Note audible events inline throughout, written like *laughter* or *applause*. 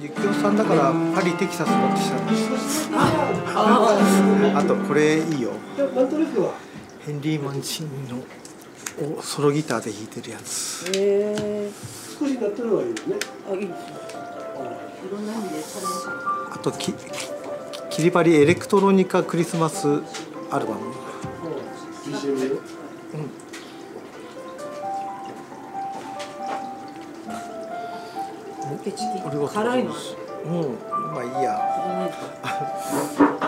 実況さんだからパリテキサス持ってきたんですあとこれいいよヘンリー・マンチンのをソロギターで弾いてるやつへえ少しなってるのがいいよねあいいろんな意味で楽しいあとききキリバリエレクトロニカクリスマスアルバム BGM よペチキ俺は辛いのじうんまあいいやゃない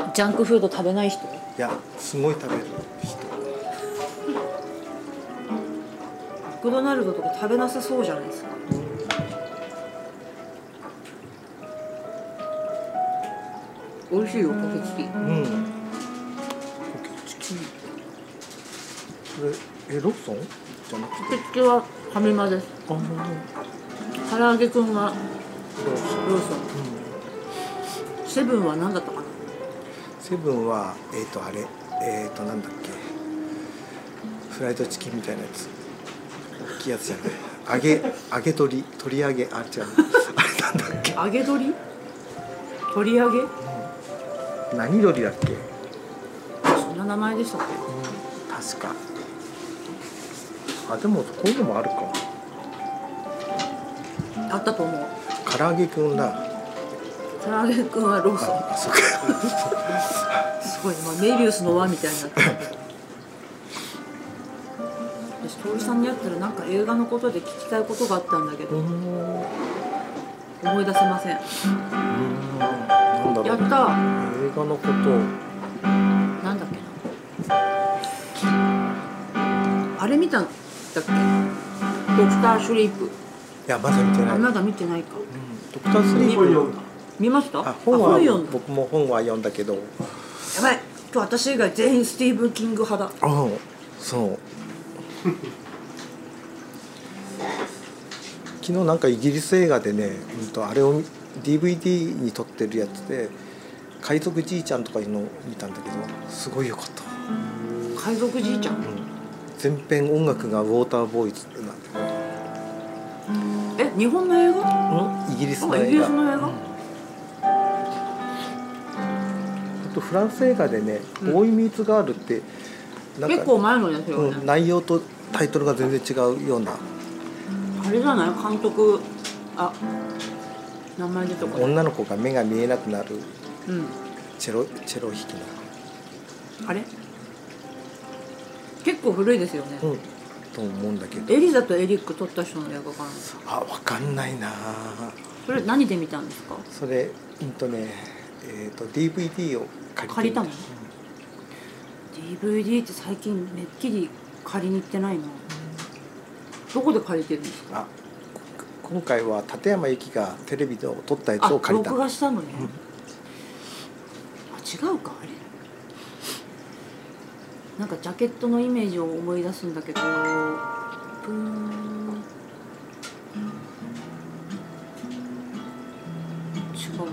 かジャンクフード食べない人いやすごい食べる人マクドナルドとか食べなさそうじゃないですか美味しいよポテチキうんこれえロッソンじゃなくてポテチキはファミマですあ本唐揚げくんは当ロッソンローソン、セブンは何だったかなセブンはえっ、とあれえっ、となんだっけフライドチキンみたいなやつ大きいやつじゃない揚げ揚げ鳥鳥揚げあ違うあれなんだっけ揚げ鳥鳥揚げ何鳥だっけそんな名前でしたっ確かあでもこういうのもあるかけあったと思う唐揚げくんだ唐揚げくんはローソンあそうかすごいね、まあ、メビウスの輪みたいになってる私徹さんに会ったらなんか映画のことで聞きたいことがあったんだけうーどん思い出せませんやなんだろうったな映画のことんだっけなあれ見たんだっけドクターシュリープいやまだ見てなあい、うんまだ見てないかドクタースリープ見ましたあ本は読んだ僕も本は読んだけどやばい今日私以外全員スティーブン・キング派だあそう *laughs* 昨日なんかイギリス映画でね、うん、とあれを見 DVD に撮ってるやつで「海賊じいちゃん」とかいうのを見たんだけどすごいよかった海賊じいちゃん全編音楽がウォーターボーイズなんだえ日本の映画けどイギリスのあイ映ギリ画スの映画あとフランス映画でね「ボーイ・ミーツ・ガール」ってなん結か、構前のやつよね、うん、内容とタイトルが全然違うようなあれじゃない監督あ名前出てこない女の子が目が見えなくなるうんチェロチェロ弾きの。あれ結構古いですよね、うん、と思うんだけどエリザとエリック撮った人の映画かなあわかんないなそれ何で見たんですかそれうんとねえっ、と DVD を借りて借りたの DVD って最近めっきり借りに行ってないなどこで借りてるんですかあこ今回は立山由紀がテレビで撮ったやあつを借りた録画したのね、あ違うかあれなんかジャケットのイメージを思い出すんだけどプーン違うな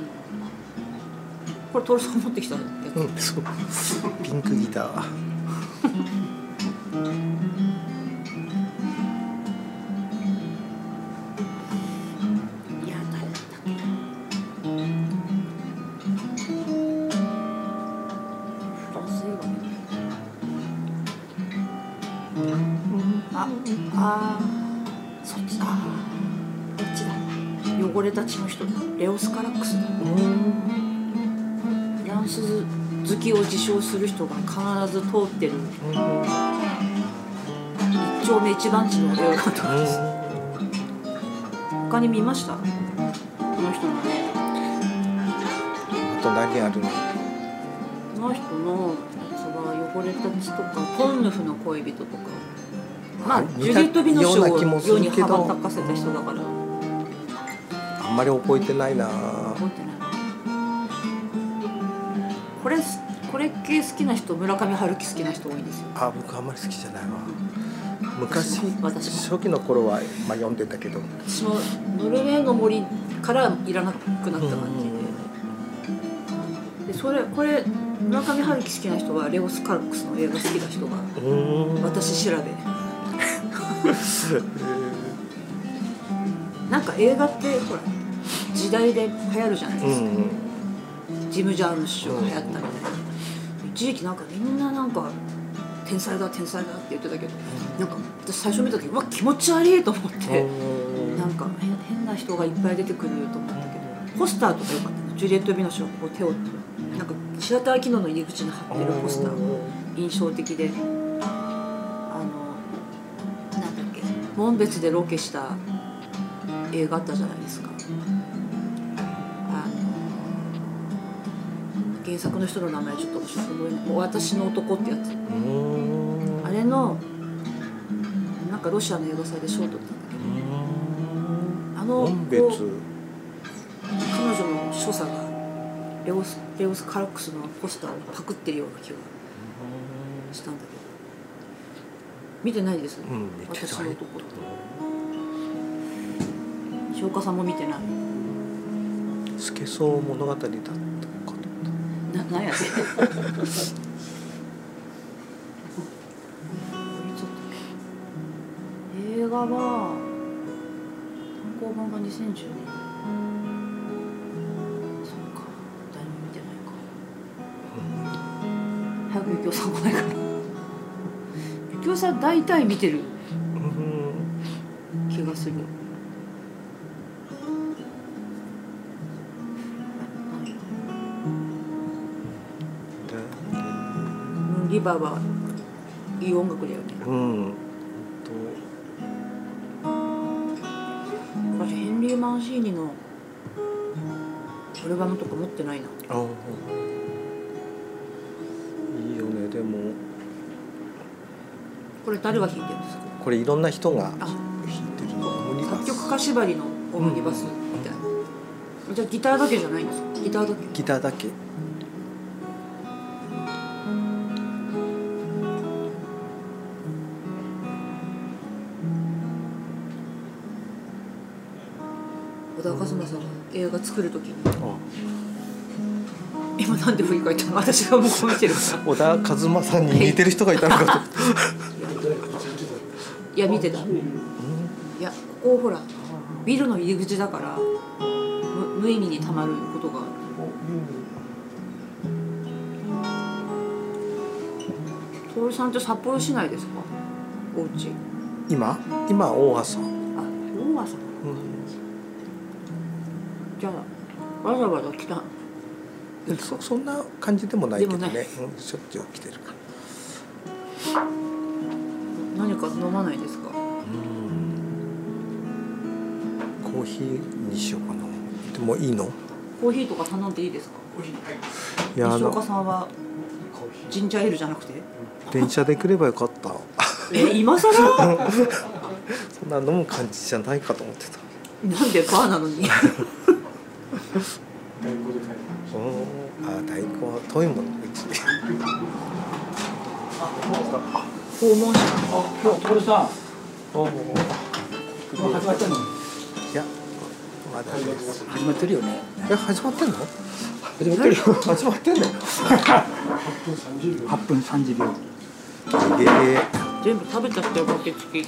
これ徹さん持ってきたんだっけ、うんそうピンクギターいや誰だったっけフランス映画ねああーそっちだこっちだ汚れた血の人だレオスカラックスだフランス好きを自称する人が必ず通ってる一丁目一番地の映画と他に見ましたこの人のねあと何あるのこの人のやつは汚れた血とかポンヌフの恋人とかまあ見たジュリエット・ビノシような気ュもをする世けにど羽ばたかせた人だからあんまり覚えてないな覚えてないこれこれ系好きな人村上春樹好きな人多いですよあ僕あんまり好きじゃないわ昔私も初期の頃は、まあ、読んでたけど私もノルウェーの森からいらなくなっうんうた感んじででそれこれ村上春樹好きな人はレオス・カルックスの映画好きな人がうーん私調べなんか映画ってほら時代で流行るじゃないでうすか、んうんジム・ジャームッシュが流行ったみたいな一時期なんかみんななんか天才だ天才だって言ってたけどなんか私最初見た時うわ気持ち悪いと思ってなんか変変な人がいっぱい出てくると思ったけどポスターとかよかったのジュリエット・ヴィノシュがこう手をなんか白田秋乃の入り口に貼ってるポスターが印象的であのなんだっけ門別でロケした映画あったじゃないですかあの原作の人の名前ちょっと私覚えない「私の男」ってやうつんあれのなんかロシアの映画祭で賞を取ったんだけどあの門別こう彼女の所作がレオスレオス・カラックスのポスターをパクってるような気がしたんだけど見てないです、うん見てない私のとこ翔歌さんも見てないスケソウ物語だったかと思ったななんやねこれちょっと映画は単行本が2010年そうか誰も見てないか、早くゆきおさん来ないかなゆきおさん大体見てるうん気がするうんリバーはいい音楽だよねうん私ヘンリー・マンシーニのアルバムとか持ってないなああいいよねでもこれ誰が弾いてるんですかこれいろんな人が弾あいてるのオムニバ作ス曲家縛りのオムニバスみたいな、じゃあギターだけじゃないんですかギターだけギターだけ小田和正さんが映画作る時にあ今なんで振り返ったの私が向こう見てるから小田和正さんに似てる人がいたのかといや見てたいやここほらビルの入り口だからむ無意味にたまることがある徹さんって札幌市内ですかお家 *laughs* 今今大橋さん、あ大和さんじゃあわざわざ来たうん、そそんな感じでもないけどねでもないうん、しょっちゅう来てるから何か飲まないですかコーヒーにしようかなでもいいのコーヒーとか頼んでいいですかいやあ西岡のさんはジンジャーエールじゃなくて電車で来ればよかったえ今更なそんな飲む感じじゃないかと思ってたんでバーなのうにんあ大根は遠いもんうち *laughs* 訪問者今日徹さん。もう始まったの。いやまだです始まってるよねえ始まってんの始まってるよ *laughs* 始ま *laughs* ってんの8分30秒。 8分30秒ええ全部食べちゃったよバケツキ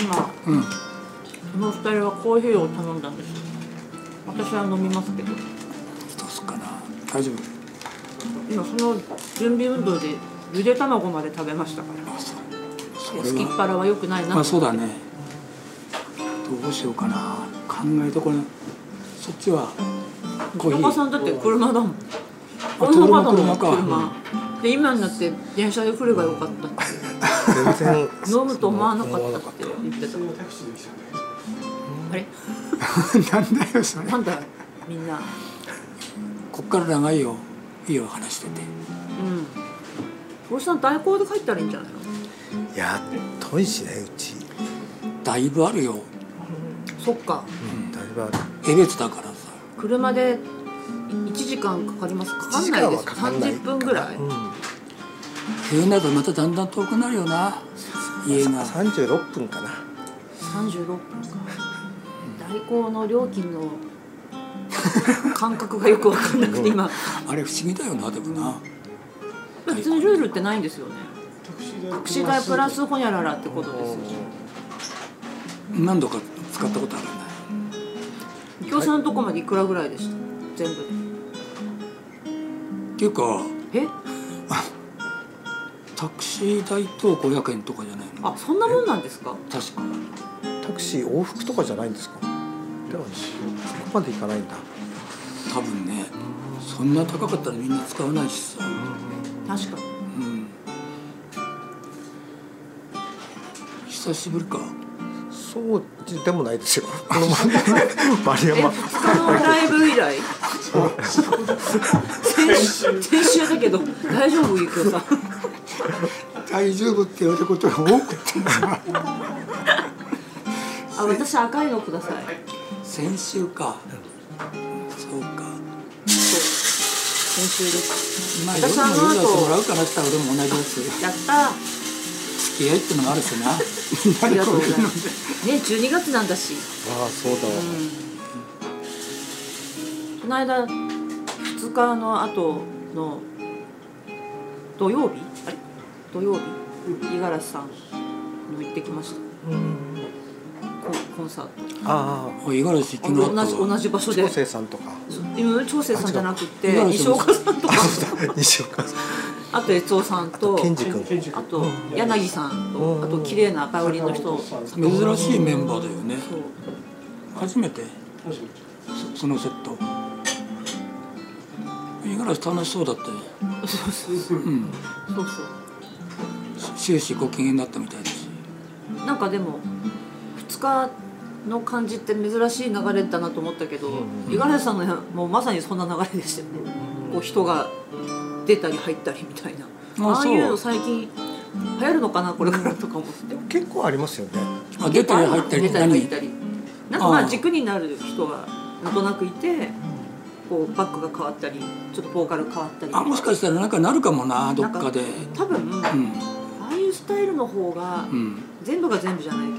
今うんこの二人はコーヒーを頼んだんです私は飲みますけどどうすっかな大丈夫今その準備運動でゆで卵まで食べましたからあそういやそ好きれっは腹は良くないなまあそうだねどうしようかな考えどころそっちはコーヒ中さーんだって車だもんあ女の子車のか車で今になって電車で来ればよかったって全然 *laughs* 飲むと思わなかったって言ってたタクシーで来たね。あれなんだよそれ *laughs* なんだみんなこっから長いよいいよ話しててうん投資さん代行で帰ったらいいんじゃないのいや遠いしねうちだいぶあるよそっかだいぶあるエベツだからさ車で1時間かかりますかか一ん時ない間ではすかかんない30分ぐらい、うん冬になるとまただんだん遠くなるよな家が36分かな36分か代行の料金の感覚がよく分かんなくて今あれ不思議だよなでもな別にルールってないんですよねタクシー代。タタクシー代プラ。スホニャララってことですよね何度か使ったことあるんだ京さんのとこまでいくらぐらいでした全部っていうかでえタクシー代と500円とかじゃないのあそんなもんなんですか確かタクシー往復とかじゃないんですかではそこまで行かないんだ多分ねそんな高かったらみんな使わないしさ確かうん久しぶりかそうでもないですよこの前 *laughs* 丸え山2日のライブ以来先週先週だけど大丈夫ゆきおさん大丈夫って言われることが多くてあ私赤いのください先週かそうか先週ですまあ夜私あのも夜やって後もらうかなって言ったら俺も同じやつやった付き合いってのもあるしなーありがとうございますね12月なんだしああそうだわこの間2日の後の土曜日あれ土曜日五十嵐さんの行ってきましたコンコンサートあおい五十嵐行あきなの同じ同じ場所あで昴生さんとかうん長生さんじゃなくあ違てう西岡さんとか西岡さんあと悦夫さんと健二君あと柳さんとあと綺麗なバイオリンの人そう珍しいメンバーだよね初めてそそのセット五十嵐楽しそうだったよそうそうそううんそう終始ご機嫌だったみたいだしそうなんかでも2日の感じって珍しい流れだなと思ったけど五十嵐さんのもうまさにそんな流れでしたよねこう人が出たり入ったりみたいなあああいうのそ最近流行るのかなこれからとか思って。結構ありますよねあ出たり入ったり出たり入何ったりなんかまあああ軸になる人がなんとなくいてこうバックが変わったりちょっとボーカル変わったりあもしかしたらなんかなるかもなどっかで多分、うあんあいうスタイルの方がうん全部が全部じゃないけど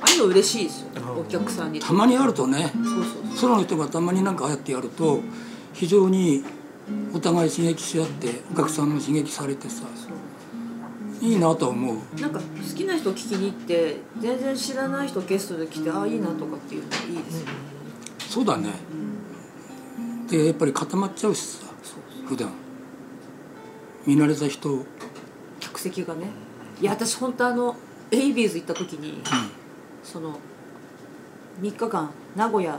ああいうの嬉しいですよねお客さんにたまにあるとねそうそうそう空の人がたまになんかああやってやると非常にお互い刺激し合ってお客さんも刺激されてさいいなとは思うなんか好きな人を聞きに行って全然知らない人ゲストで来てああいいなとかっていうのいいですよねそうだねでやっぱり固まっちゃうしさ普段見慣れた人客席がねいや私本当あのエイビーズ行った時に、その3日間名古屋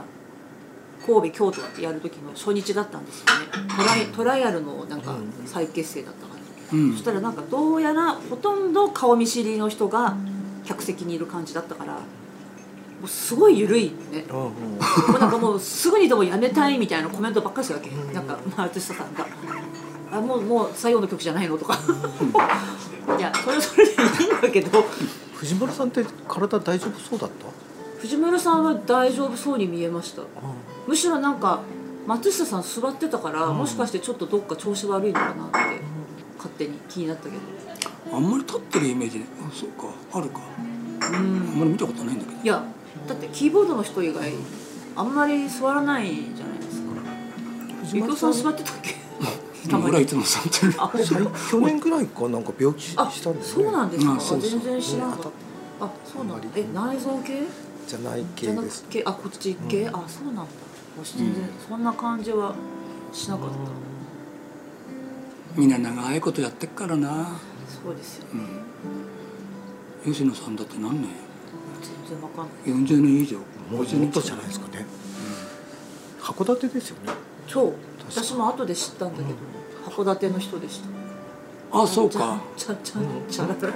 神戸京都ってやる時の初日だったんですよねトライトライアルのなんか再結成だったから、うんそしたらなんかどうやらほとんど顔見知りの人が客席にいる感じだったからもうすごい緩いねうんうんもうなんかもうすぐにでもやめたいみたいなコメントばっかりするわけ、なんか、まあ、松下さんが「あもうもう最後の曲じゃないの?」とか *laughs* いやそれはそれでいいんだけど藤丸さんって体大丈夫そうだった藤村さんは大丈夫そうに見えましたむしろなんか松下さん座ってたから、もしかしてちょっとどっか調子悪いのかなって勝手に気になったけどあんまり立ってるイメージあそうかあるかうあんんまり見たことないんだけどいやだってキーボードの人以外あんまり座らないじゃないですかゆきおさん座ってたっけたまほらにいつも座ってるあ最去年ぐらいかなんか病気しあ、たんだよねそうなんですか、うんそうそう全然知らなかったあそうなんだえ内臓系じゃないじ系ゃなでくすてあこっち系、あそうなんだ私全然そんな感じはしなかった、みんな長いことやってっからなそうですよね吉野さんだって何年全然わかんない40年以上もうちょっとじゃないですかね、函館ですよねそう確か私も後で知ったんだけど、函館の人でしたあそうかちゃちゃちゃらら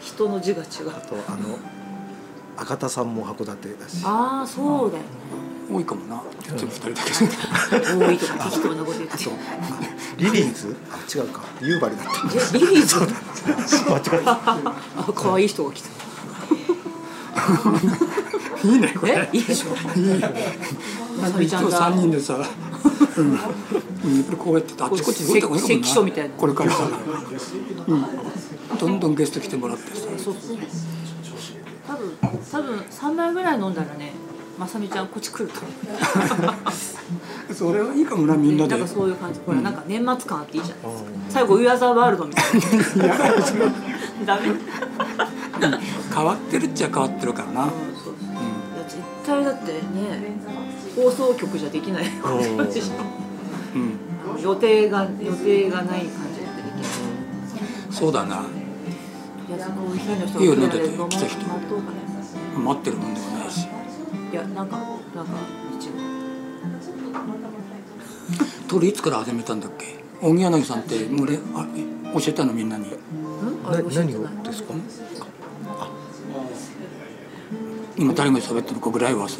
人の字が違うあとあの赤田さんも函館だしああそうだよね多いかもないつも2人だけど多いとか適当なこと言ってリリーズあ違うか夕張だったえリリーズ間違えたあ可愛い人が来たいいねこれえいいでしょまさみ一ちゃん応三が人でさ、うん、やっぱりこうやっててあっちこっち動いた方がいいかも関所みたいなこれからさ、うん、どんどんゲスト来てもらってさ、そうそう多分多分3杯ぐらい飲んだらねまさみちゃんこっち来ると思うそれはいいかもなみんなでんかそういう感じほらなんか年末感あっていいじゃないですか、最後ウィアザーワールドみたいなダメ変わってるっちゃ変わってるからな、そうそういや絶対だってね放送局じゃできない感じじゃんう *laughs* ん、予定が予定がない感じでできないそうだなとりあえずコーヒーの人いいよがね来だって飲ま来た人待とうかね待ってるもんでもないしいやなんかなんか一応撮るいつから始めたんだっけ荻柳さんってもうれあえ教えたのみんなにんあなれ教えて何ないをですか今誰が喋ってるのかぐらいはさ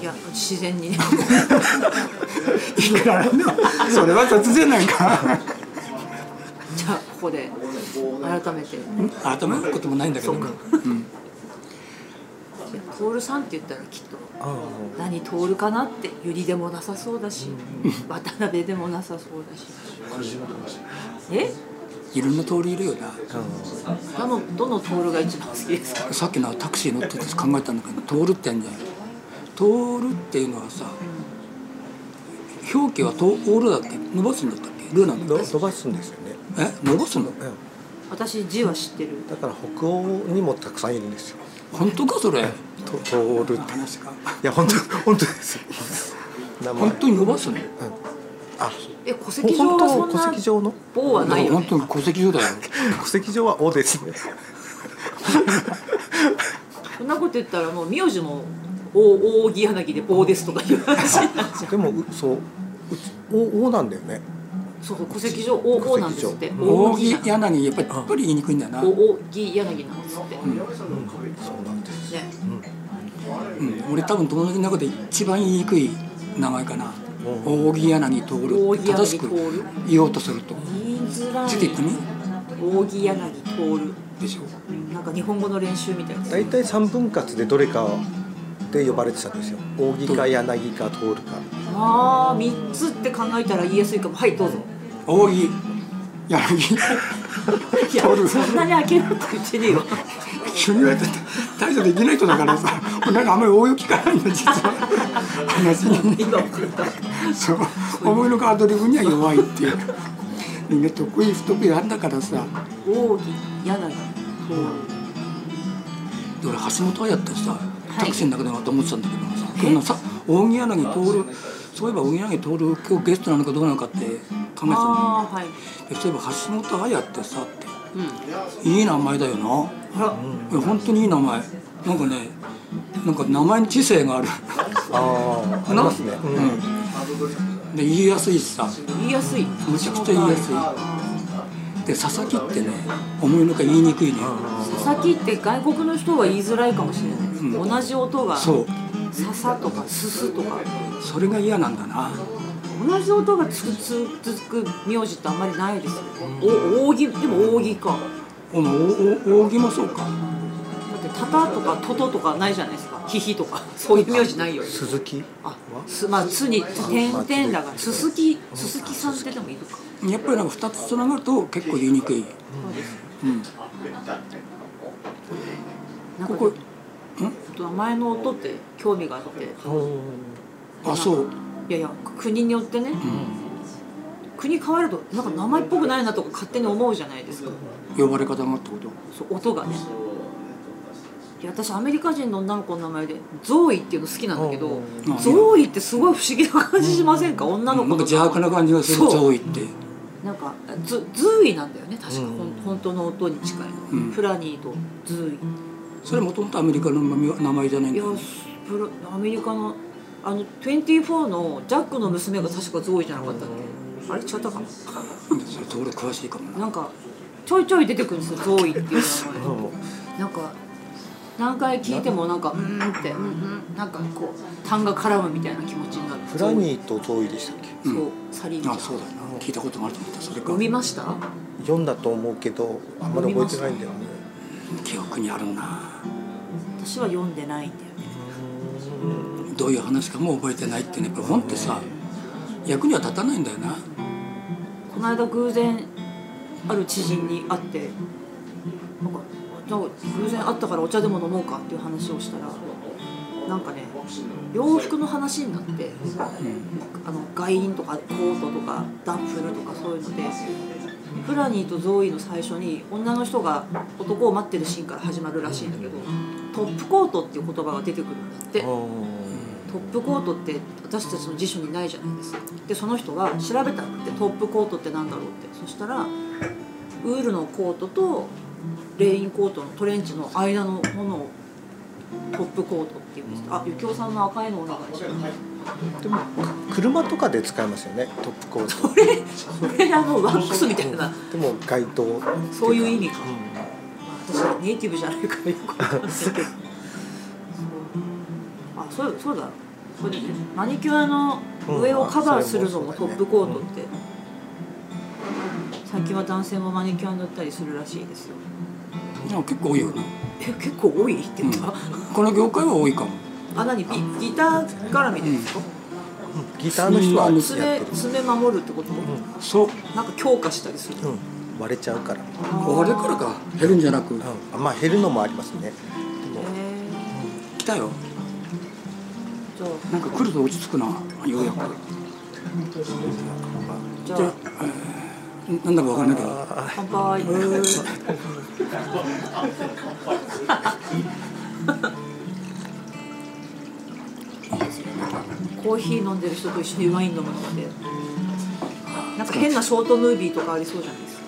いや自然にね *laughs* いくらなんでもそれは突然なんかじゃあここで改めてい改めることもないんだけどねうんや徹さんって言ったらきっとああ何徹かなってゆりでもなさそうだし渡辺でもなさそうだしえいろんな通りいるよなああどのどの徹が一番好きですかさっきのタクシー乗ってて考えたんだけど「通る」ってあるじゃん通る」っていうのはさ表記は「通る」だっけ伸ばすんだったっけ「る」なんだのっけ伸ばすんですよねえ伸ばすのうん私字は知ってるだから北欧にもたくさんいるんですよ本当かそれと通るってい話がや本当本当です名前本当に伸ばすのあえ戸籍上本はそ当ん戸な籍上の棒はないよ本ね当に戸籍上だよ戸籍上は「お」ですねそんなこと言ったらもう名字も大扇柳で棒ですとかいう話になっちゃでもうそううち「お」おなんだよねうそう戸籍上大王なんですって戸大扇扇柳柳やっぱりやっぱり言いにくいんだよな、うん、大扇柳なんですって、そうなんですね俺多分友達の中で一番言いにくい名前かな大扇柳徹大木正柳しく徹言おうとすると言いづらいちょっと言ってみ大扇柳徹でしょなんか日本語の練習みたいな大体三分割でどれかで呼ばれてたんですよ扇か柳か通るかああ3つって考えたら言いやすいかもはいどうぞ大木柳いや徹そんなに開けろって言ってねえよ君はだって大したできない人だからさなんかあんまり応用聞かないんだ実は *laughs* 話に今分かったそう思いのアドリブには弱いっていうみんな得意不得意あんだからさ大木柳で俺橋本彩ってさいタクシーの中でまた思ってたんだけどさこんなさ扇柳徹そういえば扇柳徹今日ゲストなのかどうなのかって考えてたのああはいでそういえば橋本彩ってさっうんていい名前だよなあらいや本当にいい名前なんかねなんか名前に知性があるああありますね、うんうん、で言いやすいしさ言いやすいむちゃくちゃ言いやすいで佐々木ってね思いのほか言いにくいね佐々木って外国の人は言いづらいかもしれない、うん同じ音がそうささとかすすとかそれが嫌なんだな同じ音がつくつくつく名字ってあんまりないですよ、お扇でも扇かおおお扇もそうかだってタタとかトトとかないじゃないですかヒヒとかそういう名字ないよ鈴木あすまあ「つ」に「点々だから「すすき」「すすきさん」ってでもいいのかやっぱりなんか2つつながると結構言いにくい、うん、なんこかこちょっと名前の音って興味があってあそういやいや国によってね、国変わるとなんか名前っぽくないなとか勝手に思うじゃないですか呼ばれ方がってことそう音がねいや私アメリカ人の女の子の名前でゾーイっていうの好きなんだけどうんゾーイってすごい不思議な感じしませんか女のなん子かの邪悪な感じがするそうゾウイってなんかズズーイなんだよね確か、うんほん本当の音に近いの、うんプラニーとズーイそそれもともとアメリカの名前じゃないんいだやよねプロアメリカのあの24のジャックの娘が確かゾーイじゃなかったっけあれ違ったかそれと俺詳しいかもなななんかちょいちょい出てくるんですよゾーイっていう名前あのなんか何回聞いてもなんかうーんって、うんうん、なんかこう痰が絡むみたいな気持ちになるフラニーとゾーイでしたっけそう、サリンちゃんあそうだよな聞いたことがあると思ったそれか飲みました読んだと思うけどあんまり覚えてないんだよね記憶にあるな私は読んでないんだよねどういう話かも覚えてないってねやっぱ本ってさ役には立たないんだよなこの間偶然ある知人に会ってなんかなんか偶然会ったからお茶でも飲もうかっていう話をしたらなんかね洋服の話になって、あの外印とかコートとかダッフルとかそういうのでフラニーとゾーイの最初に女の人が男を待ってるシーンから始まるらしいんだけどトップコートっていう言葉が出てくるんだってトップコートって私たちの辞書にないじゃないですかでその人が調べたんだってトップコートってなんだろうってそしたらウールのコートとレインコートのトレンチの間のものをトップコートっていうんですってあゆきおさんの赤いのお願いしますでも車とかで使えますよねトップコートこれこれあのワックスみたいなでも街灯ってかそういう意味かんまあ私はネイティブじゃないからよくわかんないけどそうあそうそうだこれねマニキュアの上をカバーするのもトップコートって、最近は男性もマニキュア塗ったりするらしいですよでも結構多いよな、え結構多いって言うんった、この業界は多いかもあ何ビギター絡みでですか、ギターの人はやってる爪爪守るってことも、そうなんか強化したりする、うん割れちゃうから、うあれからか減るんじゃなく、ん、まあ減るのもありますねへえ来たよじゃあなんか来ると落ち着くなようやくじじゃゃああ、えーなんだかわかんないけどあ乾杯、コーヒー飲んでる人と一緒にワイン飲むのってなんか変なショートムービーとかありそうじゃないですか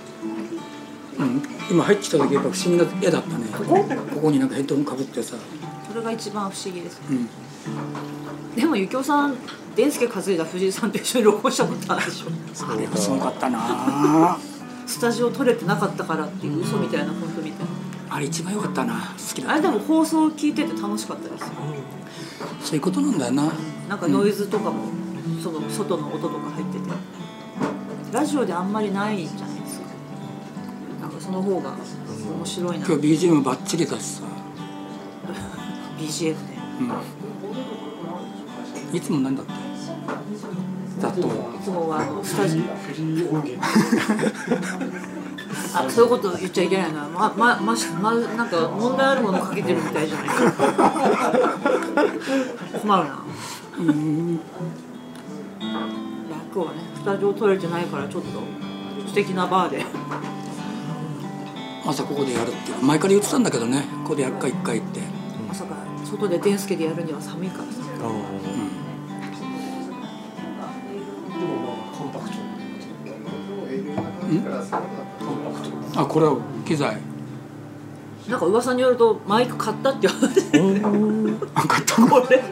うん、今入ってきた時やっぱ不思議な絵だったねここになんかヘッドホンかぶってさ、それが一番不思議ですうん、でもゆきおさん伝助担いだ藤井さんと一緒に録音したことあるでしょあれはすごかったなあスタジオ取れてなかったからっていう嘘みたいな本当みたいあれ一番良かったな好きなあだれでも放送聞いてて楽しかったですよそういうことなんだよななんかノイズとかも、その外の音とか入っててラジオであんまりないじゃないですかなんかその方が面白いな、今日 BGM バッチリだしさ、 BGM ねうん、いつもなんだっけだといつもはあのスタジオフリー音源あそういうこと言っちゃいけないなままままなんか問題あるものかけてるみたいじゃない *laughs* ですか困るなうんいや今日はねスタジオ取れてないからちょっと素敵なバーで朝ここでやるって前から言ってたんだけどねここでやるか一回って、まさか外で伝助でやるには寒いからさうん、でもまあコンパクトコンパクトあこれは機材なんか噂によるとマイク買ったって話あ買ったのこれ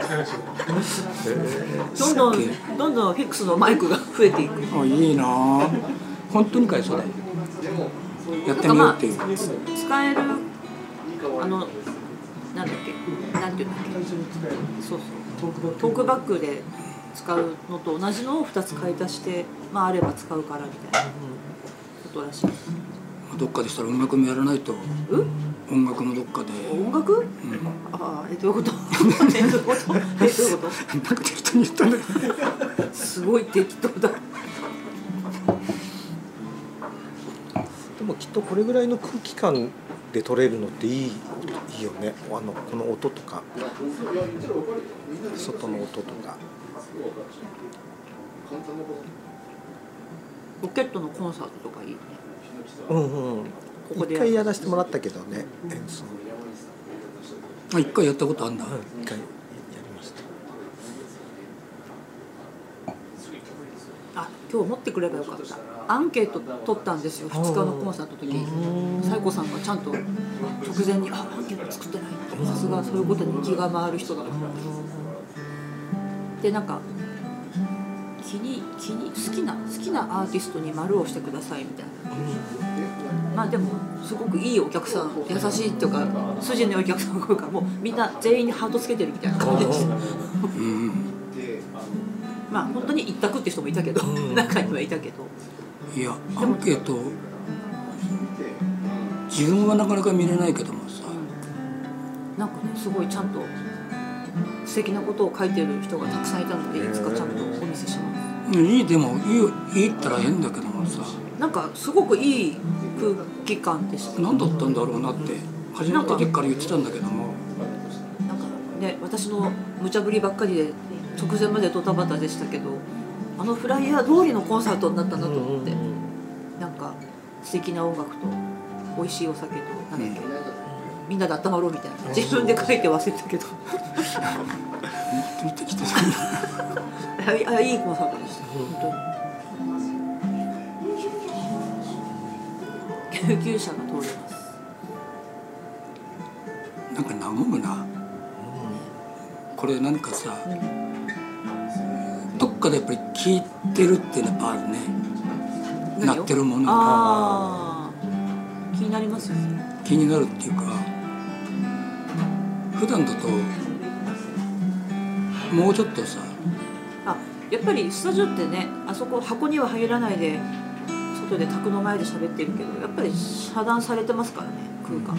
どんどんどんどんフィックスのマイクが増えていくあいいなあ本当に買いそうだよやってみようっていう、使えるあのなんだっけなんていうんだっけそうトークバッそうトークバッグで使うのと同じのを2つ買い足してまああれば使うからみたいなことらしいですどっかでしたら音楽もやらないとう音楽もどっかで *laughs* 音楽、ああえどういうことえどういうことえどういうこなんか適当に言ったんだけどとすごい適当だでもきっとこれぐらいの空気感で撮れるのっていいいいよねあのこの音とか外の音とかロケットのコンサートとかいいねうんうんここで一やる回やらせてもらったけどね演奏あ一回やったことあんだ、うん一回やりましたあ今日持ってくればよかったアンケート取ったんですよ2日のコンサートの時にサイコさんがちゃんと直前に「あアンケート作ってない」ってさすがそういうことに気が回る人だと思ってでなんか気に気に好きな好きなアーティストに丸をしてくださいみたいなまあでもすごくいいお客さん優しいっていうか筋の良いお客さんが来るからもうみんな全員にハートつけてるみたいな感じでしたうん、まあ本当に一択って人もいたけど *laughs* 中にはいたけど。いやアンケート自分はなかなか見れないけどもさなんかねすごいちゃんと素敵なことを書いてる人がたくさんいたのでいつかちゃんとお見せしますいいでもいいよいいったら変だけどもさなんかすごくいい空気感でした何だったんだろうなって始まった時から言ってたんだけどもなんかね私の無茶ぶりばっかりで直前までドタバタでしたけどあのフライヤー通りのコンサートになったなと思ってなんか素敵な音楽と美味しいお酒となんだっけみんなで温まろうみたいな自分で書いて忘れたけど見て *laughs* きてあいあいいコンサートでした本当に救急車が通りますなんか和むなこれなんかさどっかでやっぱり聞いてるっていうのはやっぱあるね何をなってるものああ気になりますよね気になるっていうか普段だともうちょっとさあやっぱりスタジオってねあそこ箱には入らないで外で宅の前で喋ってるけどやっぱり遮断されてますからね空間がこ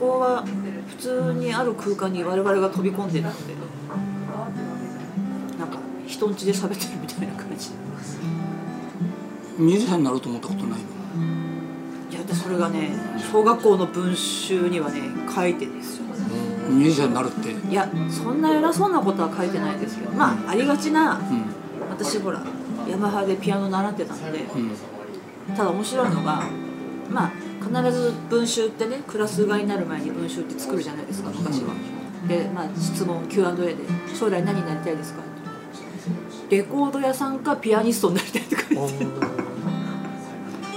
こは普通にある空間に我々が飛び込んでるってなんか人んちで喋ってるみたいな感じミュージシャンになろうと思ったことないのいやでそれがね小学校の文集にはね書いてですよミュージシャンになるっていやそんな偉そうなことは書いてないですけどまあありがちなうん私ほらヤマハでピアノ習ってたのでうんただ面白いのがまあ必ず文集ってねクラス替えになる前に文集って作るじゃないですか昔は。でまあ質問 Q&A で「将来何になりたいですか?」レコード屋さんかピアニストになりたい」とか言って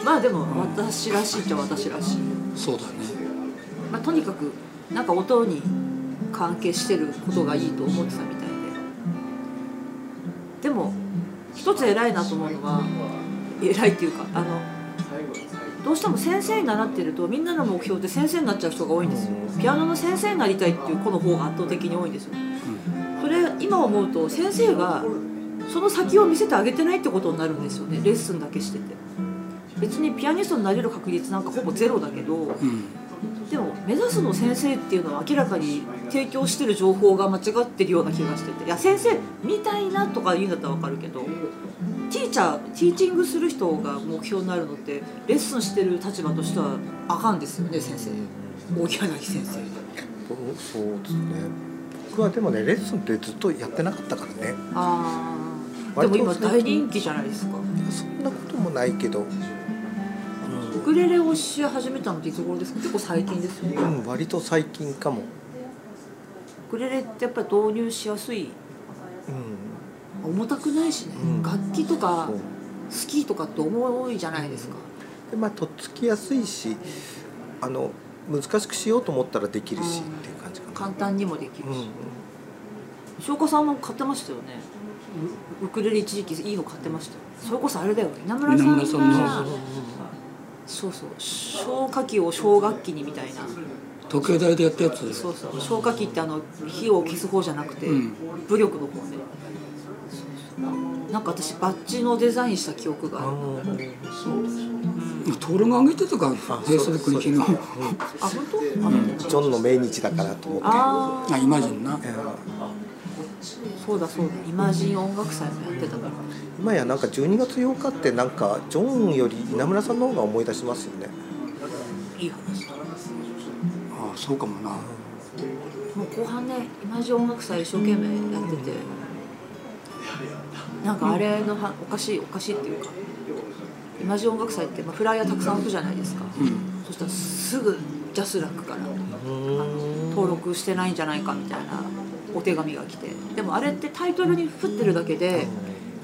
まあでも私らしいっちゃ私らしい。そうだねまあ、とにかくなんか音に関係してることがいいと思ってたみたいででも一つ偉いなと思うのは偉いっていうかあのどうしても先生に習ってるとみんなの目標って先生になっちゃう人が多いんですよピアノの先生になりたいっていう子の方が圧倒的に多いんですよそれ今思うと先生がその先を見せてあげてないってことになるんですよねレッスンだけしてて別にピアニストになれる確率なんかほぼゼロだけど、うんでも目指すの先生っていうのは明らかに提供してる情報が間違ってるような気がしてていや先生みたいなとか言うんだったら分かるけどティーチャーティーチングする人が目標になるのってレッスンしてる立場としてはあかんですよね先生大柳先生僕そうですね僕はでもねレッスンってずっとやってなかったからねああでも今大人気じゃないですかそんなこともないけど、うウクレレを教え始めたのっていつ頃ですか結構最近ですよねん、割と最近かも、ウクレレってやっぱり導入しやすいうん、重たくないしね、うん楽器とかそうスキーとかって重いじゃないですか、でまあとっつきやすいしあの難しくしようと思ったらできるしっていう感じか簡な、単にもできるうんし、翔子さんも買ってましたよねウウクレレ一時期いいの買ってましたよそれこそあれだよ稲村さんが稲村さんのそうそう消火器を小楽器にみたいな時計台でやったやつですそうそう消火器ってあの火を消す方じゃなくて、うん武力の方ねそうそうなんか私バッジのデザインした記憶があるトールが上げてたからフェイスブックに昨日あ本当、あ見てないジョンの命日だからと思ってああイマジンなえーーそうだそうだイマジン音楽祭もやってたから今やなんか12月8日ってなんかジョンより稲村さんの方が思い出しますよねいい話だああそうかもなもう後半ねイマジン音楽祭一生懸命やってて、なんかあれのはおかしいおかしいっていうかイマジン音楽祭って、まあ、フライヤーたくさん置くじゃないですか、うんそしたらすぐジャスラックからあの登録してないんじゃないかみたいなお手紙が来てでもあれってタイトルに振ってるだけで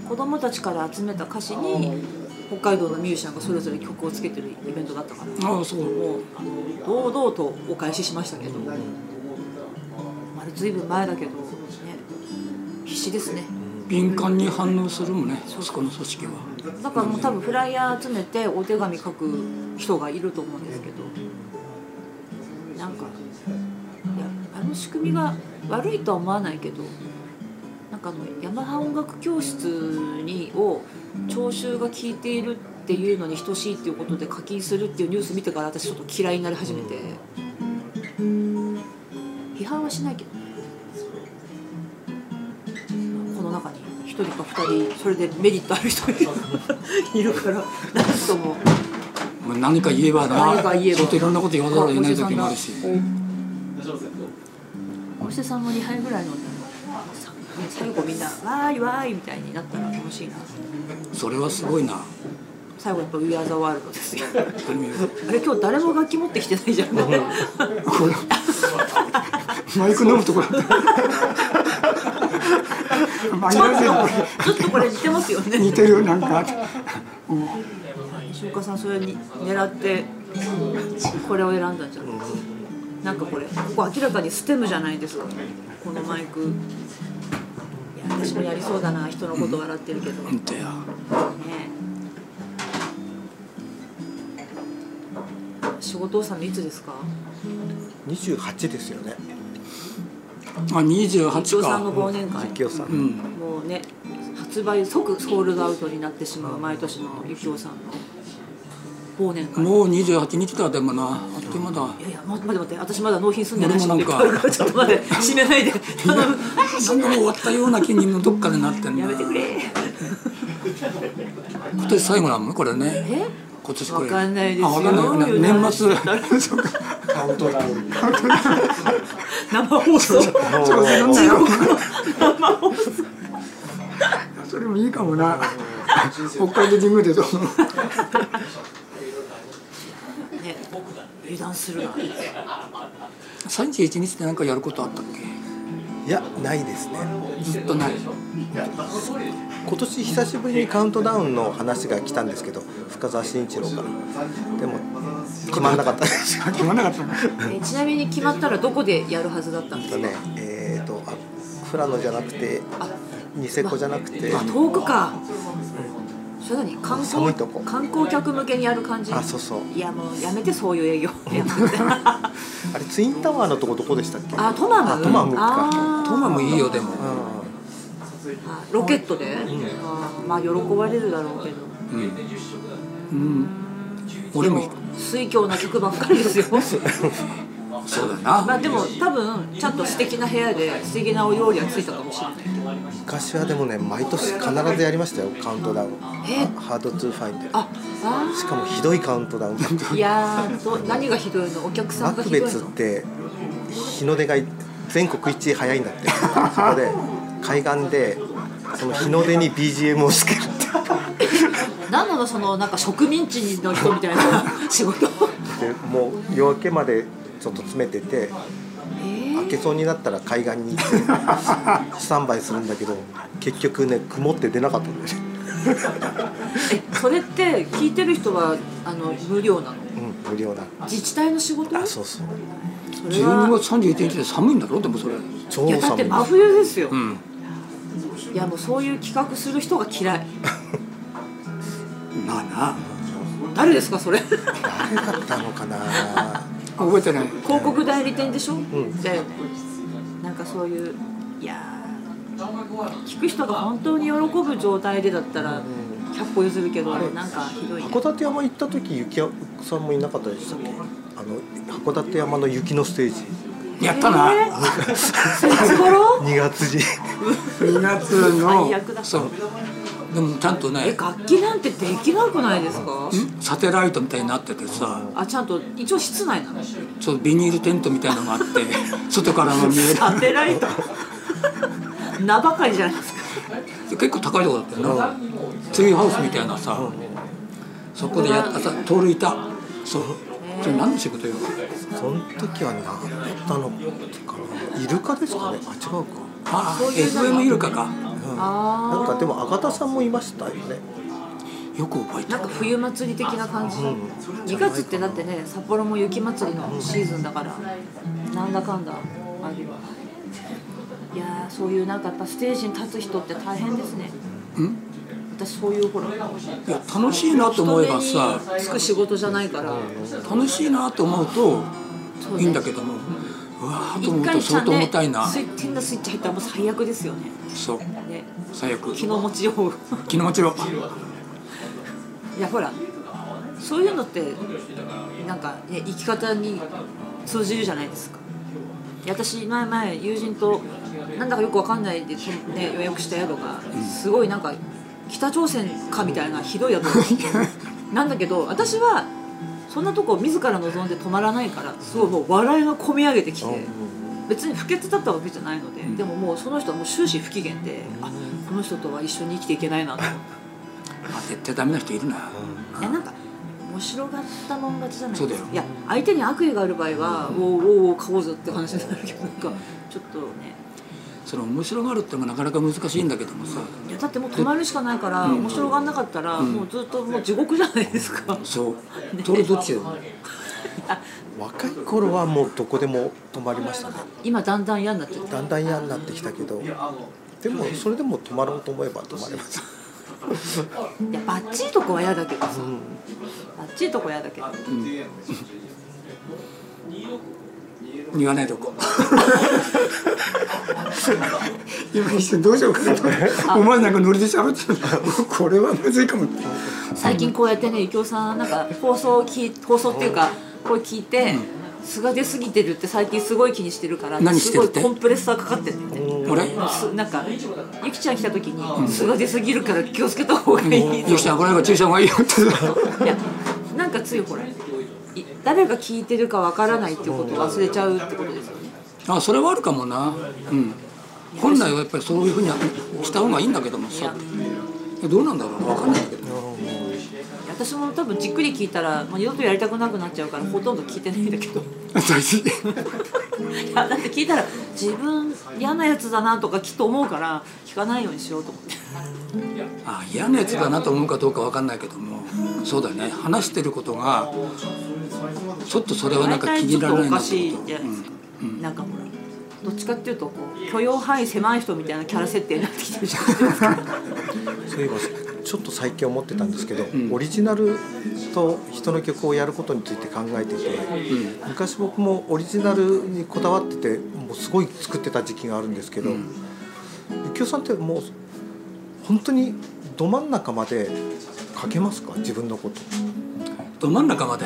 子供たちから集めた歌詞に北海道のミュージシャンがそれぞれ曲をつけてるイベントだったからああそうもうあの堂々とお返ししましたけど、あれずいぶん前だけどね必死ですね敏感に反応するもんねそこの組織はだからもう多分フライヤー集めてお手紙書く人がいると思うんですけどなんかいやあの仕組みが悪いとは思わないけどなんかあのヤマハ音楽教室にを聴衆が聞いているっていうのに等しいっていうことで課金するっていうニュース見てから私ちょっと嫌いになり始めて批判はしないけどねこの中に一人か二人それでメリットある *laughs* 人がいるから何ともまあ何か言えばな何か言えばちょっといろんなこと言わざるを得ない時もあるしお医者さんも2杯ぐらい飲んだらさ最後みんな「わーいわーい」みたいになったら楽しいな *laughs* それはすごいな最後やっぱ「We Are the World」ですよこれ見るあれ今日誰も楽器持ってきてないじゃんこれマイク飲むところだったマイちょっナスがこれとちょっとこれ似てますよね似てるなんか西岡さんそれに狙ってこれを選んだんじゃないですかなんかこれここ明らかにステムじゃないですかこのマイクいや私もやりそうだな人のこと笑ってるけど、本ね当や仕事をさんいつですか二十八ですよね。あ二十一八夫さんのか忘年会実況さん。うんもうね発売即ソールドアウトになってしまう毎年のゆきおさんの忘年会もう二十八日だでもなあっという間だいやいや、待って待って待って、私まだ納品済んでないし、俺もなんかいっぱいあるら *laughs* ちょっと待って、死ねないで、頼む。なんかもう終わったような気にもどっかでなってんなやめてくれ。今年最後なのこれねえ、今年これわかんないですよあわかんないな年末そうかカウントダウン生放送。中あー国の生放送。それもいいかもな北海道神宮でどうね、油断するな。三十一日ってなんかやることあったっけいやないですね。ずっとない今年久しぶりにカウントダウンの話が来たんですけど深澤慎一郎からでも決まんなかったです決まんなかったなえちなみに決まったら、どこでやるはずだったんですか。ねえっ、とあフラノじゃなくてニセコじゃなくてあ、遠くか。それなに観寒光いとこ観光客向けにやる感じ。あそうそういやもうやめてそういう営業。やめてあれツインタワーのとこどこでしたっけあ、トマム。トマムかあートマもいいよでもうあロケットで、あーまあ喜ばれるだろうけどうん俺もで水郷な曲ばっかりですよそうだまなあでも多分ちゃんと素敵な部屋で素敵なお料理はついたかもしれないん昔はでもね毎年必ずやりましたよカウントダウンえハハードトゥーファインでああしかもひどいカウントダウンーいやーど何がひどいのお客さマんがクひどいベのツって日の出が全国一位早いんだってそこで海岸でその日の出に BGM をつけるって何なのそのなんか植民地の人みたいな仕事でもう夜明けまでちょっと詰めててえー明けそうになったら海岸に行ってスタンバイするんだけど結局ね曇って出なかったんだよね、えそれって聞いてる人はあの無料なのうん、無料だ自治体の仕事あそうそうそれ十は二月三十一日で寒いんだろでもそれ超いやだっ寒てい真冬ですよ、うんいやもうそういう企画する人が嫌いまあな誰ですかそ *laughs* れ広誰だったのかな覚えてない告代理店でしょ、んだよねなんかそういういやー聞く人が本当に喜ぶ状態でだったら100歩譲るけどなんかひどいね函館山行った時雪さんもいなかったでしたっけあの函館山の雪のステージやったな、えーいつ頃2月に2月の最悪だそうでもちゃんとえね楽器なんてできなくないですかサテライトみたいになっててさあちゃんと一応室内なのちょっとビニールテントみたいなのがあ *laughs* って外からも見えサテライト名ばかりじゃないですかる結構高いとこだったよなツリーハウスみたいなさ、そこでやったさ盗塁いたそうそれ何の仕事よその時は何だったのかなイルカですかねあ違うかああそういうの FM イルカかあなんかでも赤田さんもいましたよねよく覚えなんたか冬祭り的な感じ、2月ってだってね札幌も雪祭りのシーズンだから、なんだかんだあるよいやーそういうなんかやっぱステージに立つ人って大変ですねん私そういうほらいや楽しいなと思えばさ人目につく仕事じゃないから、楽しいなと思うそうとねいいんだけどもうわーと一思うと回相さ当重ねたいなスイッチ変なスイッチ入ったらもう最悪ですよねそうね最悪気の持ちよう気の持ちよいやほらそういうのってなんか、ね、生き方に通じるじゃないですかいや私前前友人となんだかよくわかんないで、そね、予約した宿がすごいなんか北朝鮮かみたいなひどい宿だったなんだけど私はそんなとこ自ら望んで泊まらないからすごいもう笑いがこみ上げてきて別に不潔だったわけじゃないのででももうその人はもう終始不機嫌であこの人とは一緒に生きていけないなと思って。あて手ダメな人いるな、いやなんか面白がったもん勝ちじゃないそうだでよすかいや相手に悪意がある場合は「おうおうおう買おうぞ」って話になるけどなんかちょっとねその面白がるってのがなかなか難しいんだけどもさ、いやだってもう止まるしかないから面白がんなかったらもうずっともう地獄じゃないですか、そうそれどっちよ若い頃はもうどこでも泊まりましたね今だんだん嫌になっちゃっただんだん嫌になってきたけどでもそれでも泊まろうと思えば泊まれますいやバッチリとこは嫌だけどさ、んバッチリとこは嫌だけど言わないとこ *laughs* 今一瞬どうしようかとお前なんかノリで喋ってる *laughs* これはむずいかもって最近こうやってね、伊京さんなんか放送を聞い放送っていうかこれ聞いて、素が出過ぎてるって最近すごい気にしてるから、何してるってすごいコンプレッサーかかってるんだよね。俺すなんかゆきちゃん来た時に素が出過ぎるから気をつけた方がいい。よしなこれが注射がいいよっていやなんかついほらい誰が聞いてるかわからないっていうことを忘れちゃうってことですよね。あそれはあるかもなうん本来はやっぱりそういうふうにした方がいいんだけどもさどうなんだろう分かんないけど私も多分じっくり聞いたら、まあ、二度とやりたくなくなっちゃうからほとんど聞いてないんだけど。大事いやだって聞いたら自分嫌なやつだなとかきっと思うから聞かないようにしようと思ってあ嫌なやつだなと思うかどうか分かんないけどもそうだね話してることがちょっとそれはなん大か体気にちょっ入らとおないかなってしいことじゃないですか、なんかほらどっちかっていうとこう許容範囲狭い人みたいなキャラ設定になってきてるじ *laughs* ゃないですかそういえばちょっと最近思ってたんですけど、オリジナルと人の曲をやることについて考えてて、昔僕もオリジナルにこだわっててもうすごい作ってた時期があるんですけど、んゆきおさんってもう本当にど真ん中まで書けますか自分のことど真ん中まで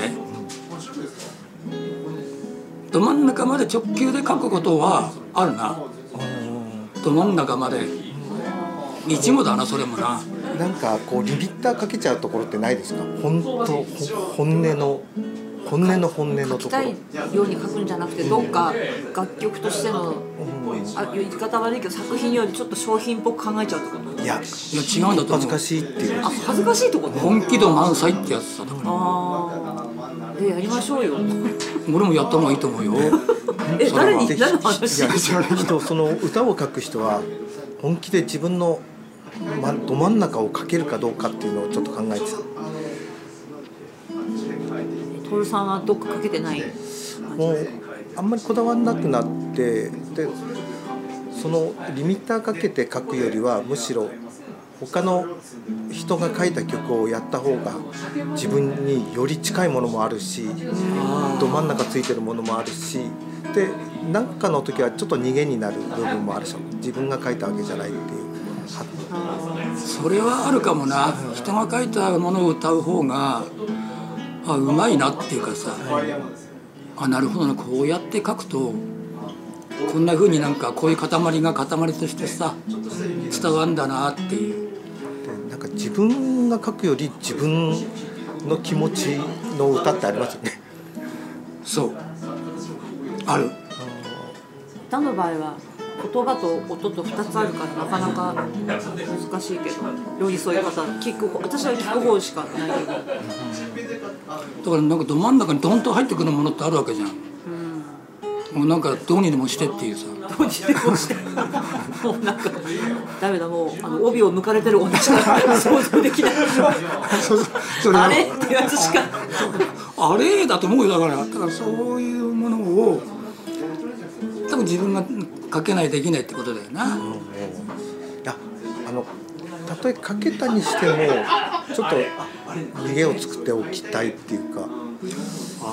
ど真ん中まで直球で書くことはあるなど真ん中まで一もだなそれもななんかこうリビッターかけちゃうところってないですか本当ほ本音の本音の本音の書ときこたろいように書くんじゃなくてどっか楽曲としてのあ言い方悪いけど作品よりちょっと商品っぽく考えちゃうってこといやいや違うんだ恥と思ずうかしいっていうあ恥ずかしいとこね本気度満載ってやつさだからああえやりましょ *laughs* うよ俺もやった方がいいと思うよえそれ誰はに誰のい話や *laughs* 人その歌を書く人は本気で自分のまど真ん中を書けるかどうかっていうのをちょっと考えてた徹さんはどっかかけてないもうあんまりこだわらなくなってでそのリミッターかけて書くよりはむしろ他の人が書いた曲をやった方が自分により近いものもあるしど真ん中ついてるものもあるしで何かの時はちょっと逃げになる部分もあるし自分が書いたわけじゃないっていう。それはあるかもな人が書いたものを歌う方があうまいなっていうかさあなるほどなこうやって書くとこんな風になんかこういう塊が塊としてさ伝わんだなっていうでなんか自分が書くより自分の気持ちの歌ってありますよね。そうある歌の場合は言葉と音と2つあるからなかなか難しいけど寄り添い方聞く方私は聞く方しかないけどだからなんかど真ん中にドンと入ってくるものってあるわけじゃん、もうなんかどうにでもしてっていうさどうにでもしてもうなんかダメだもうあの帯を抜かれてる女しか想像できないあれってやつしかあれだと思うよだからだからそういうものを多分自分が書けないできないってことだよな、いやあのたとえ書けたにしてもちょっと逃げを作っておきたいっていうかあ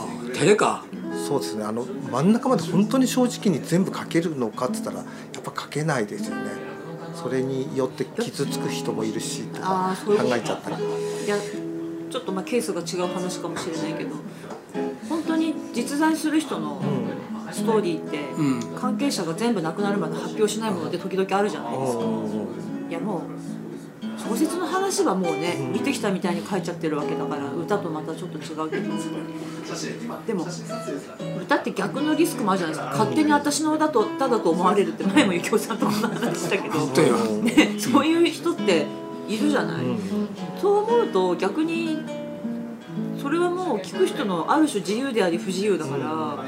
あ照れかそうですねあの真ん中まで本当に正直に全部書けるのかって言ったらやっぱ書けないですよね。それによって傷つく人もいるしとあかーそう考いうことえちゃったり。いやちょっとまあケースが違う話かもしれないけど本当に実在する人のストーリーって、ん関係者が全部亡くなるまで発表しないものって時々あるじゃないですか。いやもう小説の話はもうね見てきたみたいに書いちゃってるわけだから歌とまたちょっと違うけどでも歌って逆のリスクもあるじゃないですか勝手に私の歌と歌だと思われるって前もゆきおさんとこんな話したけど、 *laughs* 例えばね、そういう人っているじゃない、そう思うと逆にそれはもう聞く人のある種自由であり不自由だから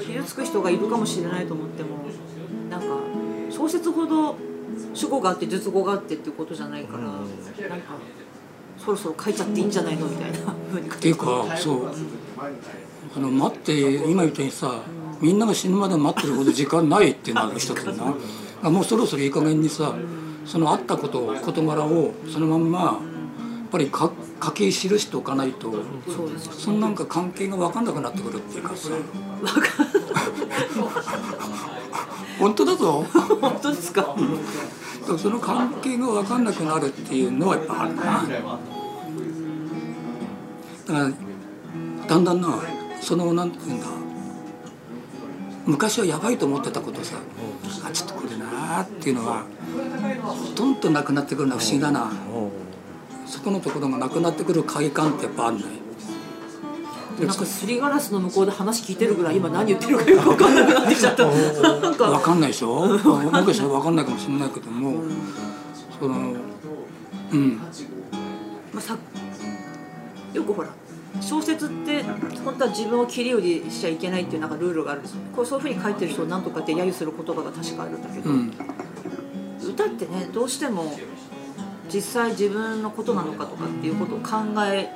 傷つく人がいるかもしれないと思ってもなんか小説ほど主語があって述語があってっていうことじゃないから、なんかそろそろ書いちゃっていいんじゃないのみたいな風に書いってていうかそうあの待って今言ったようにさみんなが死ぬまで待ってるほど時間ないってなる人ってなあもうそろそろいい加減にさそのあったことを事柄をそのまんまやっぱりか書き記しておかないとそうですよそのなんか関係が分かんなくなってくるっていうかさ本当だぞ本当ですかだからその関係が分かんなくなるっていうのはやっぱあるなだからだんだんなそのなんていうんだ昔はやばいと思ってたことさあちょっとこれなーっていうのはほとんどなくなってくるのは不思議だなそこのところがなくなってくる快感ってやっぱあるのよなんかすりガラスの向こうで話聞いてるぐらい今何言ってるかよく分かんなくなってきちゃったなんかわかんないでしょもしかしたらわかんないかもしれないけどもそのうんまあ、さよくほら小説って本当は自分を切り売りしちゃいけないっていうなんかルールがあるんですよこうそういうふうに書いてる人を何とかって揶揄する言葉が確かあるんだけど、うん歌ってねどうしても実際自分のことなのかとかっていうことを考え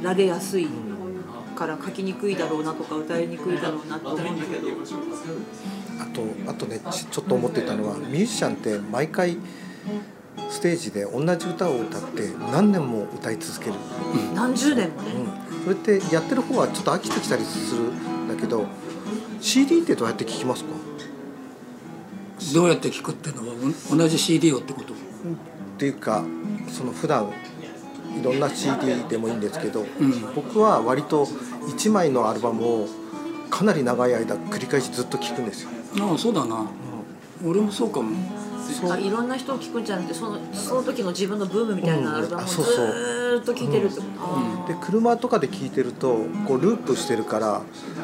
られやすいから書きにくいだろうなとか歌いにくいだろうなと思うんだけどあとあとねちちょっと思ってたのはミュージシャンって毎回ステージで同じ歌を歌って何年も歌い続ける、何十年もねうん、それってやってる方はちょっと飽きてきたりするんだけど CD ってどうやって聴きますかどうやって聞くっていうのはお同じ CD をってことっていうかその普段いろんな CD でもいいんですけど、僕は割と1枚のアルバムをかなり長い間繰り返しずっと聴くんですよ。ああそうだな、俺もそうかもあいろんな人を聞くんじゃなくてそのその時の自分のブームみたいなアルバムをあずそうそうーっと聴いてるってこと、あーで車とかで聴いてるとこうループしてるから、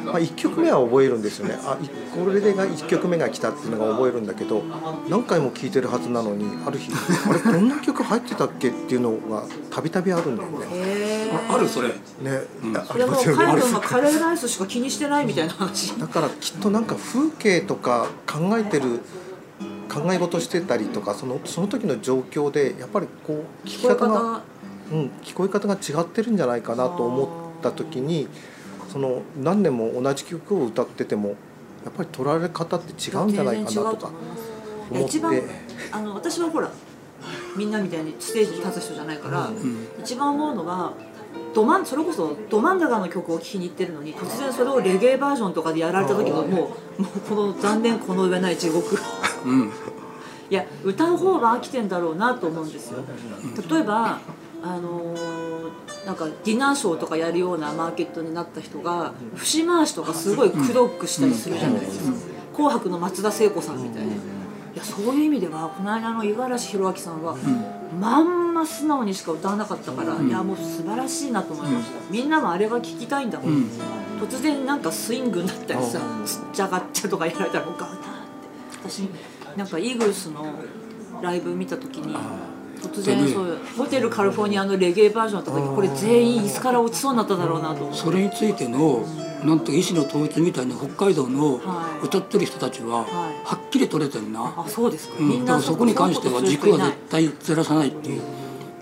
まあ、1曲目は覚えるんですよねあいこれでが1曲目が来たっていうのが覚えるんだけど何回も聴いてるはずなのにある日あれこんな曲入ってたっけっていうのがたびたびあるんだよね。へーああるそれね、ああいりやもまうす彼よねらはカレーライスしか気にしてないみたいな話だからきっとなんか風景とか考えてる考え事してたりとかそのその時の状況でやっぱりこう聞きこういう方方ががうん、聞こえ方が違ってるんじゃないかなと思った時にその何年も同じ曲を歌っててもやっぱり取られ方って違うんじゃないかなとかいや思っ一て番あの私はほらみんなみたいにステージに立つ人じゃないから、一番思うのはドマンそれこそドマンダガの曲を聴きに行ってるのに突然それをレゲエバージョンとかでやられた時のもうもうこの残念この上ない地獄。うんいや歌う方は飽きてんだろうなと思うんですよ例えばあのーなんかディナーショーとかやるようなマーケットになった人が節回しとかすごいくどくしたりするじゃないですか「紅白」の松田聖子さんみたいないやそういう意味ではこの間の五十嵐弘明さんは、まんま素直にしか歌わなかったから、いやもう素晴らしいなと思いました、みんなもあれは聴きたいんだもん、ん突然なんかスイングになったりさつっちゃがっちゃとかやられたらもうガーって私なんかイーグルスのライブ見た時に突然そういうホテルカリフォルニアのレゲエバージョンだった時これ全員椅子から落ちそうになっただろうなと思ってそれについてのなんて意思の統一みたいな北海道のはい歌ってる人たちははいはっきり取れてるな、あそうですか、うんみんだかならそこに関しては軸は絶そ対ずらさないっていう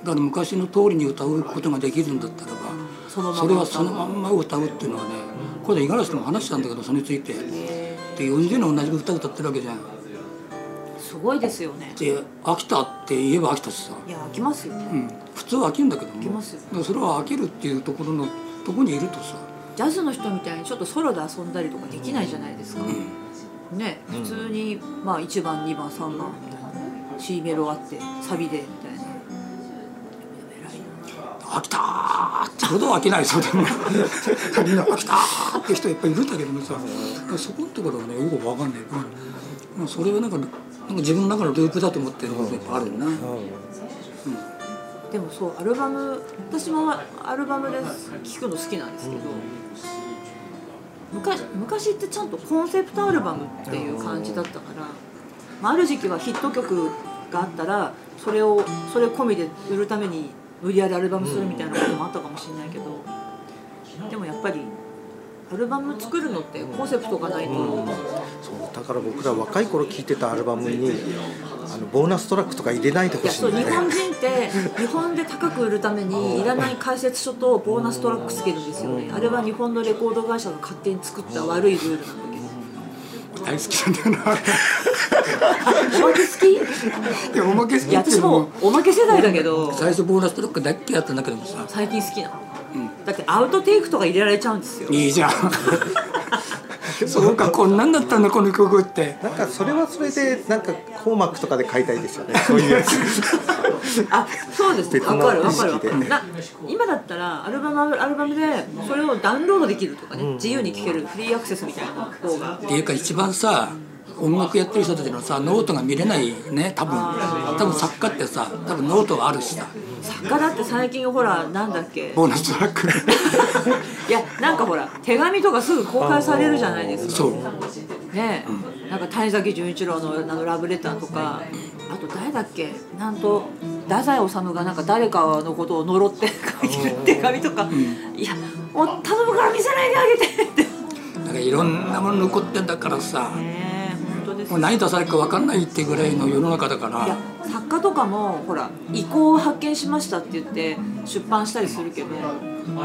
だから昔の通りに歌うことができるんだったらばそのままそれはそのまんま歌うっていうのはねこれ五十嵐とも話したんだけどそれについてで40年同じ歌歌ってるわけじゃんすごいですよねで飽きたって言えば飽きたしさ、いや飽きますよね、うん、普通は飽きるんだけどもきますよだからそれは飽きるっていうところのとこにいるとさジャズの人みたいにちょっとソロで遊んだりとかできないじゃないですか、ね普通に、まあ、1番2番3番みたいな C メロあってサビでみたいな偉いな飽きたーってことは飽きないそうでもみんな飽きたーって人やっぱりいるんだけどもさそこのところはねよく分かんない、うん、それはなんかなんか自分の中のループだと思ってることがやっぱあるよな、でもそうアルバム私もアルバムで聴くの好きなんですけど、昔昔ってちゃんとコンセプトアルバムっていう感じだったから、まあ、ある時期はヒット曲があったらそれをそれ込みで売るために無理やりアルバムするみたいなこともあったかもしれないけど、でもやっぱりアルバム作るのってコンセプトがないと、そうだから僕ら若い頃聴いてたアルバムにあのボーナストラックとか入れないでいほやしいそんうだ日よ本ね人って日本で高く売るためにいらない解説書とボーナストラックつけるんですよねあれは日本のレコード会社が勝手に作った悪いルールなんだ大好きなんだよけどおまけ好ないやおまけ好ききいやってい私うのももおまけ世代だけど最初ボーナストラックだけやったんだけどもさ最近好きなの、だってアウトテイクとか入れられちゃうんですよいいじゃん *laughs* そうかこんなんだったんだこの曲ってなんかそれはそれでなんか硬膜とかで買いたいですよねそういうやつあそうですね別のわかるわかるわ意識かでるな今だったらアルバムアルバムでそれをダウンロードできるとかね、自由に聴けるフリーアクセスみたいな方がっていうか一番さ音楽やってる人たちのさノートが見れないね多分多分作家ってさ多分ノートがあるしさ作家だって最近ほらなんだっけボーナストラックいやなんかほら手紙とかすぐ公開されるじゃないですかそうねえ、なんか谷崎潤一郎のあのラブレターとかあと誰だっけなんと太宰治がなんか誰かのことを呪って書いてる手紙とか「いやもう頼むから見せないであげて」ってだからいろんなもの残ってんだからさねえ本当ですもよう何出されるか分かんないってぐらいの世の中だからいや作家とかもほら遺構を発見しましたって言って出版したりするけどいやま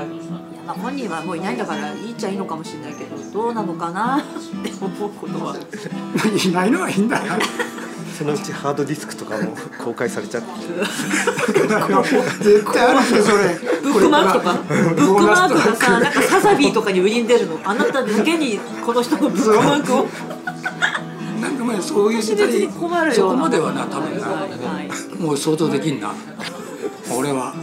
あ本人はもういないんだからいいっちゃいいのかもしれないけどどうなのかなって思うことは。いないのはいいんだよそのうちハードディスクとかも公開されちゃって絶対あるでそれブックマークとか、ブックマークがさ、なんかサザビーとかに売りに出るの、あなただけにこの人のブックマークを。なんかまあそういう時代別に困るよ。そこまではな多分なはいはいもう想像できんな俺は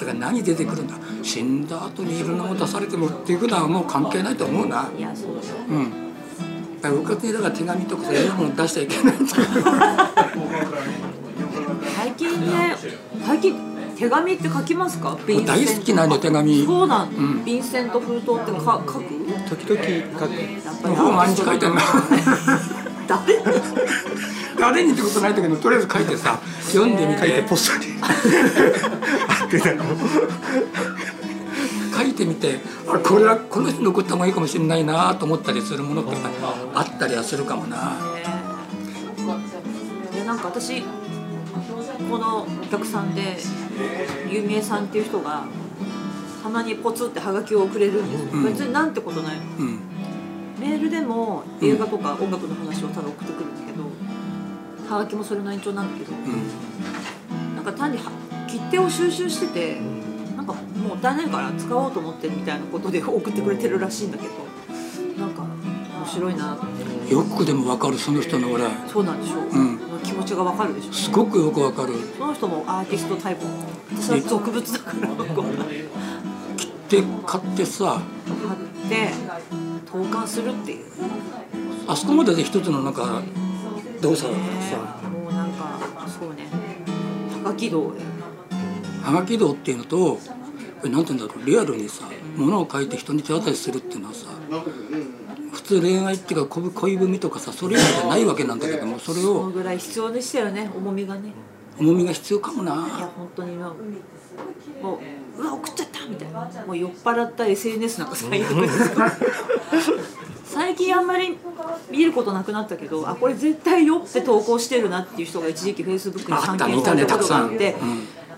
だから何出てくるんだ死んだ後にいろんなもの出されてもっていうのはもう関係ないと思うないや、そうだねうんだからうかつにだから手紙とかそういうもの出しちゃいけないっていう *laughs* 最近ね、最近手紙って書きますか。もう大好きなの手紙そうなんだうん。便箋と封筒ってか、書く。時々書くやっぱり。ほぼ毎日書いてるな誰に。誰にってことないんだけどとりあえず書いてさ読んでみ書いててポストに貼ってたの書いてみてあこれはこの人に送った方がいいかもしれないなと思ったりするものってやっぱあったりはするかもなえなんか私このお客さんでゆみえさんっていう人がたまにポツってハガキをくれるんですよ、うん別になんてことないうんメールでも映画とか音楽の話をただ送ってくるんだけどハガキもそれの延長なんだけどうんなんか単には切手を収集しててなんかもったいないから使おうと思ってるみたいなことで送ってくれてるらしいんだけどなんか面白いなと思ってよくでも分かるその人の俺そうなんでしょう、うん気持ちがわかるでしょすごくよく分かるその人もアーティストタイプ私は俗物だからこうで買って貼さって投函するっていうあそこまでで一つのなんか動作だからさもうなんかそうね高軌道ではがき道っていうのとえなんて言うんだろうリアルにさ物を書いて人に手渡しするっていうのはさ普通恋愛っていうか恋恋文とかさそれ以外じゃないわけなんだけどもそれこのをぐらい必要でしたよね重みがね重みが必要かもいやな本当にもうもううわ送っちゃったみたいなもう酔っ払った SNS なんか最悪ですよ最近あんまり見ることなくなったけどあこれ絶対酔って投稿してるなっていう人が一時期フェイスブックにあ参った見見さたれねたたこくとがさあっん、うん、て。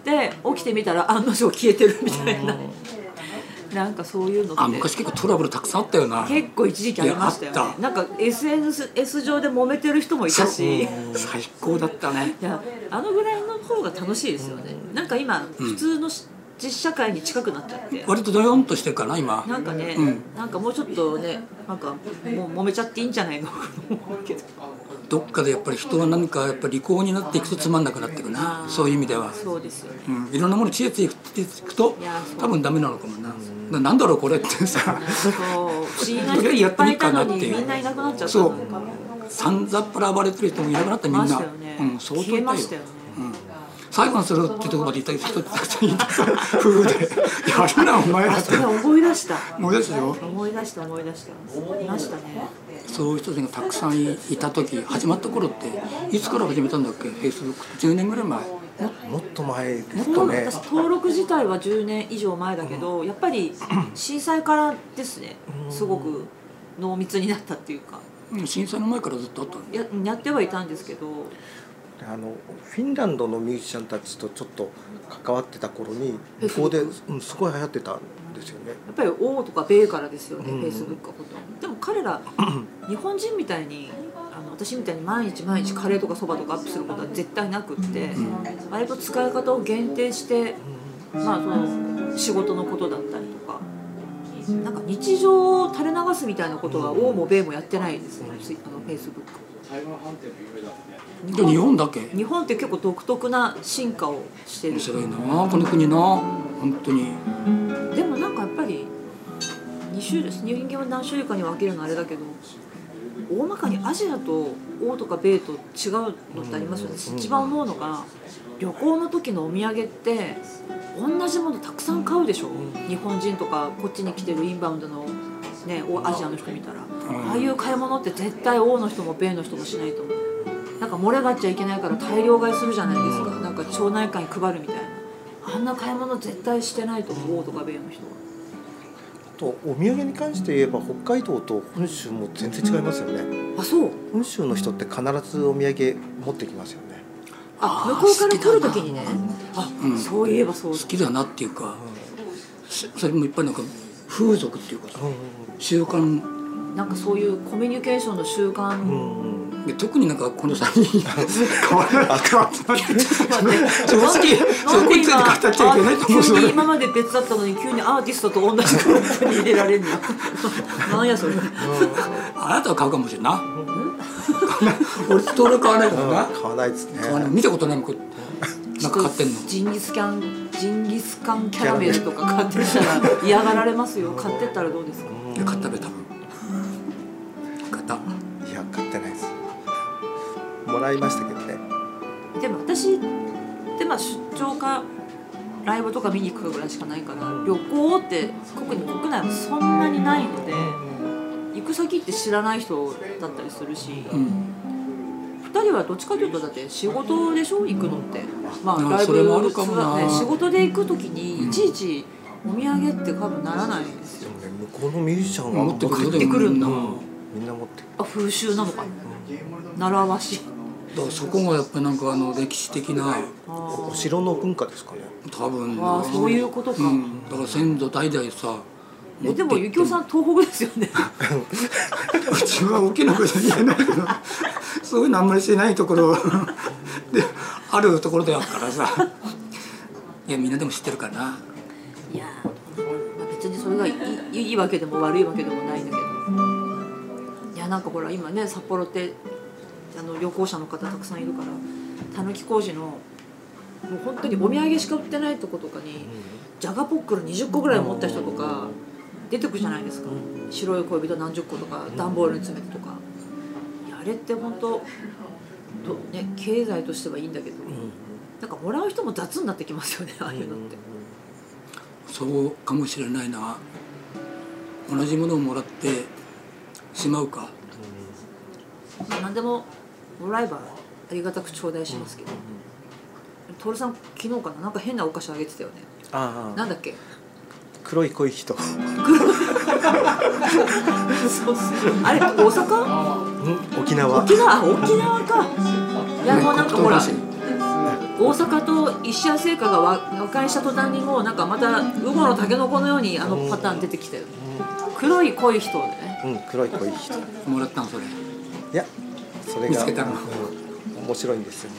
で起きてみたら案の定消えてるみたいななんかそういうのあって昔結構トラブルたくさんあったよな結構一時期ありましたよねいやあったなんか SNS 上で揉めてる人もいたしい最高だったねやあのぐらいの方が楽しいですよねなんか今普通のし実社会に近くなっちゃって割とドヨンとしてるかな今なんかね、うんなんかもうちょっとねなんかもう揉めちゃっていいんじゃないの *laughs* けどどっかでやっぱり人は何かやっぱ利口になっていくとつまんなくなっていくなそういう意味ではそうですよねうん、いろんなものに知恵ついていくといやそう多分ダメなのかもなななんだろうこれってさそう不思議な人いっぱいいたのにとりあえずやってみっかなっていうみんないなくなっちゃったそのうさんざっぱら暴れてる人もいなくなったみんましな、たよね、うん、相当いた消えよましたよねうん、最後にするってとこまで言った人たくさんいたから夫婦で「やるなお前ら」あっそてれ思い出した思い出すよ思い出した思い出したいましたねそういう人たちがたくさんいた時始まった頃っていつから始めたんだっけフェイスブック10年ぐらい前もっと前ですもっかとね私登録自体は10年以上前だけど、やっ *clears throat* ぱり震災からですねすごく濃密になったっていうかうん震災の前からずっとあったのややってはいたんですけどあのフィンランドのミュージシャンたちとちょっと関わってた頃に向こうで、うん、すごい流行ってたんですよねやっぱり王とか米からですよね、うんフェイスブックはほとんどでも *clears throat* 彼ら日本人みたいにあの私みたいに毎日毎日カレーとかそばとかアップすることは絶対なくって、割と使い方を限定して、まあ、その仕事のことだったりとかなんか日常を垂れ流すみたいなことは王も米もやってないですね、ツイあのフェイスブックで日本だけ日本って結構独特な進化をしてる面白いなあこの国な本当にでもなんかやっぱり2種類人間は何種類かに分けるのあれだけど大まかにアジアと欧とか米と違うのってありますよね、一番思うのが旅行の時のお土産って同じものたくさん買うでしょ、日本人とかこっちに来てるインバウンドの、ね、おアジアの人見たら、ああいう買い物って絶対欧の人も米の人もしないと思うなんか漏れがっちゃいけないから大量買いするじゃないですか、なんか町内会に配るみたいなあんな買い物絶対してないと思うとか米の人はあとお土産に関して言えば北海道と本州も全然違いますよねあそう本州の人って必ずお土産持ってきますよねああー向こうから来る時にねあ、うんそういえばそう好だきだなっていうかしそれもいっぱいなんか風俗っていうかさ習慣なんかそういうコミュニケーションの習慣、うんうんで特になんかこの3人変わらなくなって正直なんでそこについて語っちゃいけないと思うそ急れに今まで別だったのに急にアーティストと同じグループに入れられ *laughs* んのなんやそれあなたは買うかもしれんな俺と俺買わないからな *laughs* 買わないですね買わない見たことないもんこうなんか買ってんのジンギスキャンジンギスカンキャラメルとか買ってたら嫌がられますよ買ってったらどうですかいや買ったべ多分買ったいや買ってないですもらいましたけどねでも私ってまあ出張かライブとか見に行くぐらいしかないから旅行って特に国内はそんなにないので行く先って知らない人だったりするし、うん2人はどっちかというとだって仕事でしょ行くのって、まああライそれもあるブかもツなアーね仕事で行く時にいちいちお土産って多分ならないですでよもね向こうのミュージシャンは持ってくるよ買ってくるんだうんみんな持ってくるあ風習なのかな習わしだからそこがやっぱりなんかあの歴史的なおお城の文化ですかね多分ああそういうことか、うん、だから先祖代々さえでもゆきおさん東北ですよねうちは大きなこと言えないけどそういうのあんまりしてないところであるところであるからさいやみんなでも知ってるからないやーまあ別にそれがいいいいわけでも悪いわけでもないんだけどいやなんかほら今ね札幌ってあの旅行者の方たくさんいるからたぬき工事のもう本当にお土産しか売ってないとことかにじゃがポックル20個ぐらい持った人とか出てくるじゃないですか白い恋人何十個とか段ボールに詰めてとかいやあれって本当どね経済としてはいいんだけどなんかもらう人も雑になってきますよねああいうのって。そうかもしれないな同じものをもらってしまうか何でももらえばありがたく頂戴しますけど徹、さん昨日かななんか変なお菓子あげてたよねあなんだっけ黒い恋人あれ大阪うん沖縄沖縄あ沖縄かいやもうなんかほら黒糖大阪と石屋製菓が和和解した途端にもうなんかまたウゴのタケノコのようにあのパターン出てきたよね黒い濃い人でねうん黒い恋人もらったんそれいやそれが見つけたのうん面白いんですよね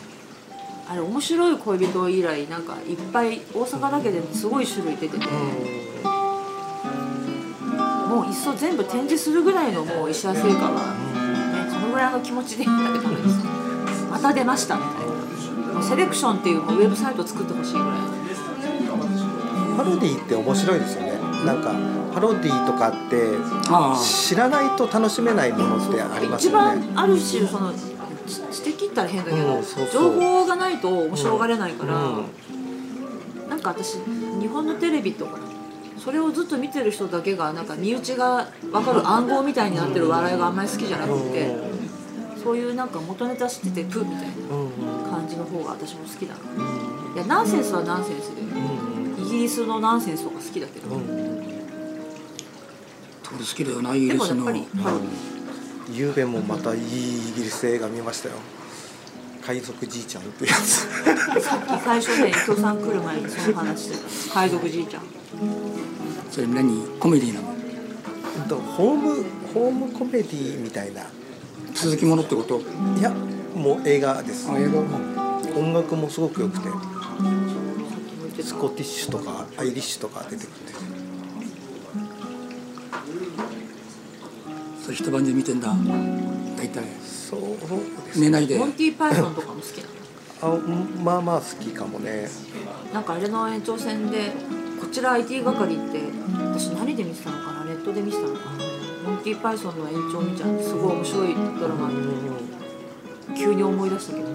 あれ面白い恋人以来なんかいっぱい大阪だけですごい種類出てて、もういっそ全部展示するぐらいのもう石田製菓は、ね、そのぐらいの気持ちで食べたらいいですねまた出ましたみたいなもうセレクションっていうもうウェブサイト作ってほしいぐらいパロディって面白いですよねなんかパロディとかってああ知らないと楽しめないものってあります一よね番ある種その知知的っったら変だけど、うんそうそう情報がないと面白がれないから、うんなんか私日本のテレビとかそれをずっと見てる人だけがなんか身内が分かる暗号みたいになってる笑いがあんまり好きじゃなくて、そういうなんか元ネタ知っててプーみたいな感じの方が私も好きだないやナンセンスはナンセンスで、イギリスのナンセンスとか好きだけど、俺好きだよなイギでリもスやっのぱり、はいゆうべもまたいいイギリス映画見ましたよ海賊じいちゃんってや *laughs* つさっき最初ね伊藤さん来る前にその話してた海賊じいちゃんそれ何コメディなのうんとホームホームコメディみたいな続きものってこといやもう映画ですあ映画音楽もすごく良くてさっきも言ってスたコティッシュとかアイリッシュとか出てくるんですそれ一晩中見てんだ大体そうです寝ないでモンティーパイソンとかも好きなのあうんまあまあ好きかもねなんかあれの延長戦でこちら IT 係って私何で見てたのかなネットで見てたのかなモンキーパイソンの延長見ちゃってすごい面白いドラマ急に思い出したけど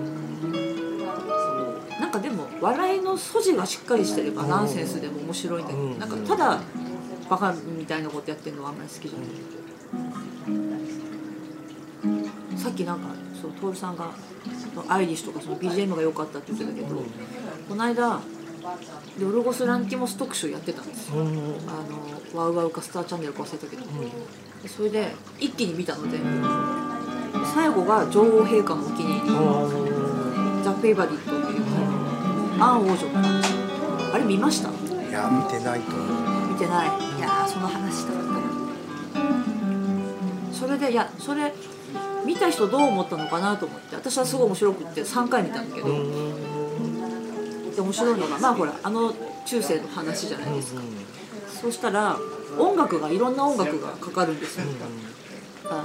なんかでも笑いの素地がしっかりしてればナンセンスでも面白いんだけどうんなんかただバカみたいなことやってるのはあんまり好きじゃないさっきなんかそう徹さんがアイリッシュとかその BGM が良かったって言ってたけど、この間ヨルゴス・ランティモス特集やってたんですようんあのワウワウかスターチャンネルか忘れたけど、でそれで一気に見たので最後が女王陛下のお気に入り「ザ・フェイバリット」っていうアン王女の話あれ見ました見いや見てないと思うてないいやーその話だったそれでいやそれ見た人どう思ったのかなと思って私はすごい面白くって3回見たんだけど、で面白いのがまあほらあの中世の話じゃないですか、そうしたら音楽がいろんな音楽がかかるんですよ、あ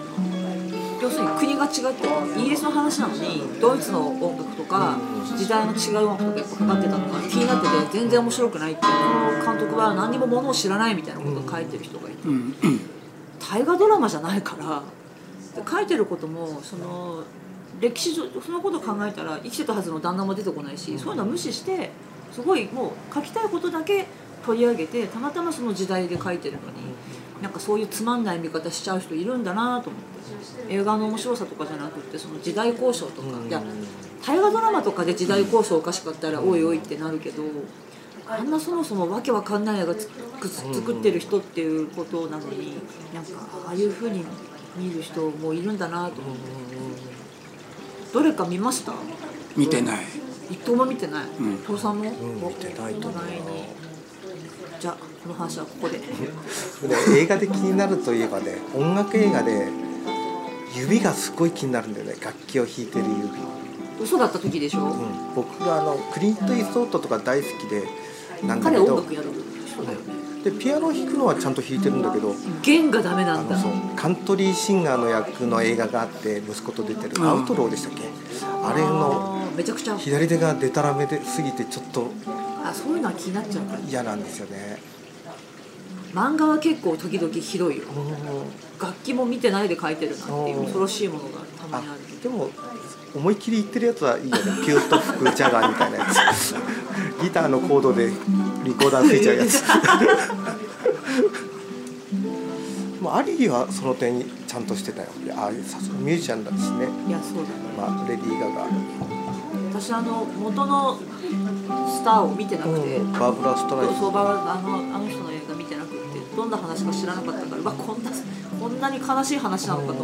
の要するに国が違ってイギリスの話なのにドイツの音楽とか時代の違う音楽がやっぱかかってたのが気になってて全然面白くないっていうのを監督は何にもものを知らないみたいなことを書いてる人がいてうん大河ドラマじゃないからで書いてることもその歴史上そのことを考えたら生きてたはずの旦那も出てこないしそういうのは無視してすごいもう書きたいことだけ取り上げてたまたまその時代で書いてるのになんかそういうつまんない見方しちゃう人いるんだなと思って映画の面白さとかじゃなくてその時代交渉とか、いや大河ドラマとかで時代交渉おかしかったらおいおいってなるけど。あんなそもそもわけわかんない映画つく作ってる人っていうことなのになんかああいうふうに見る人もいるんだなと思ってどれか見ました見てない一頭も見てないん父さんんも見てないと思うなお互にじゃあこの話はここでで映画で気になるといえばね音楽映画で指がすごい気になるんだよね楽器を弾いてる指嘘だった時でしうょ、ん、僕があのクリント・イーストウッドとか大好きでなんだけ彼音ど楽やる人だよねでピアノ弾くのはちゃんと弾いてるんだけど弦がダメなあんだのそうカントリーシンガーの役の映画があって息子と出てる「んアウトロー」でしたっけあれのあーめちゃくちゃ左手がでたらめですぎてちょっとあそういうのは気になっちゃうから嫌なんですよね漫画は結構時々ひどいようん楽器も見てないで書いてるなっていうおー恐ろしいものがたまあにあるでも思いっきり言ってるやつはいいよねピューッと吹くジャガーみたいなや *laughs* つギターのコードでリコーダー吹いちゃうや *laughs* つまあアリーはその点ちゃんとしてたよいやああいうさすがミュージシャンだしね、いやそうだねまあ、レディー・ガガ私あの元のスターを見てなくて、バーブラ・ストライ相ス場はあのあの人の映画見てなくてどんな話か知らなかったからうわこんなこんなに悲しい話なのかと思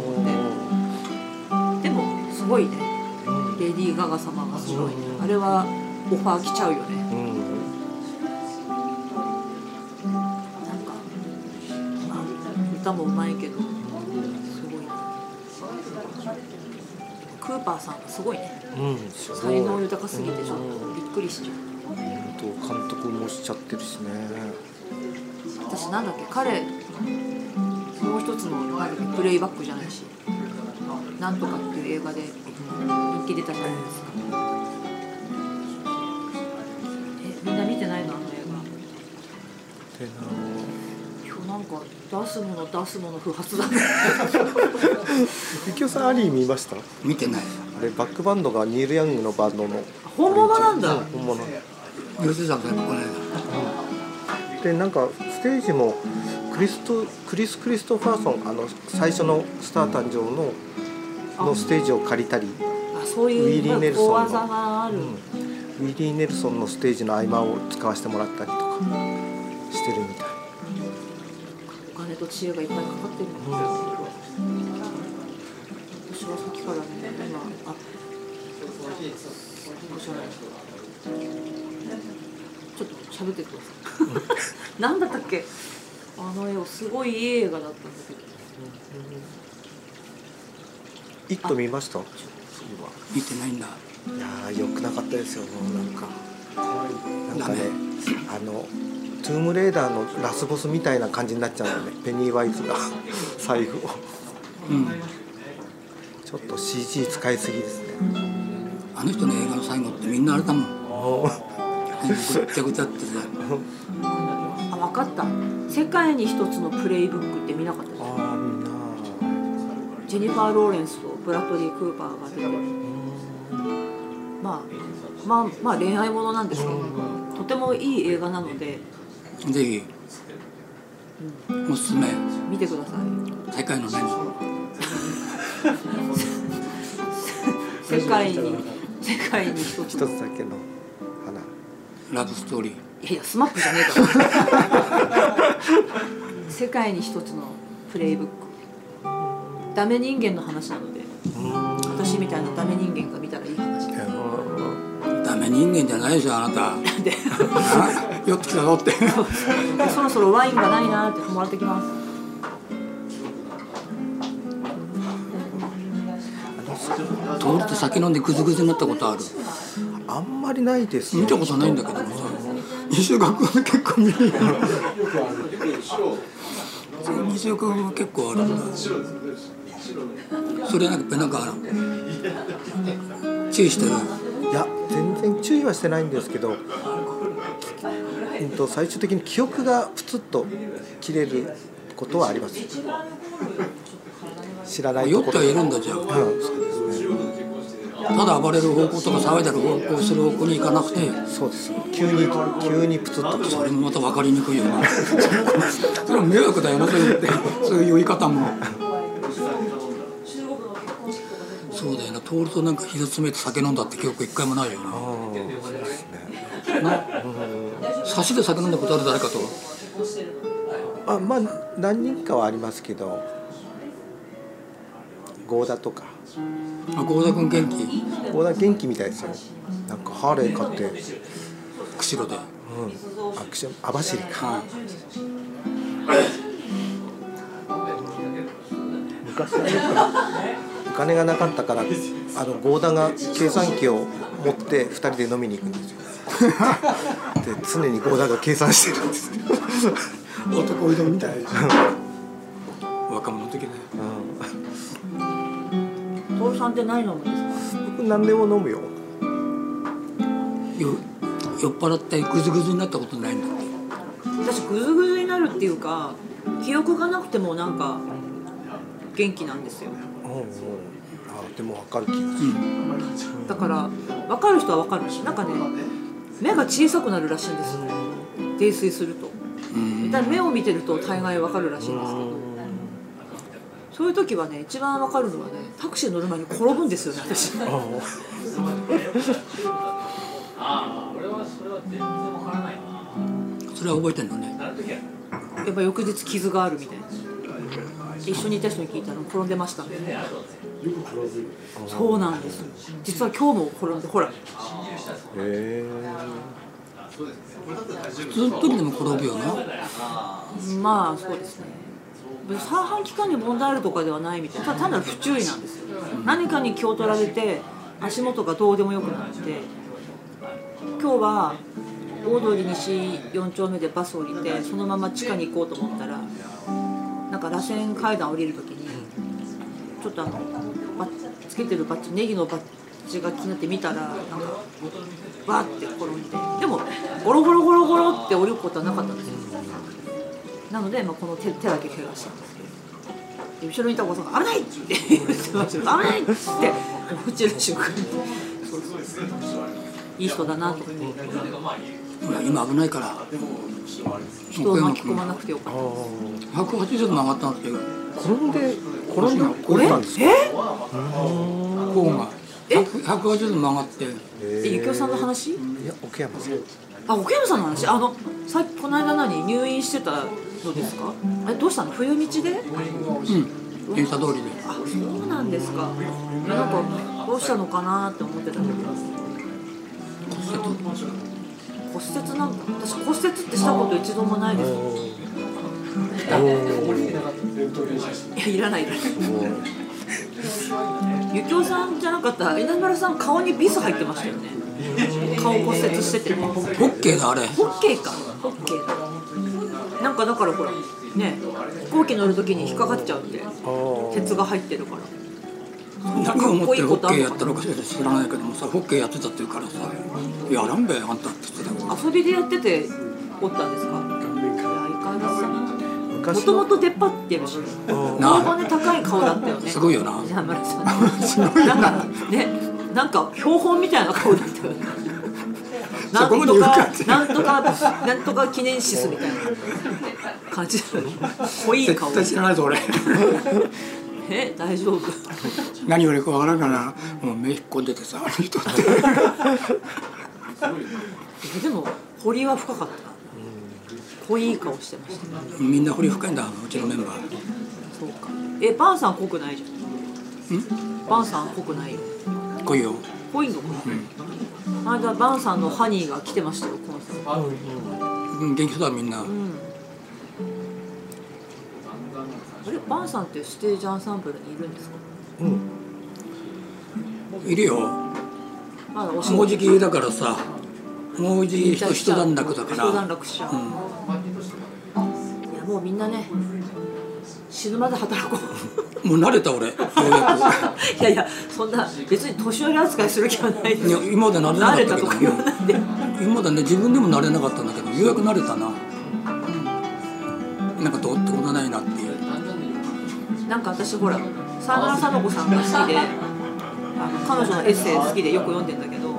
ってでもすごいねレディー・ガガ様がすごいねあれはオファー来ちゃうよねうんなんか、まあ、歌もうまいけどすごいねクーパーさんすごいねうん、うん、すごい才能豊かすぎてちょっうんとびっくりしちゃう本当監督もしちゃってるしね私なんだっけ彼もう一つのなんだっけプレイバックじゃないしなんとかっていう映画で人気出たじゃないですかえみんな見てないのあの映で画今日なんか出すもの出すもの不発だね *laughs* ゆきおさんアリー見ました見てないあれバックバンドがニール・ヤングのバンドの本物なんだ本物吉田さんがこの間でなんかステージもクリストクリス・クリストファーソンあの最初の「スター誕生の」のステージを借りたりあそうウィいリーネうルソン小の技がある、ウィリー・ネルソンのステージの合間を使わせてもらったりとかしてるみたいお金と知恵がいっぱいかかってるんだ私はさっきからね今あちょっと喋ってくださいなんだったっけあの映画すごいいい映画だったんだけど「イット!」見ました次は見てないんだいやーよくなかったですよもうなんかなんかねあのトゥームレーダーのラスボスみたいな感じになっちゃうのねペニー・ワイズ *laughs* が財布をうんちょっと CG 使いすぎですねあの人の映画の最後ってみんなあれだもんぐっちゃぐちゃってさあ分かった世界に一つのプレイブックって見なかったですああみんなジェニファー・ローレンスとブラッドリー・クーパーが出てるまあまあまあ恋愛ものなんですけどとてもいい映画なのでぜひおすすめ見てください世界の何世界に世界に一つ一のつだけの花ラブストーリーいやいやスマップじゃねえから世界に一つのプレイブックダメ人間の話なので私みたいなダメ人間が見たらいい話でダメ人間じゃないでしょあなたであ酔ってきたぞってそろそろワインがないなってもらってきます通って酒飲んでグズグズになったことあるあんまりないですよ見たことないんだけどもさ西岡君結構見るよ西岡君結構あるんだそれなんかなんか注意してるいや全然注意はしてないんですけど、うん、と最終的に記憶がプツッと切れることはあります知らない酔とっこてろはいるんだじゃあうんそうですただ暴れる方向とか騒いでる方向する方向に行かなくてそうです急に急にプツッときそれもまた分かりにくいよな *laughs* それは迷惑だよなそういう *laughs* そういう言い方もそうだよな徹となんか膝詰めて酒飲んだって記憶一回もないよなな差しで酒飲んだことある誰かとあまあ何人かはありますけど合田とかあ郷田君元気合田元気みたいですよなんかハーレー買って、釧路でうん、アクション網走かは昔はねお金がなかったからあの合田が計算機を持って2人で飲みに行くんですよで常に合田が計算してるんですよ、い男色みたい若者的ねうん徹さんって何飲むんですか僕何でも飲むよよ酔っ払ってグズグズになったことないんだって私グズグズになるっていうか記憶がなくてもなんか元気なんですようんうんあでも分かる気がするうんだから分かる人は分かるなんかね目が小さくなるらしいんですよ泥酔するとうんだから目を見てると大概分かるらしいんですけどそういう時はね一番分かるのはねタクシー乗る前に転ぶんですよね私それは覚えてんのねやっぱ翌日傷があるみたいな一緒にいた人に聞いたら転んでましたねそうなんですよ実は今日も転んでほらへ普通の時でも転ぶよなまあそうですね三半規管に問題あるとかではないみたいなただ単なる不注意なんですよ、何かに気を取られて足元がどうでもよくなって今日は大通り西4丁目でバス降りてそのまま地下に行こうと思ったらなんか螺旋階段降りるときにちょっとあのバッつけてるバッジネギのバッジが気になって見たらなんかバーって転んででもゴロゴロゴロゴロって降りることはなかったんですよなので、まあ、この手手だけ怪我したんですけどで後ろにいたおばさんが「危ない!」って言ってました危ない!」って落ちる瞬間にそうそうそういい人だなと思っていや今危ないから人を巻き込まなくてよかっあー180度曲がったんですよ転んで転んで折れたんですたかえコーンが100 180度曲がってえゆきおさんの話いや奥山さんあ奥山さんの話あのさっきこの間何入院してたのですかあれどうしたの冬道でうん電車通りであそうなんですかなんかどうしたのかなって思ってたけど骨折なんだ私骨折ってしたこと一度もないですいやいらないいらないゆきおさんじゃなかったら稲村さん顔にビス入ってましたよね顔骨折しててホッホッケーだあれケーかホッケーだなんかだからほらね飛行機乗るときに引っかかっちゃうって鉄が入ってるから何を思ってホッケーやったのか知らないけどもさホッケーやってたって言うからさ「やらんべあんた」って言ってたから遊びでやってておったんですかいや相変わらずさも昔とものと出っ張ってるしあな顔ね高い顔だったよねすごいよな稲村さん *laughs* なんかねなんか標本みたいな顔だったよねなん *laughs* そこまでと言うかかってなんとかなんとか記念室みたいな感じだよね *laughs* 濃い顔絶対知らないぞ俺え大丈夫 *laughs* 何よりこう笑うからもう目引っ込んでてさあの人って *laughs* でも堀は深かった濃い顔してましたみんな掘り深いんだうちのメンバーそうかえバンさん濃くないじゃんバンさん濃くないよ来いよ濃いのかな、あじゃあバンさんのハニーが来てましたよコンサートうん元気そうだみんなうんあれバンさんってステージアンサンブルにいるんですかうんいるよまだお仕もう事じきだからさもうじき一一段落だか一段ら落しちゃう、いやもうみんなね死ぬまで働こう *laughs* もう慣れた俺ようやいやいやそんな別に年寄り扱いする気はないでくいすや今まで慣れなか慣っれたたけとどか言わないで今までね自分でも慣れなかったんだけどようやく慣れたななんかどうってことないなっていうなんか私ほら沢村貞子さんが好きであの彼女のエッセイ好きでよく読んでんだけど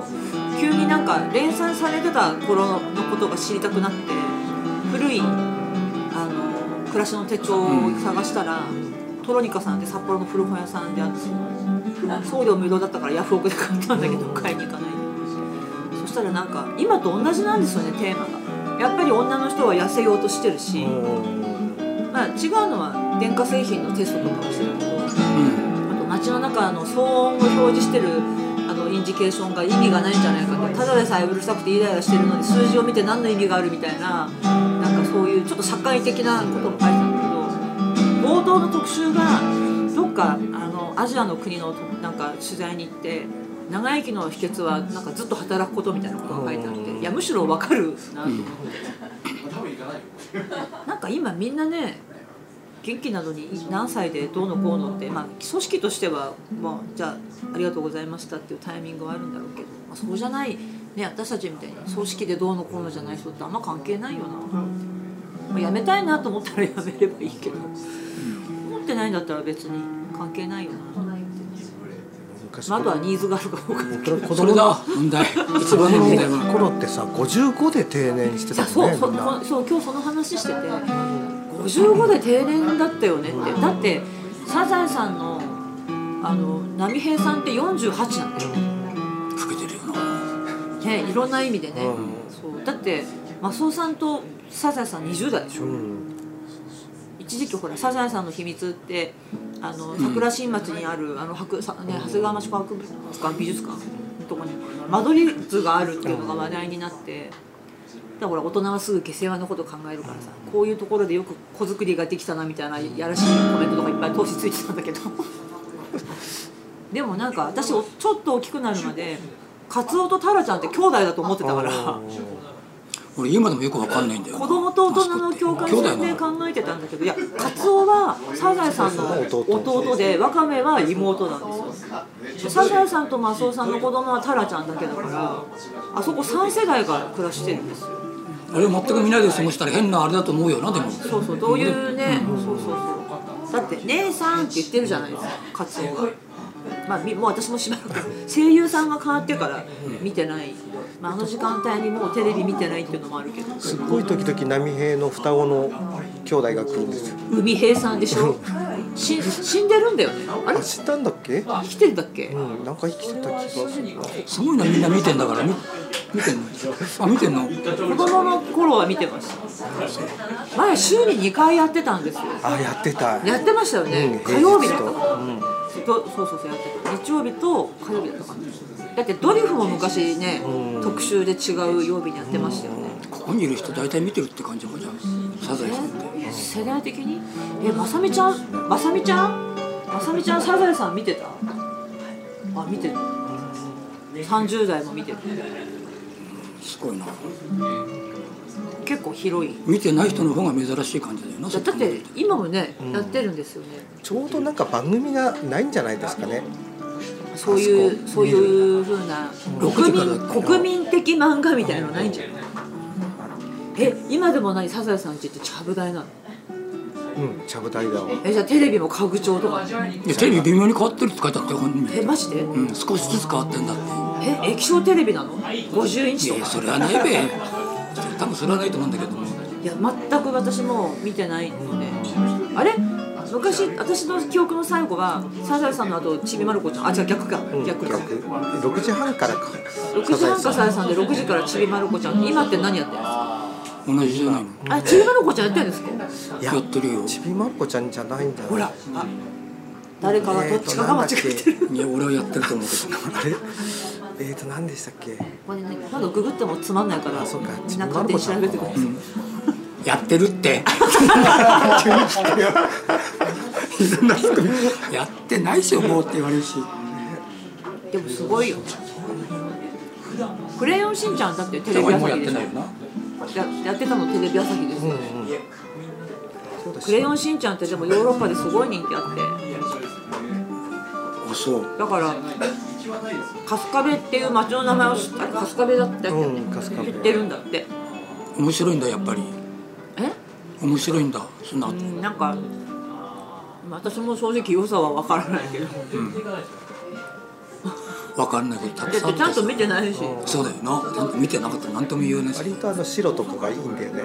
急になんか連載されてた頃のことが知りたくなって古いあの暮らしの手帳を探したら、トロニカさんって札幌の古本屋さんであって送料無料だったからヤフオクで買ったんだけど買いに行かないでそしたらなんか今と同じなんですよねテーマがやっぱり女の人は痩せようとしてるし、まあ、違うのは電化製品のテストとかをしてるけどあうんと街の中の騒音を表示してるあのインディケーションが意味がないんじゃないかってただでさえうるさくてイライラしてるのに数字を見て何の意味があるみたいななんかそういうちょっと社会的なことも書いてたんだけど冒頭の特集がどっかあのアジアの国のなんか取材に行って。長生きの秘訣はなんかずっと働くことみたいなことが書いてあっていやむしろ分かるなと思ってなんか今みんなね元気なのに何歳でどうのこうのって、まあ、組織としては、まあ、じゃあありがとうございましたっていうタイミングはあるんだろうけど、まあ、そうじゃない、ね、私たちみたいに組織でどうのこうのじゃない人ってあんま関係ないよな、まあ、やめたいなと思ったらやめればいいけど思ってないんだったら別に関係ないよな、昔まあ、あとはニーズがあるかどうかだけど。子そ供れのだ問題一番の問題は頃ってさ55で定年してたあそもんうねそみんなうそう今日その話してて55で定年だったよねってだってサザエさんのあの波平さんって48なんだよ老けてるよなねいろんな意味でね、うそうだってマスオさんとサザエさん20代でしょ、うん一時期ほら「サザエさんの秘密」ってあの桜新町にあるあの博さ、ね、長谷川町科博物館美術館のとこに間取り図があるっていうのが話題になってだからほら大人はすぐ下世話のこと考えるからさこういうところでよく子作りができたなみたいなやらしいコメントとかいっぱい当時ついてたんだけどでもなんか私おちょっと大きくなるまでカツオとタラちゃんって兄弟だと思ってたから。俺今でもよくわかんないんだよな子供と大人の境界兄弟な線での考えてたんだけどいやカツオはサザエさんの弟でワカメは妹なんですよサザエさんとマスオさんの子供はタラちゃんだけだからあそこ3世代が暮らしてるんですよ俺全く見ないで過ごしたら変なあれだと思うよなでもそうそうどういうねそうそうそうだって「姉さん」って言ってるじゃないですかカツオが。まあ、みもう私もしばらく声優さんが変わってから見てない、まあ、あの時間帯にもうテレビ見てないっていうのもあるけどすっごい時々波平の双子の兄弟が来るんですよ海平さんでしょし死んでるんだよねあれあ知ったんだっけ生きてんだっけ、うんなんか生きてた気がするすごいなみんな見てんだからみ見てんのあ見てんの子供の頃は見てました前週に2回やってたんですよあやってたやってましたようんね、火曜日だったかな、とそうそうそうやってた日曜日と火曜日だったかなだってドリフも昔ね、特集で違う曜日にやってましたよね、ここにいる人大体見てるって感じもじゃあサザエさんってえ世代的にえまさみちゃんまさみちゃんまさみちゃんサザエさん見てたあ見てる30代も見てるすごいな結構広い見てない人の方が珍しい感じだよなだだって今もね、やってるんですよねちょうどなんか番組がないんじゃないですかねそういあうそういうふうな6国時からだっ民たよ国民的漫画みたいなのないんじゃないえ今でも何サザエさんちってちゃぶ台なのうんちゃぶ台だわえじゃあテレビも家具調とかいやテレビ微妙に変わってるって書いてあったよ本人えマジでうん少しずつ変わってんだってえ液晶テレビなの50インチといやかそれはないべ多分それはないと思うんだけどもいや全く私も見てないので、あれ昔私の記憶の最後はサザエさんの後ちびまる子ちゃんあ違う逆か、うん逆逆か6時半からか6時半かサザエさんで6時からちびまる子ちゃん今って何やってるんですか同じじゃないのあれちびまる子ちゃんやってるんですかいややってるよちびまる子ちゃんじゃないんだほらあ誰かはどっちかが間違えてる、いや俺はやってると思うけどあれえーと何でしたっけこれね今度ググってもつまんないからそうかみんな勝手に調べてください、やってるってやってないっすよもうって言われるしでもすごいよクレヨンしんちゃんだってテでレもビ今朝やっ日でてしょないよなややってたのテレビ朝日ですよね、そうだクレヨンしんちゃんってでもヨーロッパですごい人気あってあそうだから春日部っていう町の名前を知った春日部だったっけ、うん春日部言ってるんだって面白いんだやっぱりえ面白いんだそんなうんなんか私も正直良さは分からないけどだわかんないことたくっさんあてっちゃてんさと見てないしそうだよなちゃんと見てなかったら何とも言えないし割とあの白とかがいいんだよね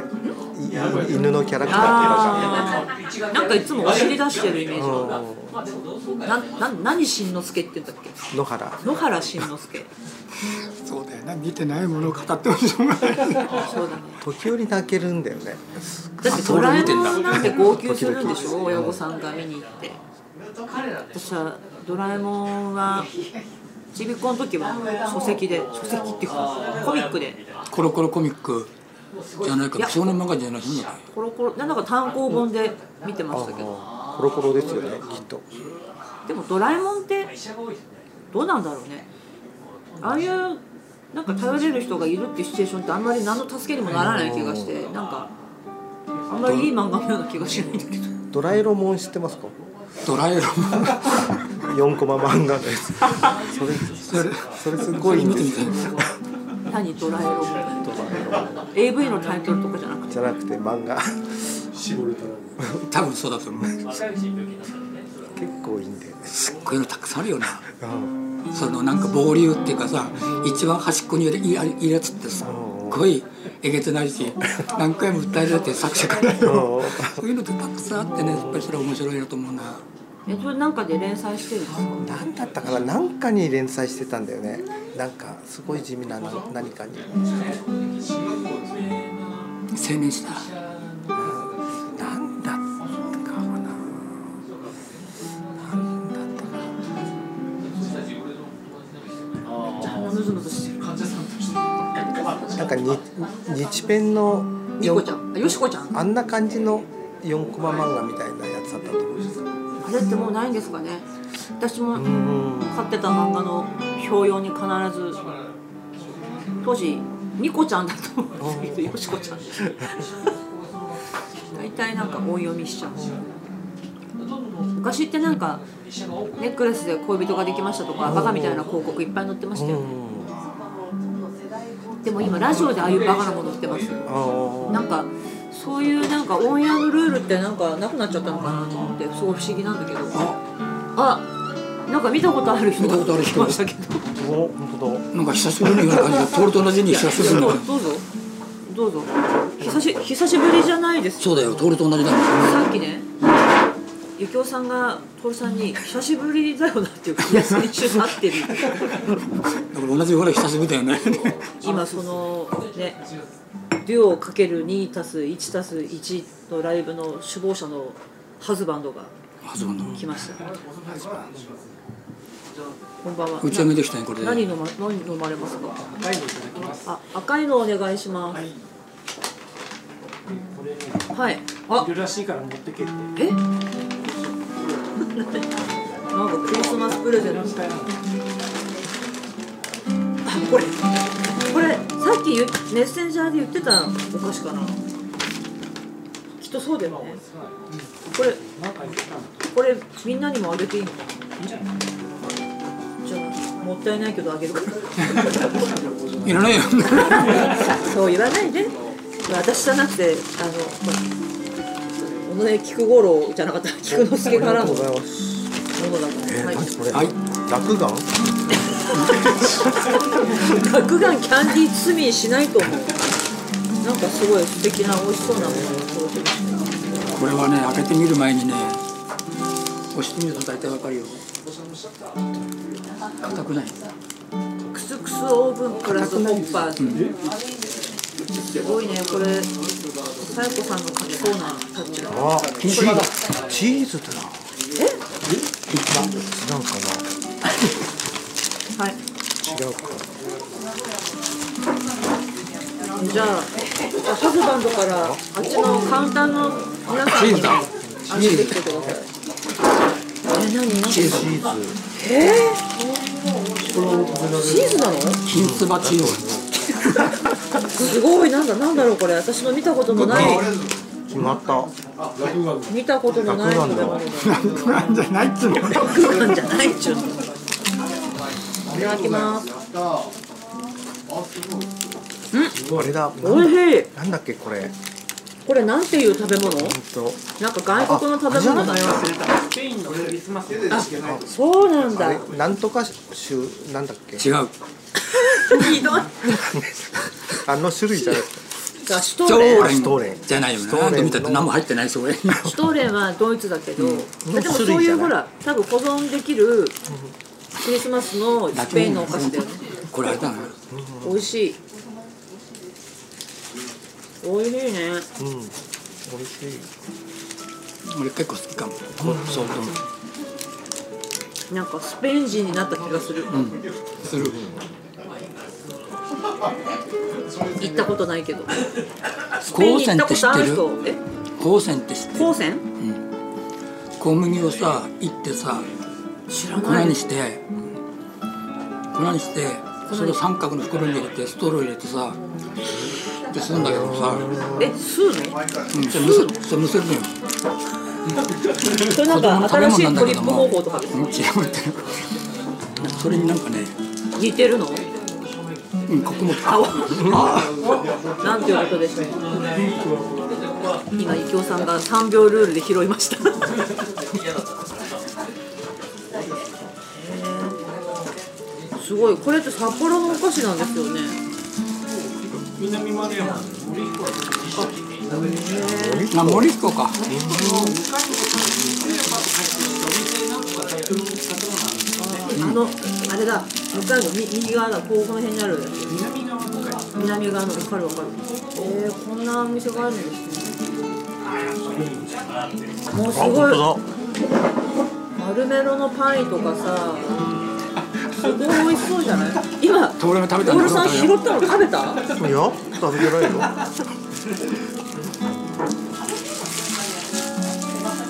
い犬のキャラクターあーなんかいつもお尻出してるイメージなな何しんのすけって言うんだっけ野原野原しんのすけそうだよな見てないものを語ってほしいもないそうだね時折泣けるんだよねだってドラえもんなんて号泣するんでしょ親御さんが見に行って私はドラえもんはちびっこの時は書籍で書籍っていうかコミックでコロコロコミックじゃないか少年漫画じゃないんだかコロコロなんだか単行本で見てましたけどコロコロですよねきっとでもドラえもんってどうなんだろうねああいうなんか頼れる人がいるっていうシチュエーションってあんまり何の助けにもならない気がしてなんかあんまりいい漫画のような気がしないんだ *laughs* けどドラえもん知ってますからドラえもん4コマ漫画ですそれそれそれすごいん見でてみすたいよ何ドラえもんドラえもん AV のタイトルとかじゃなくてじゃなくて漫画絞れたら多分そうだと思う結構いいんだよねすっごいのたくさんあるよなうんそのなんか暴流っていうかさ一番端っこにいるいるいるやつってすっごいえげつないし何回も訴えられて作者からよそういうのってたくさんあってねやっぱりそれは面白いなと思うなえそれなんかで連載してるんですか何だったかな何かに連載してたんだよねなんかすごい地味なな何かに青年誌だ何だったかな何だったかな鼻むずむずしてるなんかに日ペンのニコちゃんあよしこちゃんあんな感じの4コマ漫画みたいなやつだったと思うんですあれってもうないんですかね私もうん買ってた漫画の表用に必ず当時ニコちゃんだと思うんですけどよしこちゃん大体なんか音読みしちゃう昔ってなんかネックレスで恋人ができましたとかバカみたいな広告いっぱい載ってましたよねでも今ラジオでああいうバカなもの売ってますよあーなんかそういうなんかオンエアのルールってなんかなくなっちゃったのかなと思ってすごい不思議なんだけどああなんか見たことある人見たことある来人ましたけどお本当だなんか久しぶりのような感じで徹と同じに久しぶりどのうどうぞどうぞ久し久しぶりじゃないですそうだよ徹と同じだもんさっきね、ゆきおさんが徹さんに久しぶりだよなっていう感じで先週な *laughs* ってる。だから同じぐらい久しぶりだよね今そのね、デュオかける2たす1たす1のライブの首謀者のハズバンドがあそうなの来ました。こんばんは。打ち上げできたねこれで何飲ま何飲まれますか。あ赤いのお願いします。これねはい。あいるらしいから持ってけってえ？ *laughs* なんかクリスマスプレゼント。これこれさっき言うメッセンジャーで言ってたお菓子かなきっとそうだよねこれなんか言ってたんだこれみんなにもあげていいのかいいんじゃないなじゃあもったいないけどあげるからいらないよそう言わないで私じゃなくてあのほら小野江菊五郎じゃなかった菊之助からのものだいかます。えら、はい、何これ？はい落眼？落眼キャンディー罪にしないと思うなんかすごい素敵な美味しそうなものが届きましたこれはね開けてみる前にね押してみると大体わかるよ硬くないクスクスオーブンプラスホッパーズ、すごいねこれさやこさんの書きそうなタッチがあ、チーズ。チーズだな。えなんかなは違いうか。じゃあハズバンドからあっちのカウンターの皆さんにチーズだあげてきてくださいえ何何チーズ。えー、チーズなの金つばチーズすごいなんだなんだろうこれ私の見たこともない決まった。見たこともない食べ物だ楽 *laughs* なんじゃないっつうの空間じゃ *laughs* ないちゅうのいただきますあれだ。おいしいなんだっけこれ。これなんていう食べ物となんか外国の食べ物だよスペインのクリスマスでそうなんあだれなんとか種なんだっけ？ *laughs* 違うひどいあの種類じゃない。がシュトー常レンストーレ連ンじゃないよねストーレンあと見たって何も入ってないそれシュトーレンはドイツだけど、でもそう種類いじうゃないほら多分保存できるクリスマスのスペインのお菓子だよねこれあれだな美味しい美味しうん。いね美味しい。俺結構好きかもそうでもなんかスペイン人になった気がする、する行ったことないけどスペイン高に行った専っこて知とっあてるる人え高専って知ってる高専小麦をさいってさ知ら粉ないにして粉にしてそれを三角の袋に入れてストロー入れてさってするんだけどさ、え吸うのうん、それむせそれむせるのよそれなんか新しいトリップ方法とかですうん違うってそれになんかね、似てるのうん、穀物あおなんていうことでしょう今、ゆきおさんが3秒ルールで拾いましたすごい、これって札幌のお菓子なんですよね南丸山の森彦はあ森彦かあの、あれだ、北海道み右側だ、こうこの辺にある南側の海南側の、わかるわかるえー、こんなお店があるんですねもうすあごい本マルメロのパイとかさすごい美味しそうじゃ *laughs* ない今徹が食べた徹さん食拾べたったの食べた当だ。いや食べてないよ。う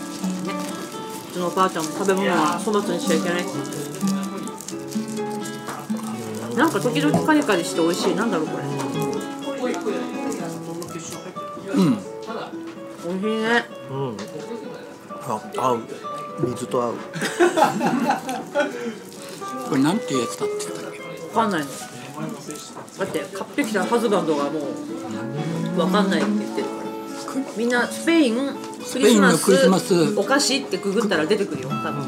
ちのおばあちゃんも食べ物は粗末にしちゃいけないって言ってなんか時々カリカリして美味しいなんだろうこれうん美味しいねうん。あ合う。水と合う。これなんていうやつだって言ったっけ分かんないのだって買ってきたハズバンドがもう分かんないって言ってるからみんなスペインクペリイスンマのスクリスマスお菓子ってググったら出てくるよ多分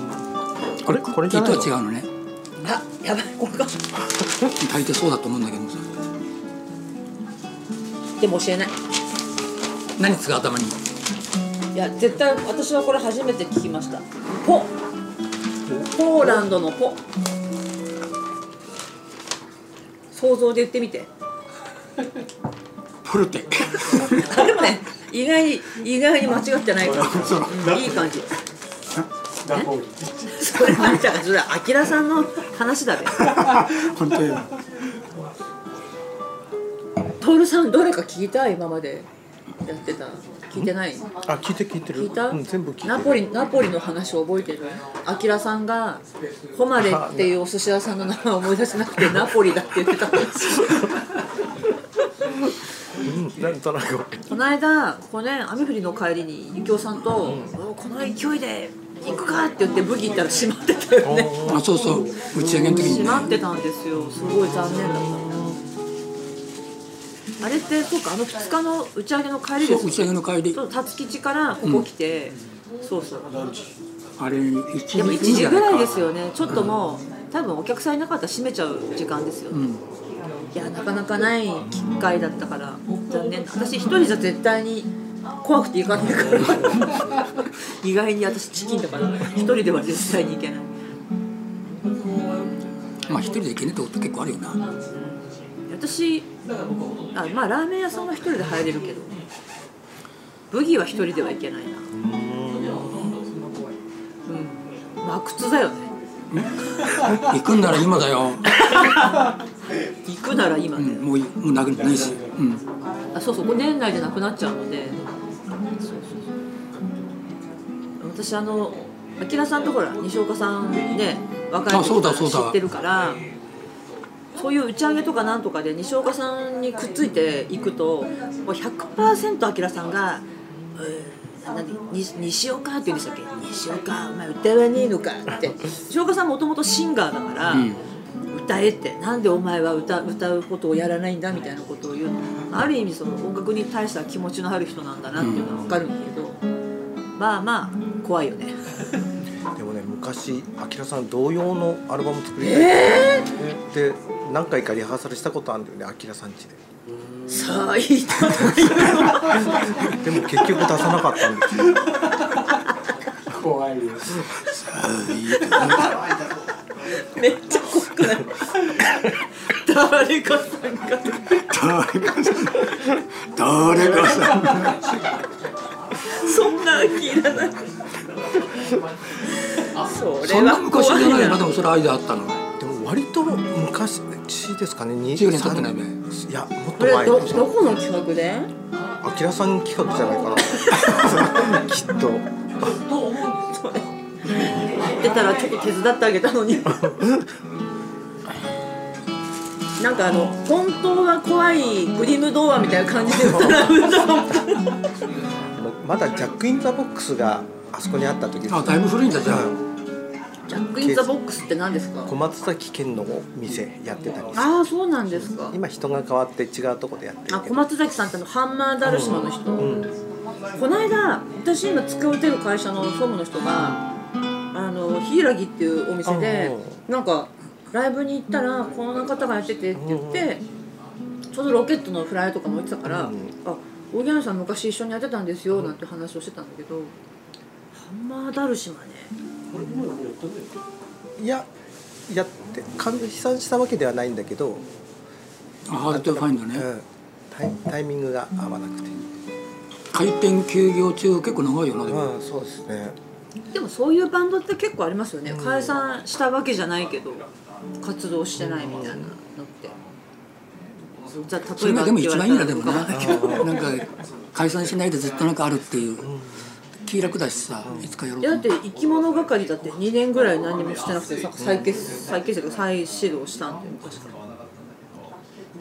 これこれきじっゃとないはの違うのねあやばいこれが大抵そうだと思うんだけどさでも教えない何つうか頭にいや絶対私はこれ初めて聞きましたポポーランドのポ想像で言ってみてプルテあでもね意外に意外に間違ってな *laughs* いからいい感じナポリそれはじゃあそれはアキラさんの話だべ本当よトールさんどれか聞いた今までやってた聞いてないあ聞いて聞いてる聞いた、うん、全部聞いてるナポリナポリの話を覚えてるアキラさんがホマレっていうお寿司屋さんの名前を思い出せなくてナポリだって言ってたんですうん、なんとなくこの間ここね雨降りの帰りにゆきおさんと、おこの勢いで行くかって言ってブギ行ったら閉まってたよねあそうそう打ち上げの時に閉まっねてたんですよすごい残念だったあれってそうかあの2日の打ち上げの帰りでそう打すち上げの帰りそう辰吉からここ来て、そうそうあれ1時でも1時ぐぐららいいかですよねちょっともう多分お客さんいなかったら閉めちゃう時間ですよね、いやなかなかない機会だったから残念私一人じゃ絶対に怖くて行かないから *laughs* 意外に私チキンだから一人では絶対に行けないまあ一人で行けねえとこと結構あるよな私あまあラーメン屋さんは一人で入れるけどブギは一人ではいけないなうんまあ苦痛だよね行くんなら今だよ、行くなら今うね、ん、もういもうなくないし、うん、あそうそうこれ年内でなくなっちゃうので私あのあきらさんとほら西岡さんね若いあそう時からだ知そうだってるからそういう打ち上げとかなんとかで西岡さんにくっついていくともう100%あきらさんが「えー何に西岡」って言うんでしたっけ「西岡お前歌わねえのか」って西岡さんもともとシンガーだから。うん歌えってなんでお前は歌歌うことをやらないんだみたいなことを言うある意味その音楽に対しては気持ちのある人なんだなっていうのは分かるんだけど、まあまあ怖いよねでもね昔あきらさん同様のアルバム作りたい、で何回かリハーサルしたことあるんだよねあきらさんちでさあいいとでも結局出さなかったんですよ *laughs* 怖いよめっちゃ怖くない誰かさんが誰かさん誰かさんそんな気いらないそそれんなは昔怖じゃないいよなでなもそれ間あったのでも割と昔ですかね10年経ってないべいやもっことれ前どどこの企画であきらさん企画じゃないかな *laughs* きっと出たらちょっと手伝ってあげたのになんかあの本当は怖いグリム童話みたいな感じで歌うまだジャック・イン・ザ・ボックスがあそこにあった時ですあだいぶ古いんだじゃあジャック・イン・ザ・ボックスって何ですか小松崎健の店やってたんですああそうなんですか今人が変わって違うとこでやってある小松崎さんってあのハンマーダルシマの人、この間私今使うてる会社の総務の人があの柊っていうお店でなんかライブに行ったらこの方がやっててって言ってちょうどロケットのフライとかも置いてたから「うんあ大木さん昔一緒にやってたんですよ」なんて話をしてたんだけどハンマーダルシマねこれもうやったんだよいややって完全に悲惨したわけではないんだけど、ハードトゥファインドうねん、タイタイミングが合わなくて開店休業中結構長いよなでもうんそうですねでもそういうバンドって結構ありますよね、解散したわけじゃないけど活動してないみたいなのって。じゃあそ例れえばがでも一番いいなでもなって言われたらなんか解散しないでずっとなんかあるっていう気楽だしさいつかやろういやだっとて生き物係だって2年ぐらい何もしてなくてさ再結再結成とか再始動したんで昔か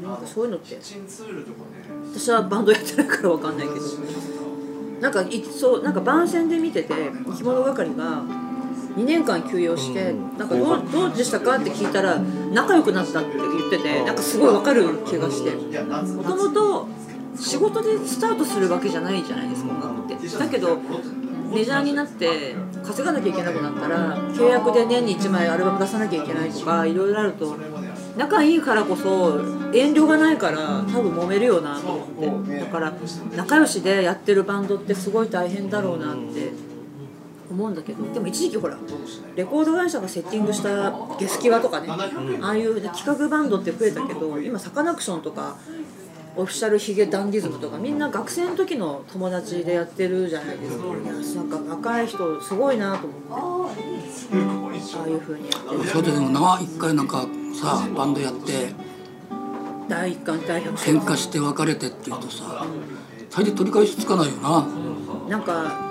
らなんかそういうのって私はバンドやってないからわかんないけどなんかいそうなんか番宣で見てて生き物係が2年間休養して、うんなんかどうどうでしたかって聞いたら仲良くなったって言っててなんかすごいわかる気がしてもともと仕事でスタートするわけじゃないじゃないですか音楽ってだけどメジャーになって稼がなきゃいけなくなったら契約で年に1枚アルバム出さなきゃいけないとかいろいろあると仲いいからこそ遠慮がないから多分揉めるよなと思ってだから仲良しでやってるバンドってすごい大変だろうなって思うんだけどでも一時期ほらレコード会社がセッティングしたゲスキワとかねああいう企画バンドって増えたけど今サカナクションとかオフィシャルヒゲダンディズムとかみんな学生の時の友達でやってるじゃないですかいやなんか若い人すごいなと思ってああいう風にやってるそうでもな一回なんかさバンドやって第一巻第百喧巻嘩して別れてっていうとさ大抵取り返しつかないよななんか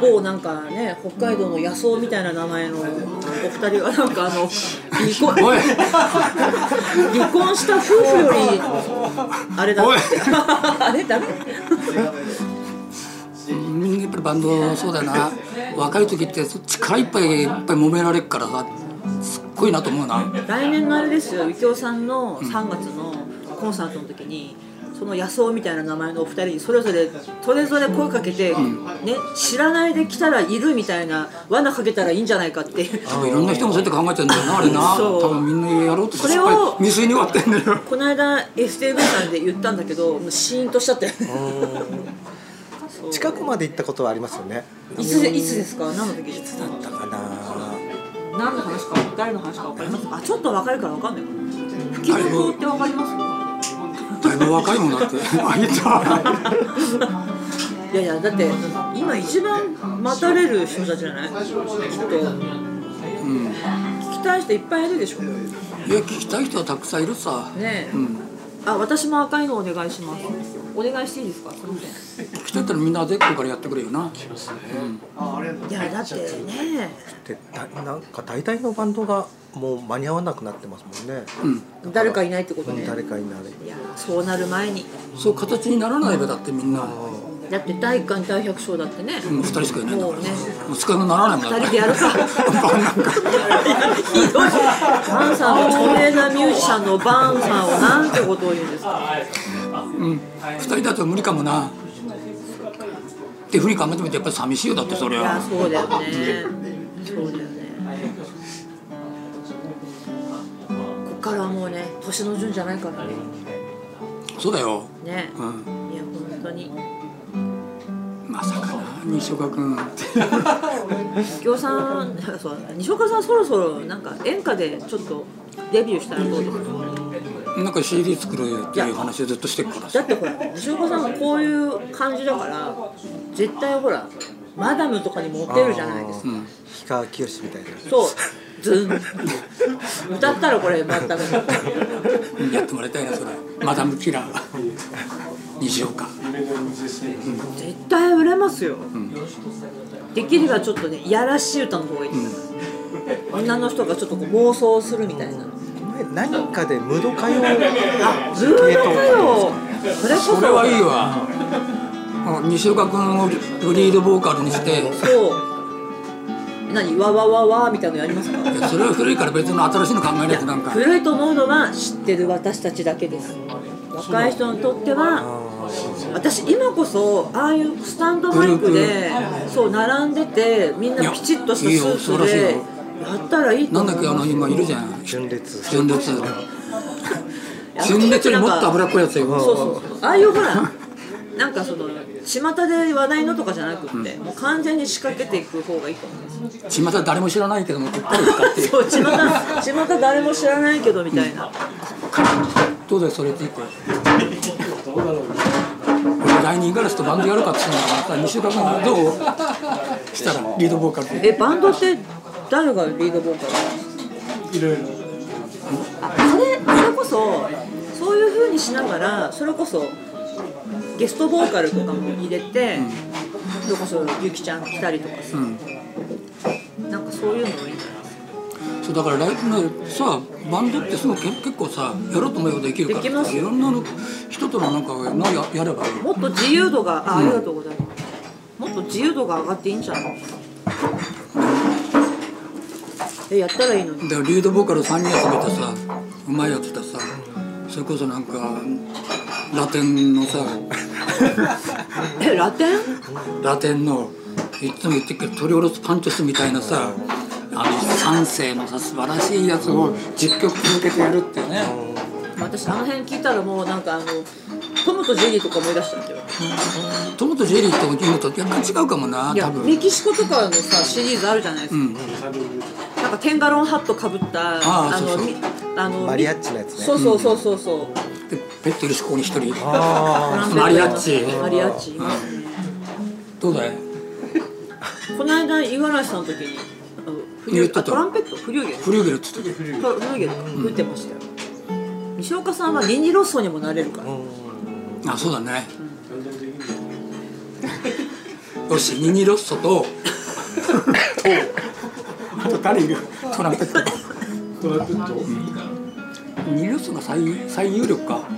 某なんかね北海道の野草みたいな名前のお二人がなんかあの離婚おい離婚した夫婦よりあれだおい *laughs* あれダメうんやっぱりバンドそうだよな若い時って力いっぱいいっぱい揉められるからさすっごいなと思うな来年のあれですよ右京さんの3月のコンサートの時にその野草みたいな名前のお二人にそれぞれそれぞれ声かけて、ね、知らないで来たらいるみたいな罠かけたらいいんじゃないかって多分いろんな人もそうやって考えてんだよなあれなそう多分みんなやろうとしそてれ失を敗未遂に終わってんだよこの間 STV さんで言ったんだけどもうシーンとしちゃったよねそう近くまで行ったことはありますよねいつでいつですか何の時ですかだから何の話か誰の話か分かりますあちょっと分かるから分かんないかな不吉法って分かりますだいぶ若いもんだってあいたいやいやだって今一番待たれる人たちじゃないきっと聞うんいやきたい人いっぱいいるでしょね聞きたい人はたくさんいるさえ、うんあ私も赤いのお願いしますお願いしていいですかすいませ聞きたいったらみんな絶好からやってくれよなんいやだってねでだなんか大体のバンドがもう間に合わなくなってますもんね、うん誰かいないってことうんね誰かいないいやそうなる前にそう形にならないべだってみんなもだって第1巻第100章だってね、う2人しかいないんだもかうらねもう使い物にならないもんだ二っ人てでやるかひどいバンさんの著名なミュージシャンのバンさんをなんてことを言うんですかうん2人だと無理かもなってふうに考えてみるとやっぱり寂しいよだってそれいやはそうだよねそうだよねこっからはもうね年の順じゃないからねそうだよねうんいや本当にまさかな西岡君右京さん *laughs* そう西岡さんそろそろなんか演歌でちょっとデビューしたらどうですかなんか CD 作るっていう話をずっとしてるからださってほら西岡さんこういう感じだから絶対ほらマダムとかにモテるじゃないですかうん氷川きよしみたいなそうズン歌ったらこれまたねやってもらいたいなそれマダムキラー西岡絶対売れますよ、できればちょっとねいやらしい歌の方がいいです、女の人がちょっとこう妄想するみたいな前何かでムード歌謡あずーっとよそれこそそれはいいわうん西岡君をリードボーカルにしてそう何わわわわみたいなのやりますかいやそれは古いから別の新しいの考えないとなんか古いと思うのは知ってる私たちだけです若い人にとっては私今こそああいうスタンドマイクでそう並んでてみんいなやピチッとしたいいよス素ーツ晴らしいよでやったらいいとなん思だうっけあの今いるじゃん純烈純烈や純烈よりもっと脂っこいやつよそうそうそうああいうほらなんかその巷で話題のとかじゃなくって、もう完全に仕掛けていく方がいいと思います巷は誰も知らないけどもこっから歌ってそう巷巷誰も知らないけどみたいな、どうだよそれって一個俺来年ガラスとバンドやるかって言ったのに西岡君がどうしたらリードボーカルでえバンドって誰がリードボーカルいろいろあそれそれこそそういう風にしながらそれこそゲストボーカルとかも入れて、それこそゆきちゃん来たりとかさ、なんかそういうのもいいんじゃないですかそうだからライブのさバンドってすごいけ結構さやろうと思えばできるからできますいろんなの人とのなんかのややればいいもっと自由度があありがとうございます、もっと自由度が上がっていいんじゃないえやったらいいのにだからリードボーカル3人集めてさうまいやつとさそれこそなんかラテンのさえラテンラテンのいつも言ってるけどトリオロスパンチョスみたいなさあの三世のさ素晴らしいやつを10曲続けてやるっていうね私あの辺聞いたらもうなんかあのトムとジェリーとか思い出したんだよトムとジェリーというのと若干違うかもないや多分メキシコとかのさシリーズあるじゃないですか、うんなんかテンガロンハットかぶったあーのそうそうみあのマリアッチのやつねそうそうそうそうそう、でペットいるしここに一人あトランペットマリアッチマリアッチいますね、どうだいこの間五十嵐さんの時にあのフリ言っュてーたあトランペットフリューゲルフリューゲルっつってたフリューゲルか吹いてましたよ、西岡さんはニニロッソにもなれるから、あそうだねよしニニロッソとあと誰いるトランペットトラップットニニロッソが最最有力かあ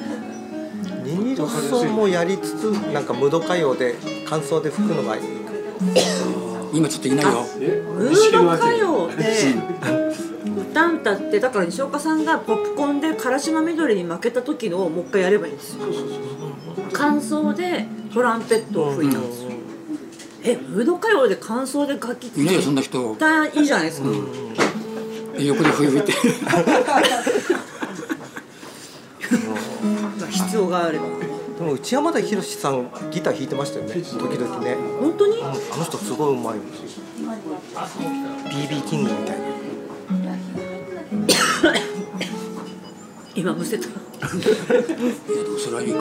ニニロッソもやりつつなんかムド歌謡で感想で吹くのがいい今ちょっといないよえムード歌謡で歌ん歌ってだから西岡さんがポップコーンで唐島みどりに負けた時のをもう一回やればいいんですよ感想でトランペットを吹いたんですよ、えムード歌謡で感想で楽器いないよ吹そんな人いたらいいじゃないですか、横で冬吹 *laughs* いてまあ必要があればでも内山田博さんギター弾いてましたよね時々ね本当にあの人すごいうまいんですよ BB キングみたいな今むせたいやでもそれはいいか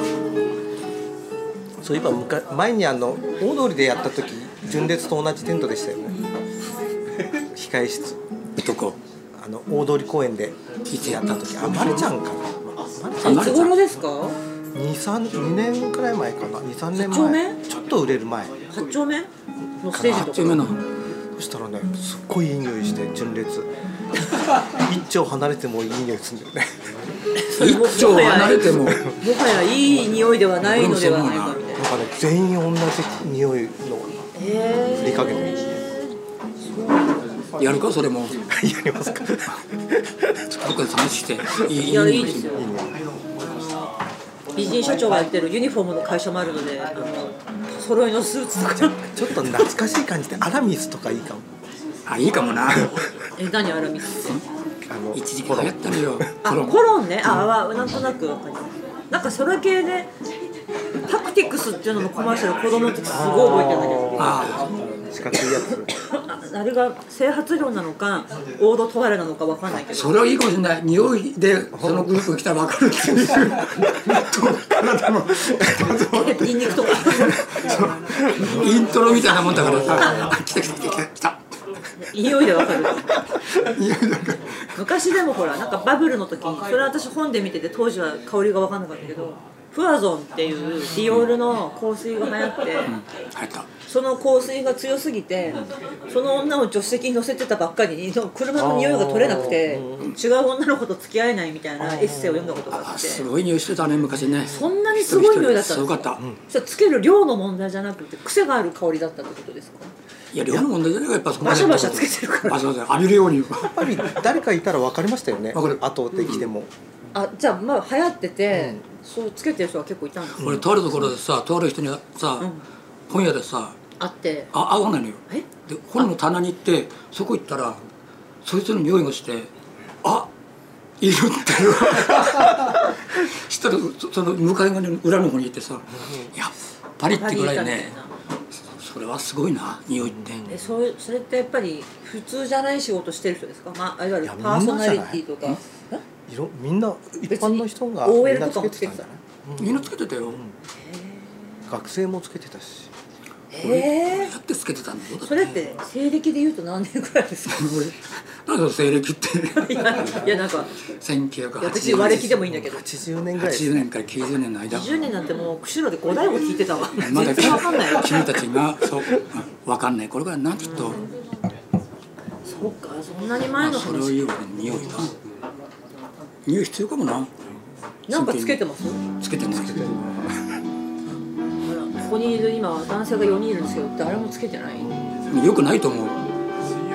そういえばむか前にあの大通りでやった時純烈と同じテントでしたよね控え室どこあの大通り公園でいつややっったた時時ああままりりちちゃゃんんかあいつ頃ですか232年くらい前かな23年八丁前目ちょっと売れる前八丁目のステージ8と丁か目のそしたらねすっごいいい匂いして純烈一丁離れてもいい匂いするんだよね一丁離れてももはやいい匂いではないのではないかみたいなんなかね全員同じ匂いのえ振りかけてるやるかそれもやり *laughs* ますかどっかで試していいー、いやいいですよいい匂い美人社長がやってるユニフォームの会社もあるのであの揃いのスーツとかちょっと懐かしい感じでアラミスとかいいかもあいいかもなえ何あら見てあの一時期流行ったのよあココロンロンねあわなんとなくわかりますなんかそれ系でタクティクスっていうののコマーシャル子供の時すごい覚えてるんだけどあ四角いやつああれが整髪料なのかオードトワレなのかわかんないけどそれはいいかもしれない匂いでそのグループ来たら分かるっていう体のニンニクとか *laughs* イントロみたいなもんだからさあ来た来た来た来た来 *laughs* た匂いでわかる昔でもほらなんかバブルの時にそれは私本で見てて当時は香りが分かんなかったけどフワゾンっていうディオールの香水が流行って、入ったその香水が強すぎてその女を助手席に乗せてたばっかりに車の匂いが取れなくて違う女の子と付き合えないみたいなエッセイを読んだことがああってすごい匂いしてたね昔ねそんなにすごい匂いだったすんごでかすっかたじゃあつける量の問題じゃなくて癖がある香りだったってことですかいや量の問題じゃないかやっぱそこまバでシャバシャつけてるからバシャバシャ浴びるようにやっぱり誰かいたら分かりましたよね分かる後で来ても、あじゃあまあ流行ってて、そうつけてる人が結構いたんですよ俺とあるところでさとある人にさ、本屋でさあってあ合わないのよえで本の棚に行ってそこ行ったらそいつの匂いがしてあいるっ *laughs* ていうしたらそその向かい側の裏の方に行ってさやっぱりってぐらいねそれはすごいな匂いって、えそういうそれってやっぱり普通じゃない仕事してる人ですか、まあ、いわゆるいやパーソナリティとかいろみんな一般の人が別にみん OL なとつかけもてたんじゃないみんなつけてたよ、学生もつけてたしええやってつけてたんだよだそれって西暦で言うと何年くらいですかだけど西暦って *laughs* いやいやなんかいや私1980和暦でもいいんだけど80年ぐらい80年から90年の間20年なんてもう釧路で五代醐聞いてたわまだ全然わかんないよ君たちがそううんわかんないこれがなきっと、そっかそんなにま前あ、のそれを話言うより匂いな匂い必要かもななんかつけてますつけてないほらここにいる今男性が4人いるんですけど誰もつけてないよくないと思う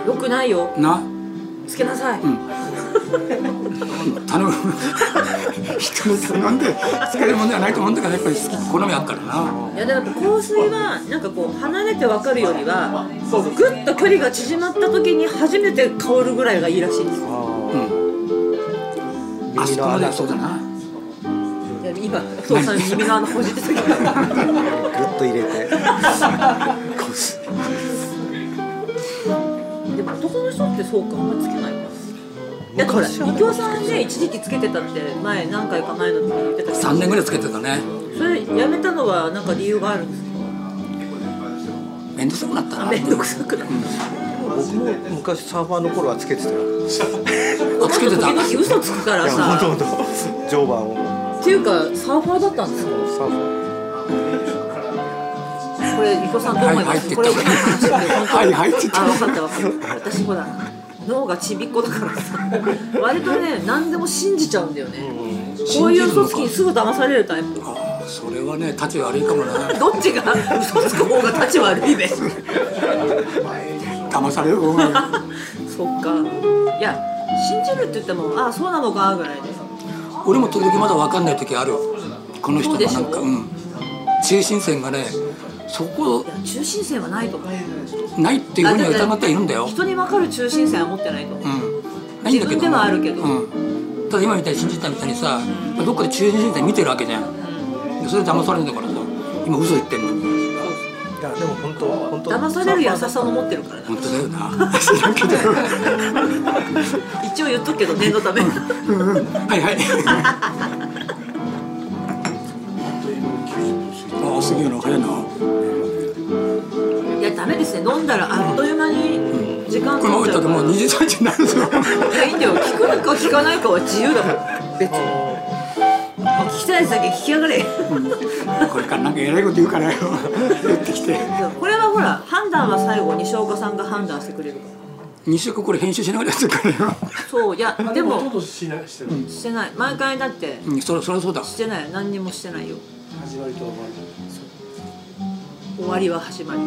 よくないよなつけなさい、頼む人に頼んで使えるもんではないと思うんだからやっぱり好き好みあっからないやでも香水はなんかこう離れて分かるよりはぐっと距離が縮まった時に初めて香るぐらいがいいらしいんですようんあそこまではそうだないや今お父さん耳側のほじってたけど *laughs* ぐっと入れてこうすでも男の人ってそうかあんまつけないかだってほら昔は右京さんで一時期つけてたって前何回か前の時に言ってたけど3年ぐらいつけてたねそれやめたのはなんか理由があるんですか面倒くさくな *laughs* ったな面倒くさくなった僕も昔サーファーの頃はつけてたよあつけ *laughs* てた時々嘘つくからほとさんど常磐をっていうかサーファーだったんですかサーファーこれ伊藤さんどう思いまはい入ってっすたこれ今の話で本当はにい入ってったあ分かった分かった私ほら脳がちびっこだからさ割とね何でも信じちゃうんだよねこういう嘘つきにすぐ騙されるタイプあーそれはね立ち悪いかもなどっちが嘘つく方が立ち悪 *laughs* いべ騙される方がそっかいや信じるって言ってもああそうなのかぐらいです俺も時々まだ分かんない時あるこの人がなそうんでしかょうん中心線がねそこいや中心線はないと思うないっていうふうには疑ってはいるんだよ、人に分かる中心線は持ってないと思う、うん、ないん自だけど分ではあるけど、うん、ただ今みたいに信じたみたいにさどっかで中心線見てるわけじゃんそれで騙されるんだからさ今嘘言ってんのにいやでも本当本当騙される優しさも持ってるからな本当だよ *laughs* な知らんけど一応言っとくけど念のためはいはいああすげえな早いないやダメですね飲んだらあっという間に時間この経っちゃ人うでかもうら20歳になるぞいやいいんだよ聞くのか聞かないかは自由だから別にあ聞きたいやつだけ聞きやがれこれからなんか偉いこと言うからよ *laughs* 言ってきてこれはほら判断は最後西岡さんが判断してくれるから西岡これ編集しながらやってるからよ、そういやでほとんもどしないしてるしてない毎回だってうん、そりゃそりゃそうだしてない何にもしてないよ始まりと終わ終わりは始まり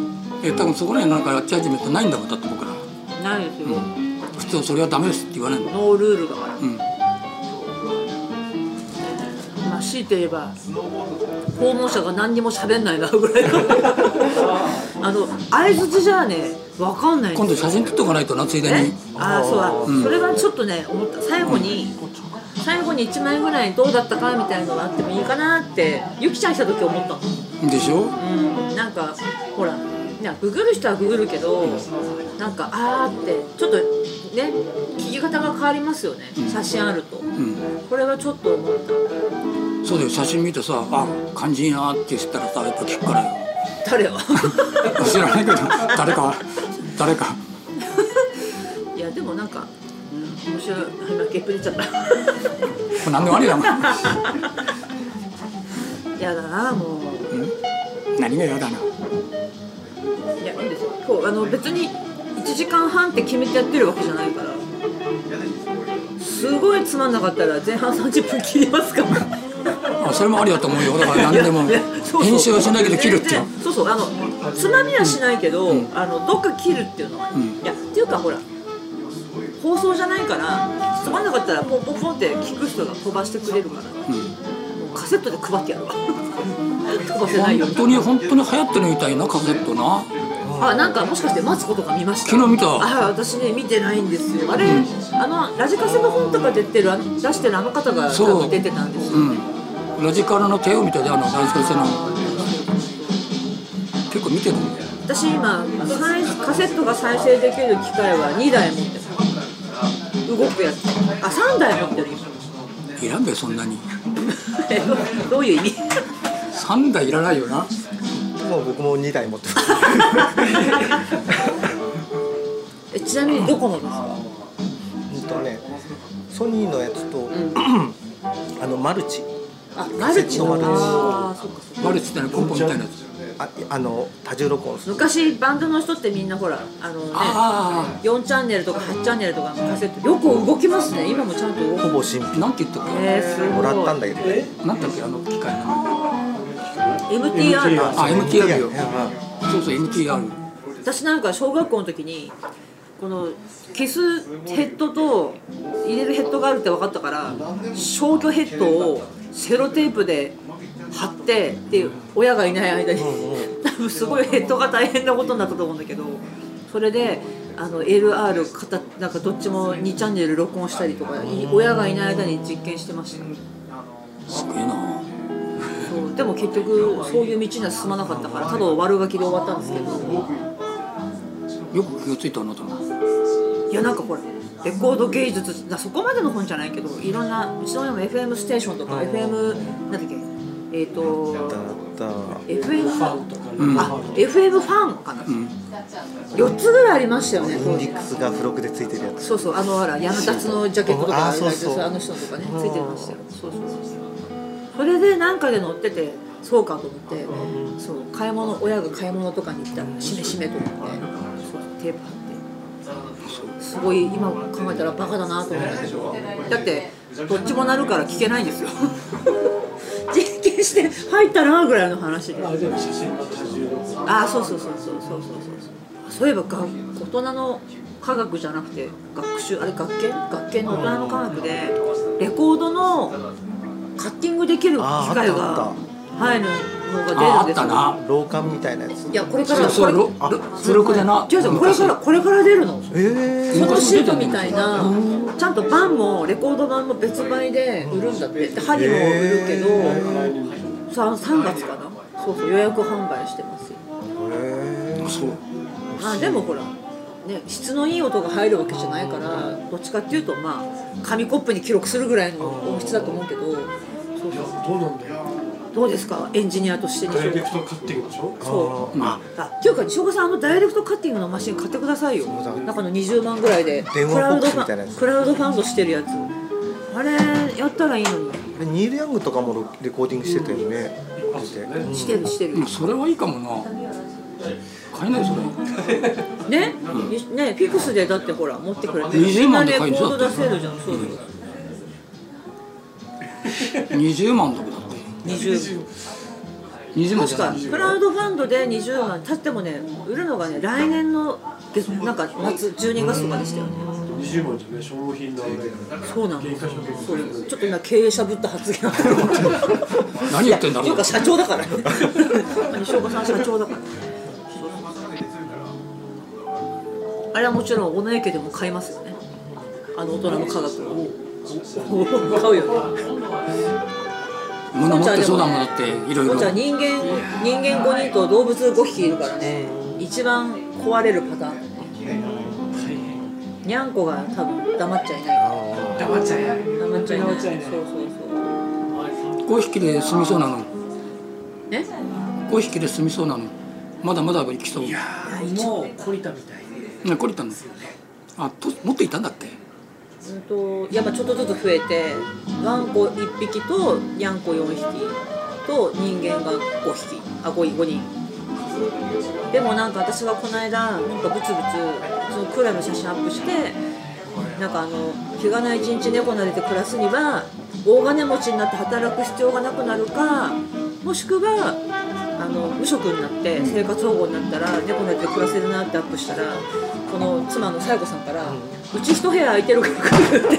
え多分そこら辺なんかやっち始めてないんだもんだって僕らないですよ、普通それはダメですって言わないのノールールだからうんまあ強いて言えば訪問者が何にも喋んないなぐらい *laughs* のあの相づちじゃあね分かんないんですよ今度写真撮っておかないとなついでねに、ああそうだ、それはちょっとね思った最後に、最後に1枚ぐらいどうだったかみたいなのがあってもいいかなってゆきちゃんした時思ったのでしょうんなんかほらいやググる人はググるけどなんかあーってちょっとね聞き方が変わりますよね写真あると、これはちょっと思ったそうだよ写真見てさ「あ感じいいな」って言ったらさやっぱ聞くからよ *laughs* 誰は *laughs* 知らないけど誰か誰かいやでもなんか、うん、面白い今ゲップ出ちゃった *laughs* これ何でもありだもんやだなもう。何が嫌だないやいいですよ今日あの別に1時間半って決めてやってるわけじゃないからすごいつまんなかったら前半30分切りますからあそれもありだと思うよだから何でもいや *laughs* そうそう編集はしないけど切るってよ全然そうそうあのつまみはしないけど、あのどっか切るっていうのは、いやっていうかほら放送じゃないからつまんなかったらポンポンポンって聞く人が飛ばしてくれるから、もう *laughs* カセットで配ってやるわ飛ばせないよう本に当に本当に流行ってるみたいなカセットなあなんかもしかして待つことが見ました昨日見たあ私ね見てないんですよあれ、あのラジカセの本とか出てるあの出してるあの方が多そう分出てたんですようね、んラジカルの帝王みたいであの大先生の結構見てるんだよ私今再カセットが再生できる機械は2台持ってる動くやつあ3台持ってる *laughs* いらんべそんなにえどういう意味3台いらないよなもう僕も2台持ってます *laughs* えちなみにどこのですか本当ねソニーのやつと、あのマルチあマルチのマルチあーそっかそっかバレてたよコンポみたいなやつああの多重録音する昔バンドの人ってみんなほらあのねあ4チャンネルとか8チャンネルとかのカセットよく動きますね今もちゃんと動ほくぼ新あなんて言ったかえー、すごいもらったんだけどねなんだっけあの機械な MTR あ MTR よいやまあそうそう MTR 私なんか小学校の時にこの消すヘッドと入れるヘッドがあるって分かったから消去ヘッドをセロテープで貼ってっていう親がいない間に多分すごいヘッドが大変なことになったと思うんだけどそれであの LR 片なんかどっちも2チャンネル録音したりとかい親がいない間に実験してました。すごいなそうでも結局そういう道には進まなかったからただ悪ガキで終わったんですけどよく気がついたなと思ういやなんかほらレコード芸術なそこまでの本じゃないけどいろんなうちの親も FM ステーションとか FM なんだっけえっ、とだ FM ファンうんあ FM ファンかな、4つぐらいありましたよねインディックスが付録で付いてるやつそうそうあのあらヤムタツのジャケットとかあそうそうあの人のとかねついてましたよそうそうそうそれでなんかで乗っててそうかと思ってそう買い物親が買い物とかに行ったらしめしめと思ってそうテープ貼ってすごい今考えたらバカだなと思ったけどだってどっちもなるから聞けないんですよ *laughs* 実験して入ったなぐらいの話であ、じゃあ写真だと86ああそうそうそうそうそうそうそうそうそういえばが大人の科学じゃなくて学習あれ学研学研の大人の科学でレコードのカッティングできる機あー械あったあが入るのあがあ出るんっですたよない廊下みたいなやついやこれかそらうそうこれろろ付録でな違う違うこれからこれから出るのええフォトシートみたいなちゃんと版もレコード版も別売で売るんだってで針も売るけど、さ 3, 月かなそうそう予約販売してますよそうまあでもほら、ね、質のいい音が入るわけじゃないからどっちかっていうとまあ紙コップに記録するぐらいの音質だと思うけどそうそうどうなんだよどうですかエンジニアとしてダイレ西ク岡トカッティングでしょそうああっていうか西岡さんあのダイレクトカッティングのマシン買ってくださいようだ中の20万ぐらいでク電話ボラッウドクスフみたいなやァンつクラウドファンドしてるやつあれやったらいいのにあれニール・ヤングとかもロレコーディングしてたよね、出てしてるしてるうんそれはいいかもな買えないそれね、ねフィクスでだってほら持ってくれてみ20んな万レでコ買えるード出せるじゃんそうそう20万とかだって20 20万じ確ゃかないクラウドファンドで20万たってもね売るのがね来年の月なんか夏12月とかでしたよね20万じゃね、消耗品のあれだよねそうなんです原よ価消費そうちょっと今経営者ぶった発言だった何言ってんだといろううか社長だ *laughs* からね西岡さん社長だからあれはもちろん小野家でも買いますよねあの大人の科学を買うよね物持ってそうだもんだっていろいろじゃあ人間人間5人と動物5匹いるからね一番壊れるパターンにゃんこが多分黙っちゃいない黙っちゃえ黙っちゃいない黙っちゃいないそうそうそう5匹で済みそうなのえ5匹で済みそうなのまだまだ行きそうもう懲りたみたいねこれたのあと持っていたんだってうんとやっぱちょっとずつ増えてわんこ1匹とにゃんこ4匹と人間が5匹あ5人5人でもなんか私はこの間なんかブツブツそのクラの写真アップしてなんかあの日がない一日猫慣れて暮らすには大金持ちになって働く必要がなくなるかもしくはあの無職になって生活保護になったら猫慣れて暮らせるなってアップしたらこの妻の紗代子さんから「うち一部屋空いてるから来る」って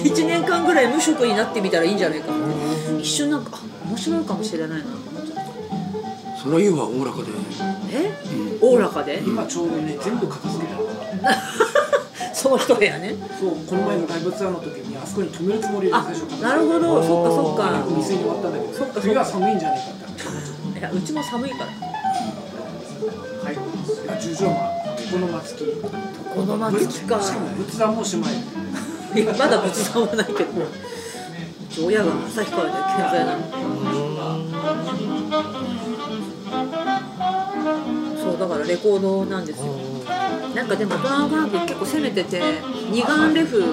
1年間ぐらい無職になってみたらいいんじゃないかって一瞬なんかあ面白いかもしれないなと思っちゃったそれは言うわおおらかでえおおらかで今ちょうどね全部片付けた *laughs* その一部屋ねそうこの前のライブツアーの時にあそこに止めるつもりであ最初なるほどそっかそっか店に終わったんだけそっかそっかど冬は寒いんじゃないかっていやうちも寒いからいや十条間この松木この松木かしかも仏壇もしまいいやまだ仏壇はないけど親が旭川で健在なのそうだからレコードなんですよなんかでも大人の科学結構攻めてて二眼レフ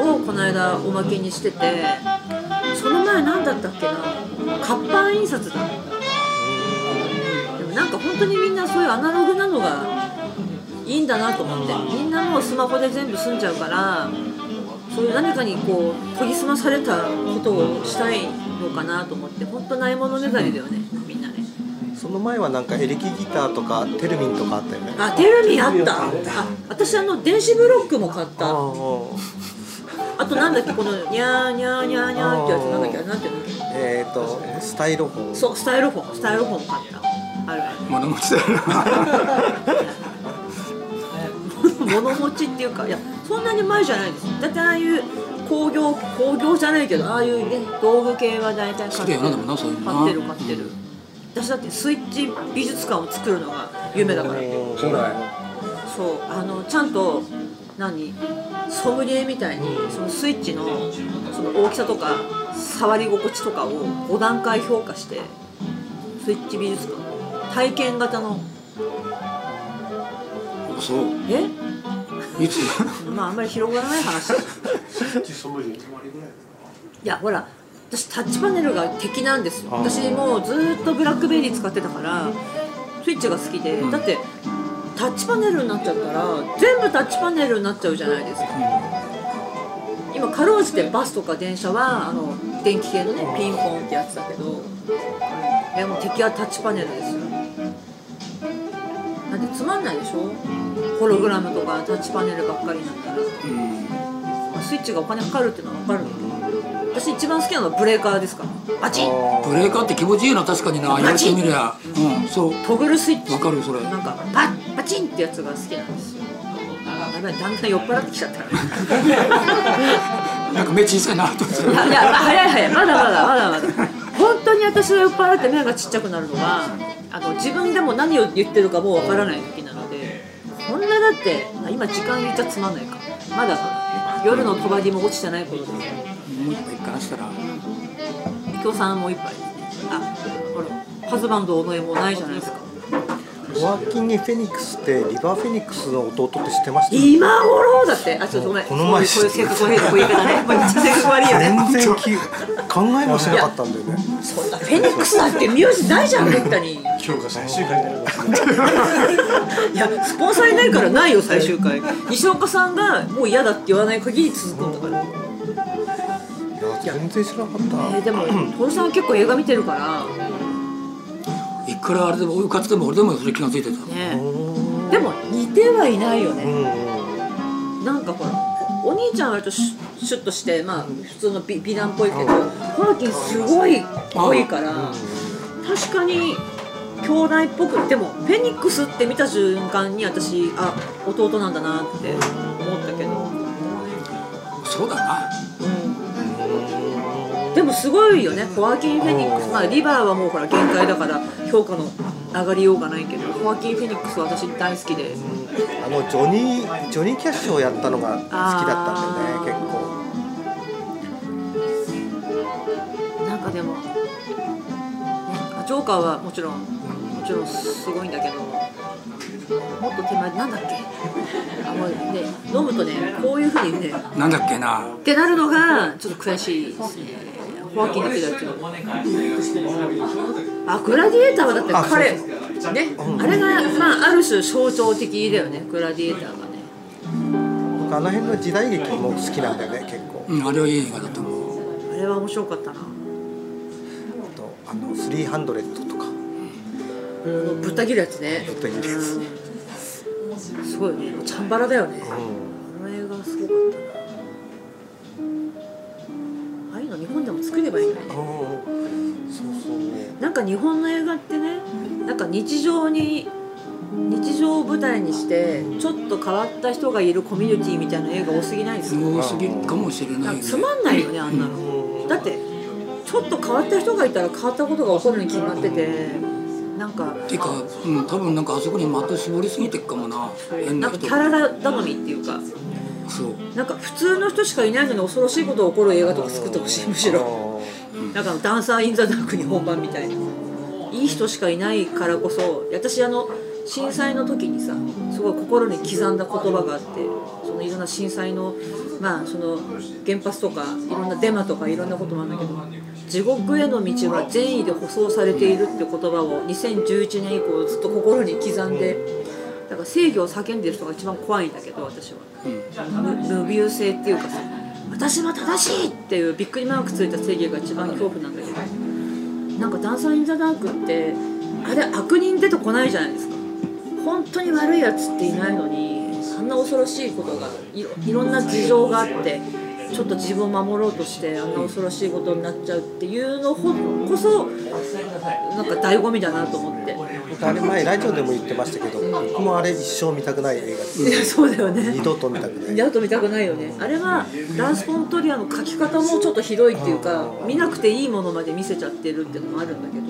をこの間おまけにしててその前何だったっけな活版印刷だでもなんか本当にみんなそういうアナログなのがいいんだなと思ってみんなもうスマホで全部済んじゃうからそういう何かにこう研ぎ澄まされたことをしたいのかなと思って本当ないものねだりだよねみんなねその前はなんかエレキギターとかテルミンとかあったよねあテレビあったあ私あの電子ブロックも買ったああとなんだっけこのニャーニャーニャーニャーってやつなんだっけあれなんていうのあえっ、ー、とスタイロフォンそうスタイロフォンスタイロフォンも買ったあるある物持ちだよな *laughs* 物持ちっていうかいやそんなに前じゃないですだってああいう工業工業じゃないけどああいうね道具系は大体買好っきてだるよなでもなそういうのな買ってる買ってる、私だってスイッチ美術館を作るのが夢だから将来そうあのちゃんと何ソムリエみたいにそのスイッチのその大きさとか触り心地とかを5段階評価してスイッチ美術館体験型のそうえいつまああんまり広がら *laughs* ない話いやほら私タッチパネルが敵なんですよあー私もうずーっとブラックベリー使ってたからスイッチが好きで、だってタッチパネルになっちゃったら全部タッチパネルになっちゃうじゃないですか、今かろうじてバスとか電車はあの電気系のねピンポンってやつだけどいやもう敵はタッチパネルですよなんてつまんないでしょホログラムとかタッチパネルばっかりなんだからうんまあスイッチがお金かかるっていうのは分かるんだけど私一番好きなのはブレーカーですからバチンブレーカーって気持ちいいな確かにな言われてみりゃうんそうトグルスイッチわかるよそれなんかパッパチンってやつが好きなんですよやばいだんだん酔っ払ってきちゃったななんか目小さいなと思っていやいや早い早いまだまだまだまだ本当に私が酔っ払って目がちっちゃくなるのはあの自分でも何を言ってるかもう分からない時なのでこんなだってあ今時間言っちゃつまんないかまだ夜のとばぎも落ちてないことですもう一回話したら協賛もう一杯あほらパズバンド尾上もないじゃないですかワーキングフェニックスってリバーフェニックスの弟って知ってました今頃だってあちょっとごめんこの前そういうこういう性格悪いこういう言い *laughs* 方ねめっちゃ性格悪いよね全然き考えもしなかったんだよねそんなフェニックスなんて名字ないじゃんめったにい今日が最終回になるからやスポンサーいないからないよ最終回西岡さんがもう嫌だって言わない限り続くんだからいや全然知らなかった、えーでも徹さんは結構映画見てるからいくらあれでもおいかつでも俺でもそれ気がついてたねうんでも似てはいないよねうんうんなんかほらお兄ちゃんは割とシュシュッとしてまあ普通の美美男っぽいけどホラキンすごい濃いから確かに兄弟っぽくでもフェニックスって見た瞬間に私あ弟なんだなって思ったけど、そうだなでもすごいよねホアキン・フェニックスまあリバーはもうほら限界だから評価の上がりようがないけどホアキン・フェニックスは私大好きであのジョニージョニーキャッシュをやったのが好きだったんだよね結構なんかでも、ね、ジョーカーはもちろんもちろんすごいんだけどもっと手前なんだっけあもうね飲むとねこういうふうにねっなんだっけなてなるのがちょっと悔しいですねホアキンだけだけどあグラディエーターはだって彼あねあれがまあある種象徴的だよねグラディエーターがね僕あの辺の時代劇も好きなんだよね結構うんあれはいい映画だと思うあれは面白かったなあとあの300とかぶった切るやつねぶった切るやつうんすごいねチャンバラだよね、うあの映画すごかったなああいうの日本でも作ればいいのにねんそうそうねなんか日本の映画ってねなんか日常に日常を舞台にしてちょっと変わった人がいるコミュニティみたいな映画多すぎないですか多すぎるかもしれなないんねかつまんないよねあんなのだってちょっと変わった人がいたら変わったことが起こるに決まっててなんかていうか、うん、多分なんかあそこに的絞りすぎてっかもな変ななんか人キャラ頼みっていうかそうなんか普通の人しかいないのに恐ろしいことが起こる映画とか作ってほしいむしろなんかダンサー・イン・ザ・ダーク日本版みたいないい人しかいないからこそ私あの震災の時にさすごい心に刻んだ言葉があってそのいろんな震災のまあその原発とかいろんなデマとかいろんなこともあるんだけど地獄への道は善意で舗装されているって言葉を2011年以降ずっと心に刻んでだから正義を叫んでる人が一番怖いんだけど私は。無無病性っていうかさ私は正しいっていうびっくりマークついた正義が一番恐怖なんだけどなんか「ダンサー・イン・ザ・ダーク」ってあれ悪人出てこないじゃないですか本当に悪いやつっていないのにあんな恐ろしいことがいろいろんな事情があってちょっと自分を守ろうとしてあんな恐ろしいことになっちゃうっていうのほこそなんか醍醐味だなと思ってあれ前ラジオでも言ってましたけど僕もあれ一生見たくない映画です、いや *laughs* そうだよね二度と見たくないやっと見たくないよねあれはダンスフォントリアの描き方もちょっとひどいっていうか見なくていいものまで見せちゃってるっていうのもあるんだけど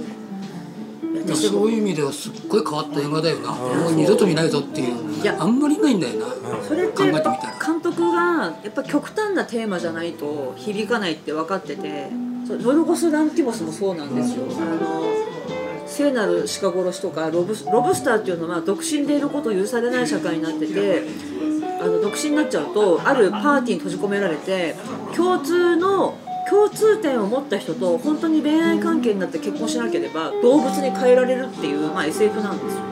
いやそういう意味ではすっごい変わった映画だよなもう二度と見ないぞっていういやあんまりないんだよなそれって考えてやみったぱら監督がやっぱ極端なテーマじゃないと響かないって分かっててそうロドゴス・ランティモスもそうなんですよあの聖なる鹿殺しとかロブスロブスターっていうのは独身でいることを許されない社会になっててあの独身になっちゃうとあるパーティーに閉じ込められて共通の共通点を持った人と本当に恋愛関係になって結婚しなければ動物に変えられるっていう、まあ、SF なんですよ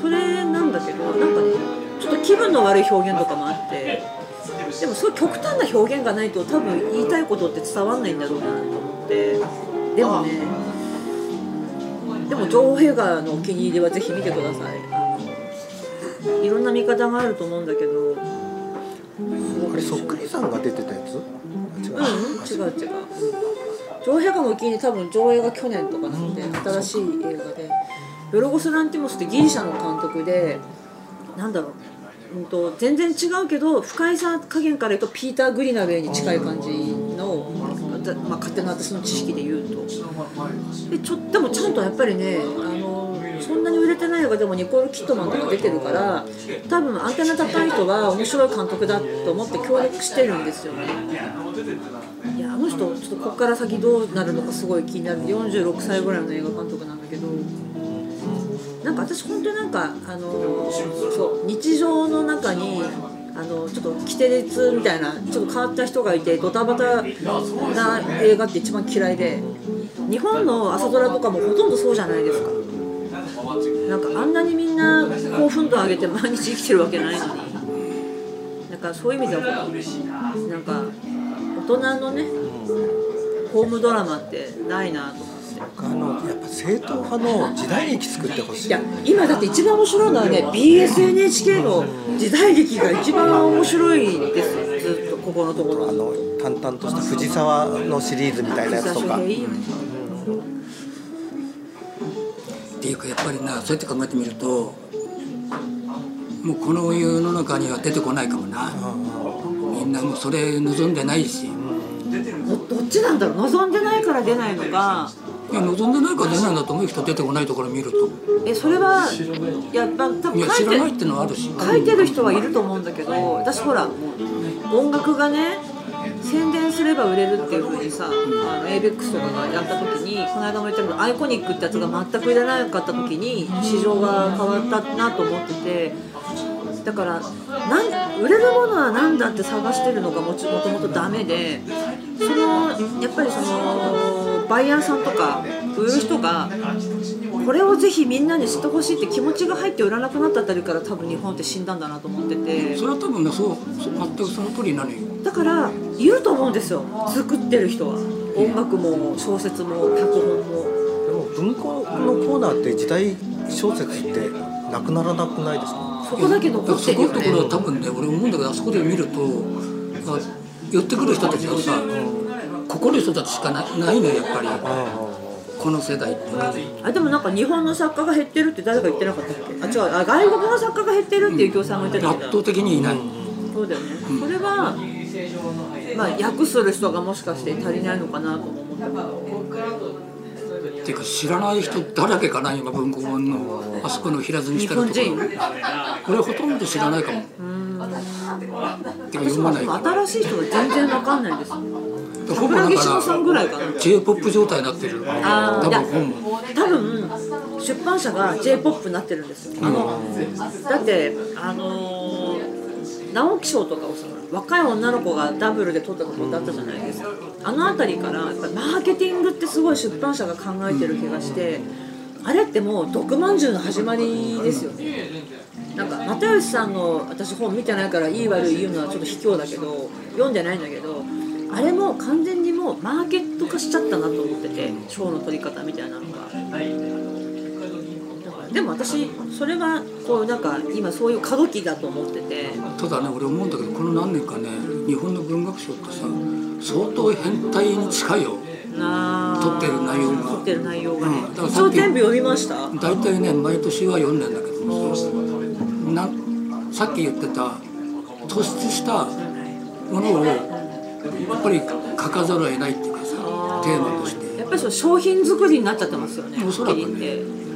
それなんだけどなんかねちょっと気分の悪い表現とかもあってでもそういう極端な表現がないと多分言いたいことって伝わんないんだろうなと思ってでもねでも女王陛下のお気に入りはぜひ見てくださいあのいろんな見方があると思うんだけどうんあれそっくりさんが出てたやつあ違う、違う違う女王陛下のお気に入り多分上映が去年とかなので新しい映画でヨルゴス・ランティモスってギリシャの監督でなんだろう、うん、と全然違うけど不快さ加減から言うとピーター・グリナウェイに近い感じの、だまあ、勝手な私の知識で言うとでちょでもちゃんとやっぱりねあのそんなに売れてない映画でもニコール・キットマンとか出てるから多分アンテナ高い人は面白い監督だと思って協力してるんですよねいやあの人ちょっとここから先どうなるのかすごい気になる46歳ぐらいの映画監督なんだけどなんか私本当になんかあのーそう日常の中にあのちょっと規定列みたいなちょっと変わった人がいてドタバタな映画って一番嫌いで日本の朝ドラとかもほとんどそうじゃないですかなんかあんなにみんな興奮度上げて毎日生きてるわけないのになんかそういう意味では本当になんか大人のねホームドラマってないなと思って。僕あのやっぱ正統派の時代劇作ってほしいいや今だって一番面白いのはね BSNHK の時代劇が一番面白いですよずっとここのとこあろの淡々とした藤沢のシリーズみたいなやつとかいいよねっていうかやっぱりなそうやって考えてみるともうこの世の中には出てこないかもなみんなもうそれ望んでないしいどどっちなんだろう望んでないから出ないのかや望んでないから出ないんだと思う人出てこないところ見るとえそれはいや、まあ、多い分や書知いらてないってのはあるし書いてる人はいると思うんだけど私ほら音楽がね宣伝すれば売れるっていうふうにさ、あの ABEX とかがやった時にこの間も言ったけどアイコニックってやつが全く売れなかった時に市場が変わったなと思っててだからなん売れるものは何だって探してるのがもちもともとダメでそのやっぱりそのバイヤーさんとか売る人がこれをぜひみんなに知ってほしいって気持ちが入って売らなくなったあたりから多分日本って死んだんだなと思っててそれは多分ねそうそう全くその通りなのよだからいると思うんですよ作ってる人は音楽も小説も脚本もでも文庫のコーナーって時代小説ってなくならなくないですかそこだけ残だからっそてるこのよところねは多分ね俺思うんだけどあそこで見るとあ寄ってくる人たちがさここの人たちしかなないのよやっぱりこの世代ってあでもなんか日本の作家が減ってるって誰か言ってなかったっけあ違うあ外国の作家が減ってるっていう業さんも言ってたん圧だ倒的にいないそうだよね、それは、まあ、訳する人がもしかして足りないのかなとも思ったけどっていうか知らない人だらけかな今文庫本のあそこの平積み日してる本とこ人ろ俺ほとんど知らないかもてか私読もまないでも新しい人が全然わかんないですほぼ桜だ木翔さんぐからいかな j p o p 状態になってるあー多いや分本も多分出版社が j p o p になってるんですよ、あのだってあのー直木賞とかをさ若い女の子がダブルで取ったことだったじゃないですかあの辺りからやっぱりマーケティングってすごい出版社が考えてる気がして、あれってもう毒まんじゅうの始まりですよねなんか又吉さんの私本見てないからいい悪い言うのはちょっと卑怯だけど読んでないんだけどあれも完全にもうマーケット化しちゃったなと思ってて賞の取り方みたいなのがでも私それがこうなんか今そういう過渡期だと思っててただね俺思うんだけどこの何年かね日本の文学賞ってさ相当変態に近いよな撮ってる内容が撮ってる内容がねうんだから一さっ応き全部読みました大体ね毎年は読んでんだけどもさなさっき言ってた突出したものをやっぱり書かざるを得ないっていうかさテーマとしてやっぱりそう商品作りになっちゃってますよねおそらくねはっきり言って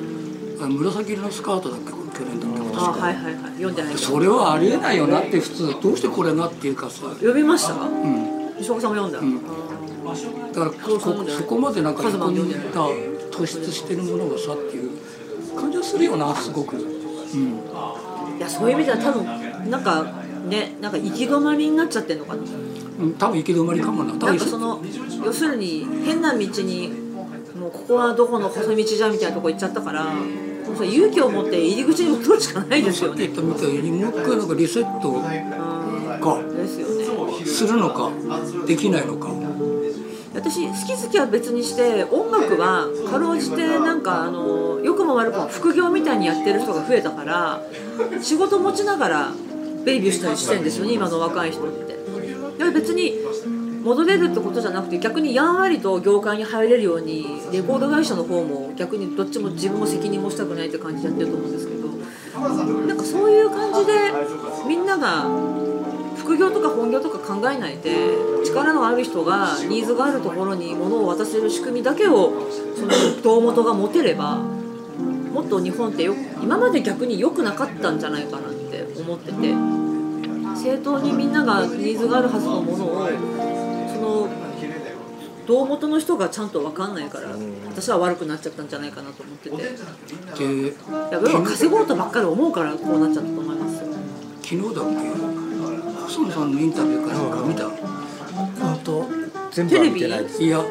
あ紫色のスカートだっけこれ去年だっけ今あ年はいはいはい読んでないけどそれはありえないよなって普通どうしてこれがっていうかさ、読みましたうん、石岡さんも読んだ、だからここそこまでなんかカズマこもに読んいでないた突出してるものがさっていう感じはするよなすごく、うん、いやそういう意味では多分なんかねなんか行き止まりになっちゃってるのかなうん多分行き止まりかもな多なん分かその要するに変な道にもうここはどこの細道じゃみたいなとこ行っちゃったからもうそれ勇気を持って入り口に戻るしかないですよ言っねたみたいにもう一回なんかリセットかですよねするのかできないのか私好き好きは別にして音楽はかろうじてなんかあの良くも悪くも副業みたいにやってる人が増えたから仕事持ちながらベイビューしたりしてんですよね今の若い人って。だから別に戻れるってことじゃなくて逆にやんわりと業界に入れるようにレコード会社の方も逆にどっちも自分も責任もしたくないって感じでやってると思うんですけどなんかそういう感じでみんなが副業とか本業とか考えないで力のある人がニーズがあるところに物を渡せる仕組みだけをその胴元が持てればもっと日本ってよ今まで逆に良くなかったんじゃないかなって思ってて正当にみんながニーズがあるはずのものをその胴元の人がちゃんと分かんないから私は悪くなっちゃったんじゃないかなと思ってていでや要は稼ごうとばっかり思うからこうなっちゃったと思いますよ昨日だっけ細野さんのインタビューかなんか見た本当全部は見てないですいや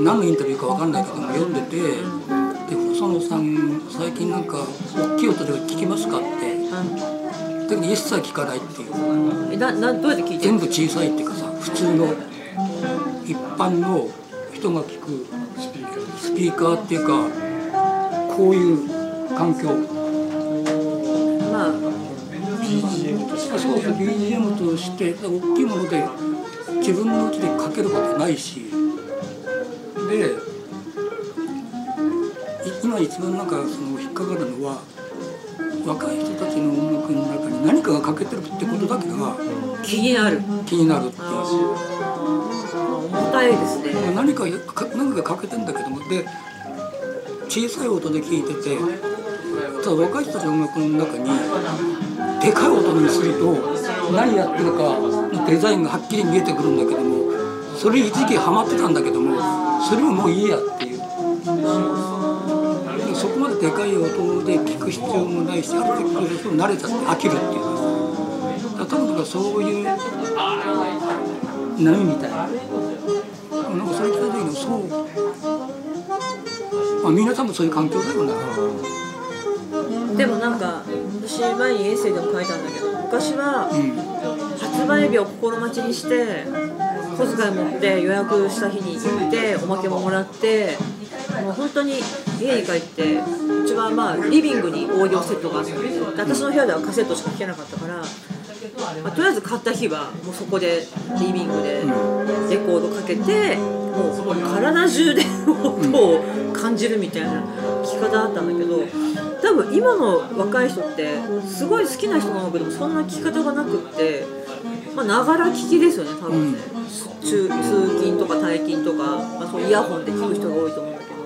何のインタビューかわかんないけども読んでてで細野さん最近なんか大きい音で聞きますかってだけど一切聞かないっていうえななどうやって聞いてる全部小さいっていうかさ普通の一般の人が聞くスピーカーっていうかこういう環境まあそうそう BGM として大きいもので自分のうちでかけることないしでい今一番なんかその引っかかるのは若い人たちの音楽の中に何かが欠けてるってことだけが気になる気になるっていうあー重たいですね何かか何かが欠けてんだけどもで小さい音で聴いててただ若い人たちの音楽の中にでかい音にすると何やってるかのデザインがはっきり見えてくるんだけどもそれ一時期ハマってたんだけどもそれももういいやっていうそこまででかい音で聴く必要もないしある程度慣れちゃって飽きるっていうだから多分だからそういう波みたいな。なんかそれ聞いた時にそう、まあ、みんな多分そういう環境だよね、でもなんか私前にエッセイでも書いたんだけど昔はうん、発売日を心待ちにして小遣い持って予約した日に行っておまけももらってもう本当に家に帰ってうちはまあリビングにオーディオセットがあったんでで私の部屋ではカセットしか聴けなかったから、まあとりあえず買った日はもうそこでリビングでレコードかけてもう体中で音を感じるみたいな聴き方だったんだけど多分今の若い人ってすごい好きな人なんだけどそんな聴き方がなくって。まあ、ながら聞きですよね、多分ね、中通勤とか退勤とか、まあ、そうイヤホンで聞く人が多いと思うんだけど、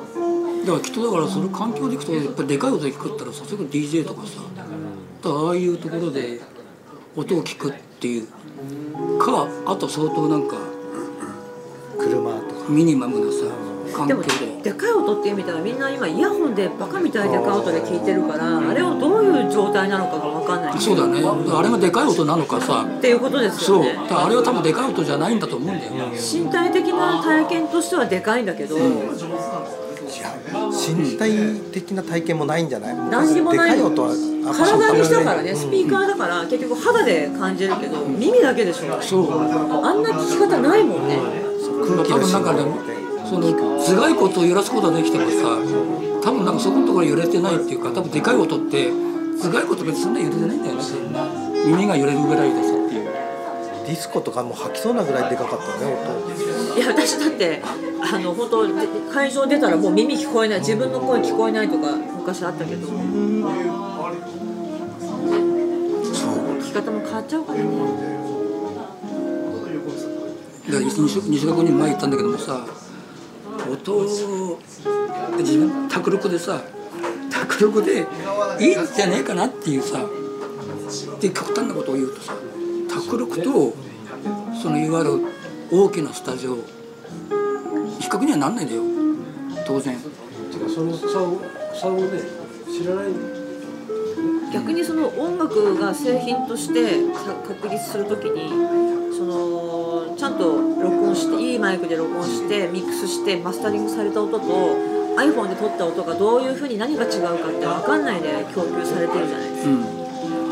だからきっとだからその環境でいくとやっぱりでかい音で聞くったらさそれこそ DJ とかさだからああいうところで音を聞くっていうかあと相当なんか車とかミニマムなさ環で境もででかい音っていう意味では、みんな今、イヤホンでバカみたいでかい音で聞いてるから、あれをどういう状態なのかが分かんないそうだねだからあれがでかい音なのかさっていうことですよそうだね。からあれは多分でかい音じゃないんだと思うんだよね身体的な体験としてはでかいんだけど、いや身体的な体験もないんじゃない何にもないでかい音はあんま体の人だからうね、んスピーカーだから、結局肌で感じるけど、耳だけでしょ、そうあんな聞き方ないもんね。多分なんかねその頭蓋骨を揺らすことはできてもさ多分なんかそこのところ揺れてないっていうか多分でかい音って頭蓋骨別にそんな揺れてないんだよねそんな耳が揺れるぐらいでさっていうディスコとかもう吐きそうなぐらいでかかったね音いや私だってあの本当で会場出たらもう耳聞こえない自分の声聞こえないとか昔あったけど聞そうき方も変わっちゃうからねだから2週二週間後に前行ったんだけどもさ音を自分卓力でさ卓力でいいんじゃねえかなっていうさで極端なことを言うとさ卓力とそのいわゆる大きなスタジオ比較にはなんないんだよ当然てかその差を差をね知らない逆にその音楽が製品としてさ確立するときにそのちゃんと録音していいマイクで録音してミックスしてマスタリングされた音と iPhone で撮った音がどういうふうに何が違うかって分かんないで供給されてるじゃないですか、う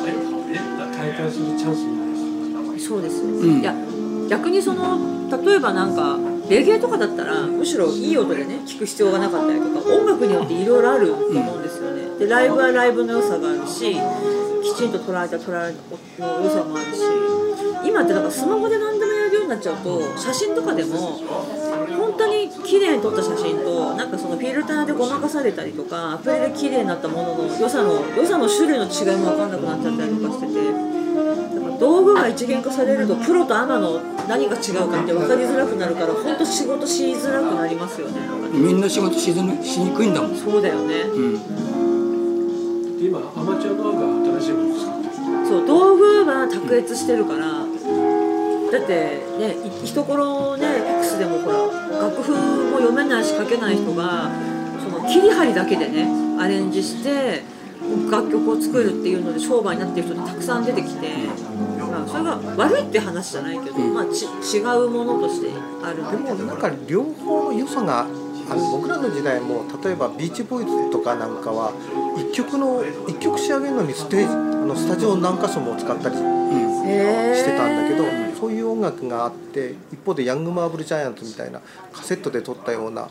ん体感するチャンスになりそうそうです、んいや逆にその例えばなんかレゲエとかだったらむしろいい音でね聞く必要がなかったりとか音楽によっていろいろあると思うんですよね、でライブはライブの良さがあるしきちんと捉えた捉えの良さもあるし今ってだからスマホで何でもやるようになっちゃうと写真とかでも本当に綺麗に撮った写真となんかそのフィルターでごまかされたりとかアプリで綺麗になったものの良さの良さの種類の違いも分かんなくなっちゃったりとかしてて。道具が一元化されるとプロとアマの何が違うかって分かりづらくなるから本当仕事しづらくなりますよねみんな仕事しずにしにくいんだもんそうだよねうんで今アマチュア側が新しいものを作ってるそう道具は卓越してるからだってねい一頃ね X でもほら楽譜も読めないし書けない人がその切り張りだけでねアレンジして楽曲を作るっていうので商売になってる人ってたくさん出てきて、まあ、それが悪いって話じゃないけど、まあ、ち違うものとしてあるでもなんか両方の良さがあの僕らの時代も例えばビーチボーイズとかなんかは一曲の一曲仕上げるのにステージあのスタジオを何箇所も使ったりしてたんだけど、そういう音楽があって一方でヤングマーブルジャイアンツみたいなカセットで撮ったような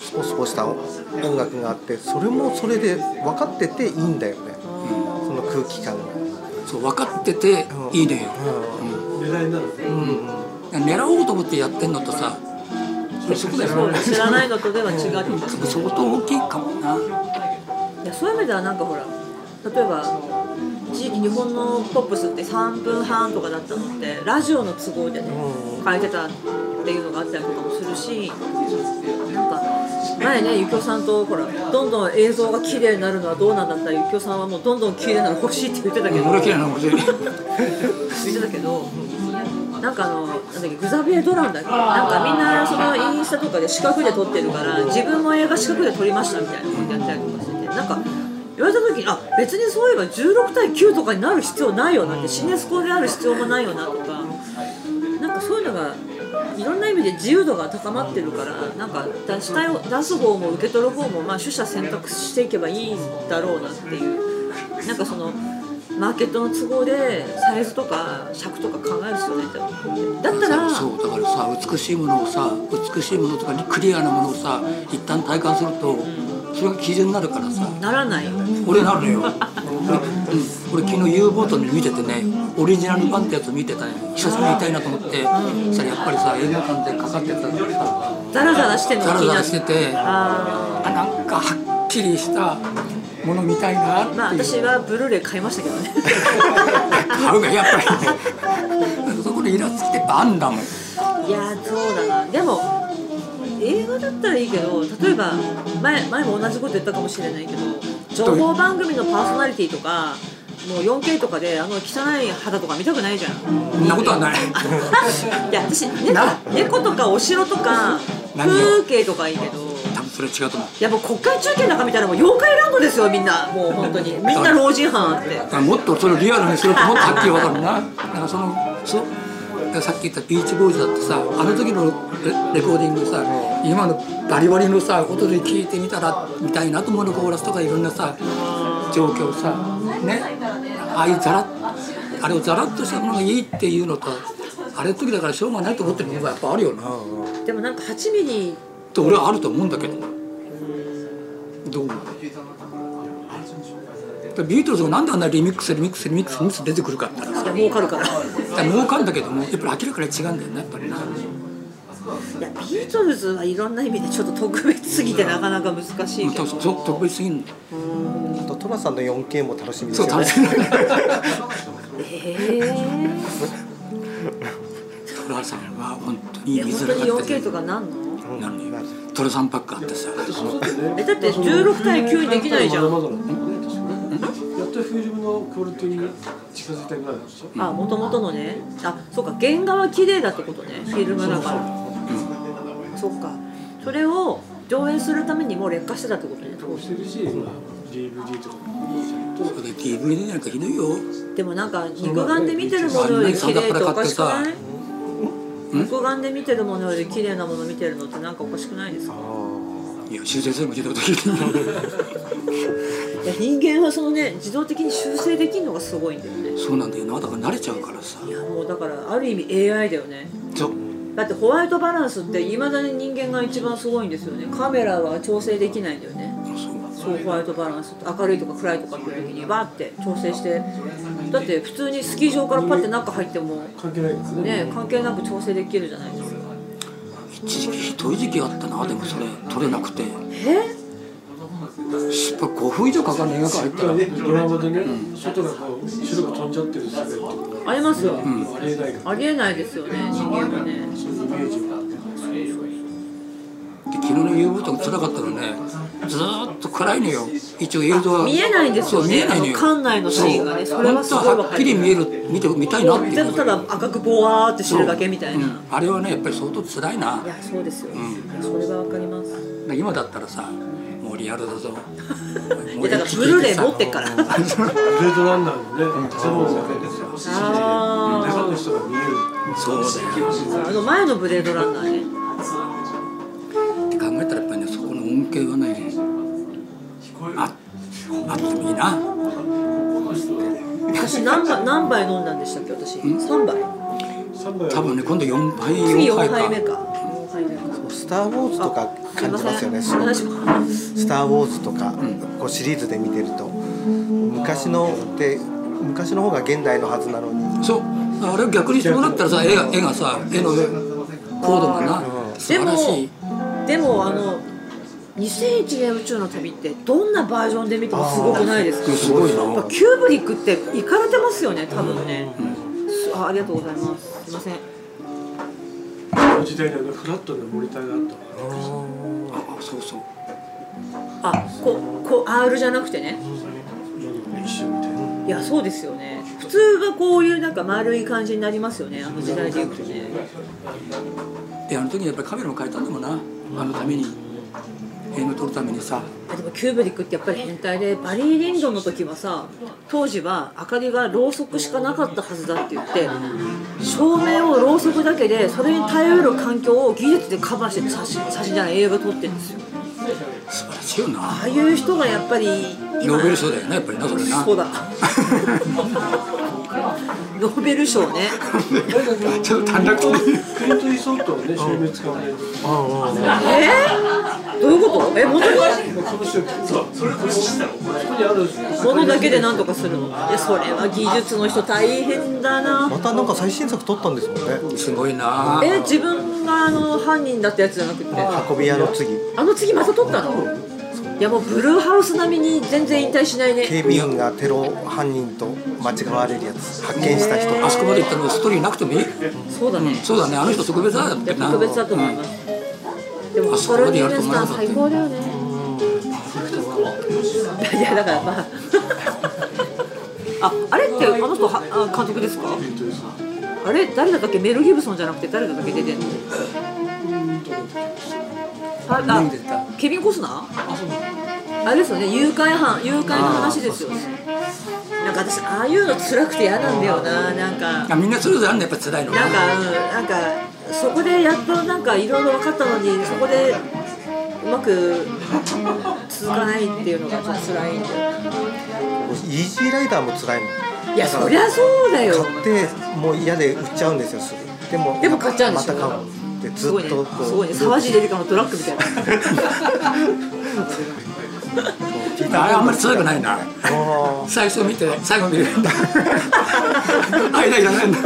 スポスポした音楽があってそれもそれで分かってていいんだよねその空気感が。そう分かってていいのよ狙いになるねうんうん狙おうと思ってやってんのとさそれそこだよ知らないのとでは違ってます相当大きいかもないやそういう意味ではなんかほら例えば一時期日本のポップスって3分半とかだったのってラジオの都合でね変えてたっていうのがあったりとかもするしなんか前ねゆきおさんとほらどんどん映像が綺麗になるのはどうなんだったらゆきおさんはもうどんどん綺麗なの欲しいって言ってたけど俺は嫌いなのかもしれない言ってたけど、なんかあの、なんだっけ、グザビエ・ドランだっけ、なんかみんなそのインスタとかで四角で撮ってるから、自分も映画四角で撮りましたみたいなことやったりとかしてて、なんか言われた時に、あ別にそういえば16対9とかになる必要ないよなって、シネスコである必要もないよなとか、なんかそういうのが。いろんな意味で自由度が高まってるからなんか出したい出す方も受け取る方もまあ取捨選択していけばいいんだろうなっていうなんかそのマーケットの都合でサイズとか尺とか考える必要ないんだよだったらそうだからさ美しいものをさ美しいものとかクリアなものをさ一旦体感するとそれが基準になるからさならないよ俺なる *laughs* のよ俺,、うん、俺昨日 U ボートに見ててねオリジナル版ってやつ見てたね久しぶりに見たいなと思ってそしたらやっぱりさ映画館でかかってたからさザラザラしてんのザがラ気にザなラるしててああなんかはっきりしたもの見たいなっていーう、まあ私はブルーレイ買いましたけどね買うがやっぱり *laughs* ねそこでイラつきってバンだもんいやーそうだなでも映画だったらいいけど例えば前前も同じこと言ったかもしれないけど情報番組のパーソナリティとかもう 4K とかであの汚い肌とか見たくないじ *laughs* ゃんそんなことは *laughs* ないいや私猫な猫とかお城とか何よ風景とかいいけど多分それは違うと思うやっぱ国会中継なんか見たらもう妖怪ランドですよみんなもう本当にみんな老人犯あってだからもっとそれをリアルにしろともっとはっきり分かるなだからそのそだからさっき言ったビーチボーイズだってさあの時のレレコーディングさ今のバリバリのさ音で聞いてみたらみたいなと思うのコーラスとかいろんなさ状況さねああいうザラッあれをザラッとしたものがいいっていうのとあれの時だからしょうがないと思ってる部分がやっぱあるよなでもなんか8ミリって俺はあると思うんだけどどう思うだからビートルズがなんであんなリミックスリミックスリミックスリミックス出てくるかって言ったらなんか儲かるからいだから儲かんだけどもやっぱり明らかに違うんだよねやっぱりなやビートルズはいろんな意味でちょっと特別すぎてなかなか難しいけとどと特別すぎるんだよあとトラさんの 4K も楽しみですそようね楽しみだえートラさんは本当にいや譲本ら当になかった 4K とかなんのうんなのになトラさんばっかあってさえだって16対9できないじゃんまだまだだもんね確かねやっとフィルムのクオリティに近づいたぐらいなんでしょあ元々のねあそうか原画は綺麗だってことねフィルムだからそっかそれを上映するためにもう劣化してたってことね当そう時してるし、まあ、DVD とかもちゃんとそれで DVD なんかひどいよでもなんか肉眼で見てるものより綺麗っておかしくないん肉眼で見てるものより綺麗なもの見てるのってなんかおかしくないですかいや修正するも聞いたこと聞いてないいや人間はそのね自動的に修正できるのがすごいんだよねそうなんだよなだから慣れちゃうからさいやもうだからある意味 AI だよねそうだってホワイトバランスっていまだに人間が一番すごいんですよねカメラは調整できないんだよねそうそうホワイトバランス明るいとか暗いとかっていう時にバーって調整してだって普通にスキー場からパッて中入っても関係ないですねね関係なく調整できるじゃないですか一時期ひどい時期あったなでもそれ撮れなくてやっえぱ5分以上かかる映画館入ったらね、ドラマでね、外がこう白く飛んじゃってるんですよねありますよ、ありえないからありえないですよね人間はねそういうイメージはで昨日の夕方が辛かったのねずーっと暗いのよ一応映像は見えないんですよそう見ねえないのよあの館内のシーンがねそうそれは本す当ごいはわはっかきるり見える見て見たいなっていただ赤くぼわーってしてるだけみたいな、うんあれはねやっぱり相当辛いないやそうですよ、いやそれはわかります今だったらさもうリアルだいぞやだからブルーレイ持ってっからあブレードランナーのね、建物がね、あ中の人が見えるそうだよあの前のブレードランナーねって考えたらやっぱりねそこの恩恵はねああってもいいな私何杯何杯飲んだんでしたっけ私3杯三枚多分ね今度4杯次4 4杯杯か目か4杯目かスター・ウォーズとか感じますよねすいませんお願いしますスター・ウォーズとか、こうシリーズで見てると昔のって昔の方が現代のはずなのにそうあれを逆にしてもらったらさ絵が絵がさ絵のコードがな素晴らしいでもあの2001年宇宙の旅ってどんなバージョンで見てもすごくないですかすごいなやっぱキューブリックって行かれてますよね多分ね、すあありがとうございますすいませんの時代にあのフラットなモニターがあったああそうそうあここう R じゃなくてねの一緒みたいないやそうですよね普通はこういうなんか丸い感じになりますよねあの時代でいうとねであの時にやっぱりカメラも変えたんだもんなあのために映画撮るためにさあでもキューブリックってやっぱり変態でバリー・リンドンの時はさ当時は明かりがろうそくしかなかったはずだって言って照明をろうそくだけでそれに耐えうる環境を技術でカバーして写真写真じゃない映画撮ってるんですよ素晴らしいよなああいう人がやっぱり今ノーベル賞だよねやっぱりなそれなそうだノーベル賞ねちょっと短絡的にクリント・イーソットのね、照明使わないとえー、どういうことえ本当にその人そう、それ無視したのそこにある物だけで何とかするのいやそれは技術の人大変だなまたなんか最新作撮ったんですもんねすごいなえ自分があの犯人だったやつじゃなくて運び屋の次あの次また取ったのいやもうブルーハウス並みに全然引退しないね警備員がテロ犯人と間違われるやつ発見した人あそこまで行ったのにストーリーなくてもいいそうだねそうだねあの人特別だよっいやてな特別だと思います、でもあカそこルまディでやーるレとス思ターわなかった最高だよねいやだからまあああれってあの人はあ監督ですかあれ誰だったっけメル・ギブソンじゃなくて誰だったっけ出てんのああんでたケビン・コスナーあれですよね誘拐犯誘拐の話ですよねなんか私ああいうの辛くて嫌なんだよななんかうんあみんなそれぞれあんのやっぱ辛いのなんか、うん、なんかそこでやっとなんかいろいろ分かったのにそこでうまく続かないっていうのがちょっと辛いんだよイージーライダーも辛いもんいやそりゃそうだよ買ってもう嫌で売っちゃうんですよすぐでもでも買っちゃうんでましょた買うんでってずすっごいねとこうすごいね沢尻エリカのドラッグみたいなあれあんまり強くないなあ最初見て最後見る *laughs* 間いらないんだ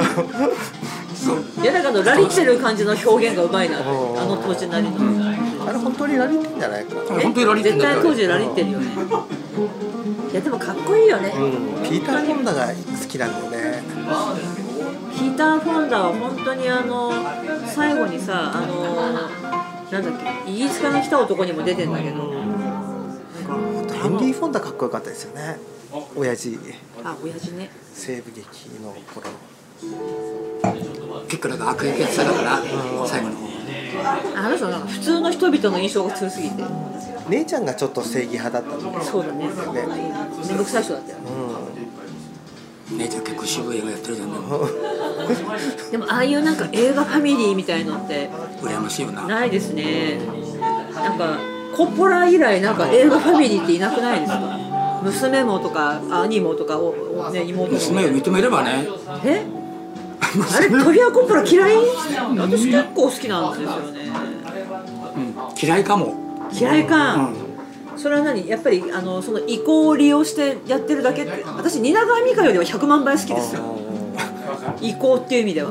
そういやだからラリってる感じの表現がうまいなってあの当時なりの、ーあれ本当にラリってんじゃないかな、あれ本当にラリってん絶だ対よ当時ラリってるよねいやでもかっこいいよね、うん、ピーター・ホンダが好きなんだよねピーター・フォンダは本当にあの最後にさあのなんだっけイギリスから来た男にも出てんだけど、なんかヘンリー・フォンダかっこよかったですよね親父あ親父ね西部劇の頃結構なんか悪役やってたから最後の方あの人なんか普通の人々の印象が強すぎて姉ちゃんがちょっと正義派だったんでそうだねね面倒くさい人だったよね姉ちゃん結構渋い映画やってるじゃんでもああいうなんか映画ファミリーみたいのって羨ましいよなないですねなんかコッポラ以来なんか映画ファミリーっていなくないですか娘もとか兄もとかを、おね、妹も娘を認めればねえあれトビアコッポラ嫌い私結構好きなんですよねうん嫌いかも嫌いか、それは何やっぱりあのその意向を利用してやってるだけって私蜷川美香よりは100万倍好きですよ意向っていう意味では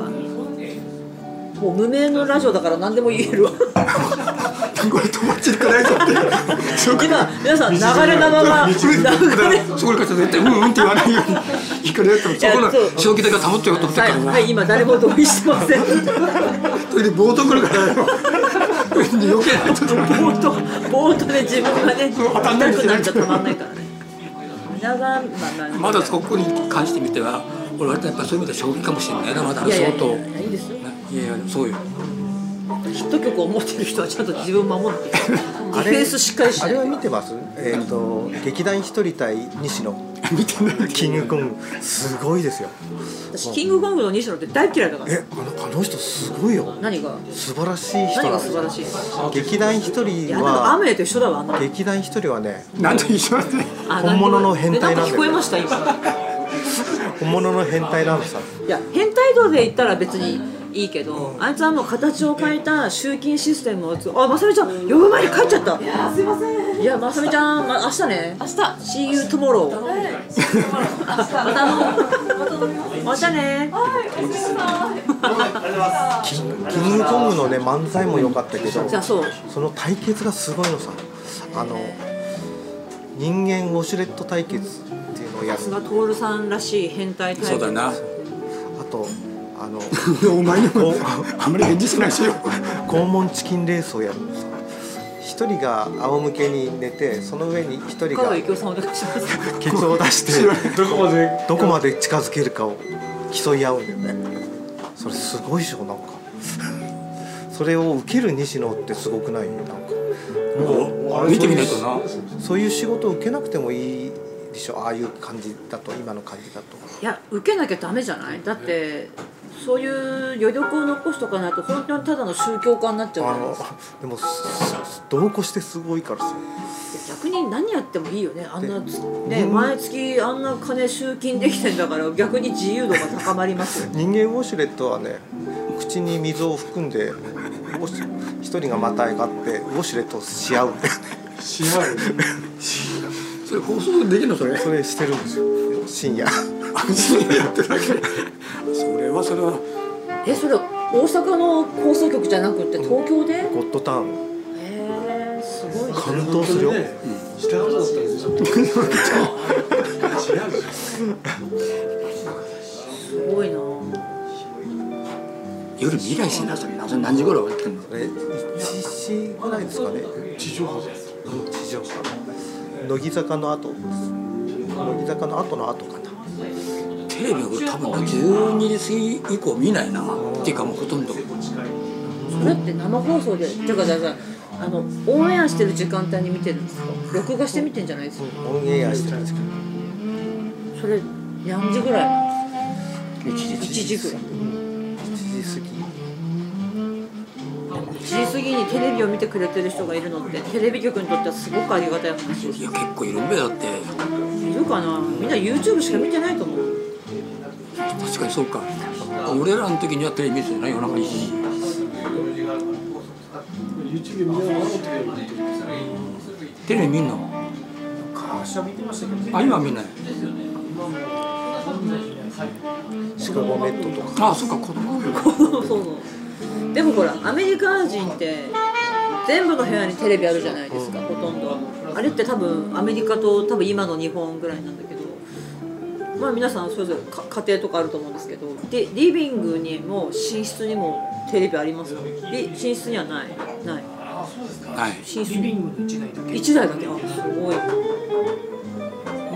もう無名のラジオだから何でも言えるわこれ友達でくないぞってそこ *laughs* 今皆さん流れのまま流れそこから絶対うんうんって言わないようにいくらやってもそこいやそうの正気だけが保ってようと思ってるはからい、なはい、今誰も同意してません。それで冒頭来るから *laughs* よ余計なちょっとボート、ボートで自分がね、当たんない痛くなっちゃしないたまんないからね。皆が、まあ、まあ、まだそこに関してみては俺はやっぱそういう意味では衝撃かもしれないなまだあいれやいや相い当やいやいいですよ。いやいやそうよ *laughs* ヒット曲を持ってる人はちゃんと自分を守って。ディフェンスしっかり *laughs* しあないれはと。見てますえっ、と劇団一人対西野見てないキングコングすごいですよ私キングコングの西野って大嫌いだから。えあのあの人すごいよ何が、素晴らしい人何ながんで素す晴よらしい。劇団一い人や、でもアはムレと一緒だわ、あんな。劇団一人はねなんと一緒なんであ本物の変態なんだよえか聞こえました、今。本物の変態ラブさんいや変態度で言ったら別にいいけど、あいつはもう形を変えた集金システムをつあまさみちゃん呼ぶ前に帰っちゃったいやすいませんいやまさみちゃん、ま、明日ね明日 See you tomorrow あ *laughs* またあのまたねキンキングコングのね漫才も良かったけどじゃあそうその対決がすごいのさあの人間ウォシュレット対決っていうのをやるさすが徹さんらしい変態タイそうだプな *laughs* あとあのお前にもあんまり返事しないしよ肛門チキンレースをやるのさ一人が仰向けに寝てその上に一人香が川幸雄さんお願いしますケツを出してどこまでどこまで近づけるかを競い合うんだよねそれすごいでしょなんかそれを受ける西野ってすごくないなんかもう見てみないとなそういう仕事を受けなくてもいいでしょああいう感じだと今の感じだといや受けなきゃダメじゃないだってそういう余力を残しとかないと本当にただの宗教家になっちゃうじあゃないでのすかでもすす度を越してすごいからさ逆に何やってもいいよねあんなつねで毎月あんな金集金できてんだから逆に自由度が高まりますよ人間ウォシュレットはね口に水を含んでウォシュ一人がまたがってウォシュレットをし合うんだよね支配それ放送できるのそれ *laughs* それしてるんですよ深夜安心でやってるだけそれはそれはえそれ大阪の放送局じゃなくって東京でへゴッドタウンえすごいね感動するよ本当にね下の方だったんですよ *laughs* すごいな夜未来しなそれなそれ何時頃終わってんのこれ1時ぐらいですかね地上波です地上波乃木坂の後乃木坂の後の後かなテレビは俺多分な12時過ぎ以降見ないなっていうかもうほとんどそれって生放送でていうかだからあのオンエアしてる時間帯に見てるんですか録画して見てんじゃないですかオンエアしてるんですけどそれ何時ぐらい1時1時ぐらい1時過ぎ1時過ぎにテレビを見てくれてる人がいるのってテレビ局にとってはすごくありがたい話ですよいや結構いるんだよだっているかなみんな YouTube しか見てないと思う *laughs* 確かにそうか俺らの時にはテレビ見てない夜中1時 YouTube で見ながら踊ってくれるテレビ見んの昔は見てましたけどね。あ今見ないシカゴメットとかあそっか子供がいるかそうそうでもほらアメリカ人って全部の部屋にテレビあるじゃないですか、ほとんどあれって多分アメリカと多分今の日本ぐらいなんだけどまあ皆さんそれぞれか家庭とかあると思うんですけどでリビングにも寝室にもテレビありますかリ寝室にはないないはい寝室リビングの一台だけ。 1台だけあすごい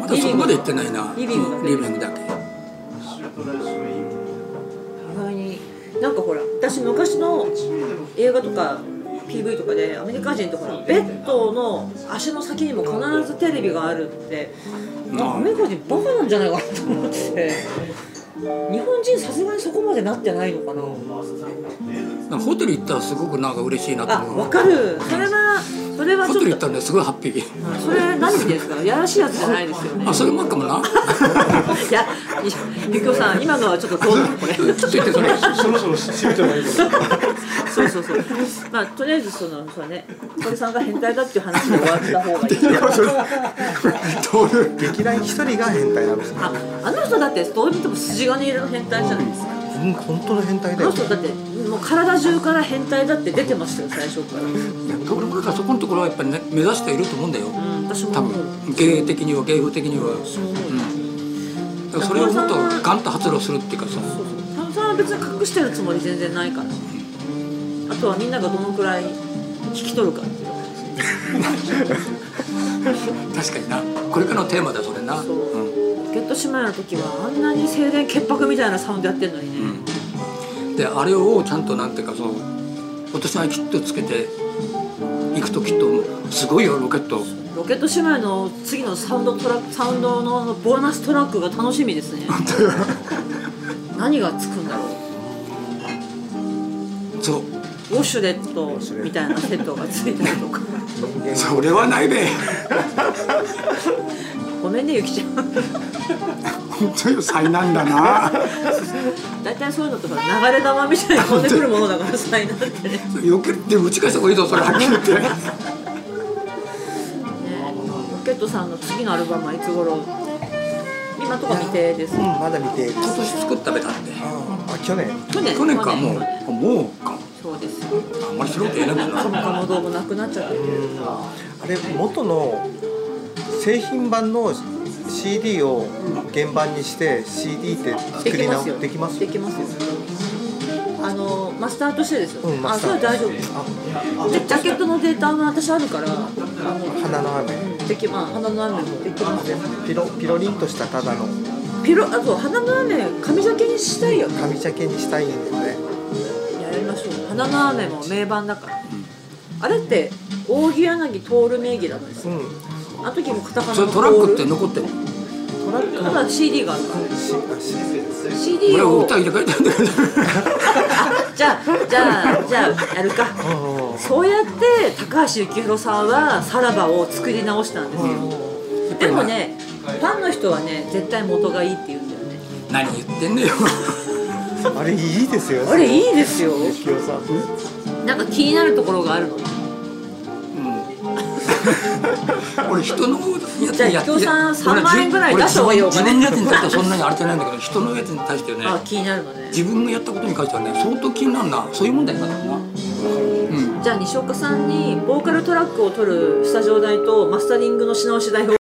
まだそこまで行ってないなリビングうんリビングだけ意外になんかほら私昔の映画とか PV とかでアメリカ人とほらベッドの足の先にも必ずテレビがあるってなんかアメリカ人バカなんじゃないかなと思って日本人さすがにそこまでなってないのかななんかホテル行ったらすごくなんか嬉しいなあと思うわかるそれはそれはホちテルょ行っっとたんですごいハッピーそれ何ですかやらしいやつじゃないですよねあそれもあるかも *laughs* ないやいやゆきおさん今のはちょっとどうなのこれついてそれそろそろ閉めてもいいですかそうそうそう。まあとりあえずそのそうね、鳥さんが変態だっていう話で終わった方がいい。劇団一人が変態なんですよあ、あの人だってどう見ても筋金入れの変態じゃないですか。うん本当の変態あだのよ人だってもう体中から変態だって出てましたよ最初から。うところがそこのところはやっぱりね目指していると思うんだよん、私も多思う。分芸的には芸風的には私も思う。だからそれをもっとガンと発露するっていうかさそうそう。鳥さんは別に隠してるつもり全然ないから。あとはみんながどのくらい引き取るかっていう。確かになこれからのテーマだそれなそううゲット姉妹の時はあんなに青年潔白みたいなサウンドやってんのにね。んであれをちゃんとなんていうかその今年はキットつけて行くときっとすごいよロケットロケット姉妹の次のサウンドトラサウンドのボーナストラックが楽しみですね何がつくんだろうそうウォシュレットみたいなセットがついたりとかそれはないべごめんねゆきちゃん本当よ災難だな大体そういうのとか流れ玉みたいに飛んでくるものだからさいなってね避けて打ち返した方がいいぞそれはっきり言って *laughs* ロケットさんの次のアルバムはいつ頃今とか未定です、うんまだ見て今年作ったべだってああ去年去年去年かもう去年あもうかそうですあんまり白く言えないもんなその可能動もなくなっちゃってるあれ元の製品版の CD を原版にして CD ってで作きります直よできますできますよあのマスターとしてですよ、うんマスターあそれは大丈夫ですジャジャケットのデータは私あるから花の雨できまあ花の雨もできますよピロピロリンとしたただのピロあと花の雨紙ジャケにしたいよね紙鮭にしたいんですねやりましょう花の雨も名盤だから、あれって扇柳徹名義だったんですうよ、んあの時もカタカナそのれトラックって徹残ってるトラックただ CD があるかしあしら CD 俺はを歌入れ替えたんだけどあじゃあじゃあじゃあやるかうんうんそうやって高橋幸宏さんは「さらば」を作り直したんですよ、でもねファンの人はね絶対元がいいって言うんだよね何言ってんね *laughs* よあれいいですよあれいいですよ幸男さんなんか気になるところがあるの俺人のやつじゃあにやっ伊藤さんいや俺3万円ぐらい出した方がいいよ自分のやつに対してはそんなにあれじゃないんだけど人のやつに対してねあ気になるのね自分のやったことに関してはね相当気になるなそういう問題なんだろうなうんじゃあ西岡さんにボーカルトラックを取るスタジオ代とマスタリングのし直し代を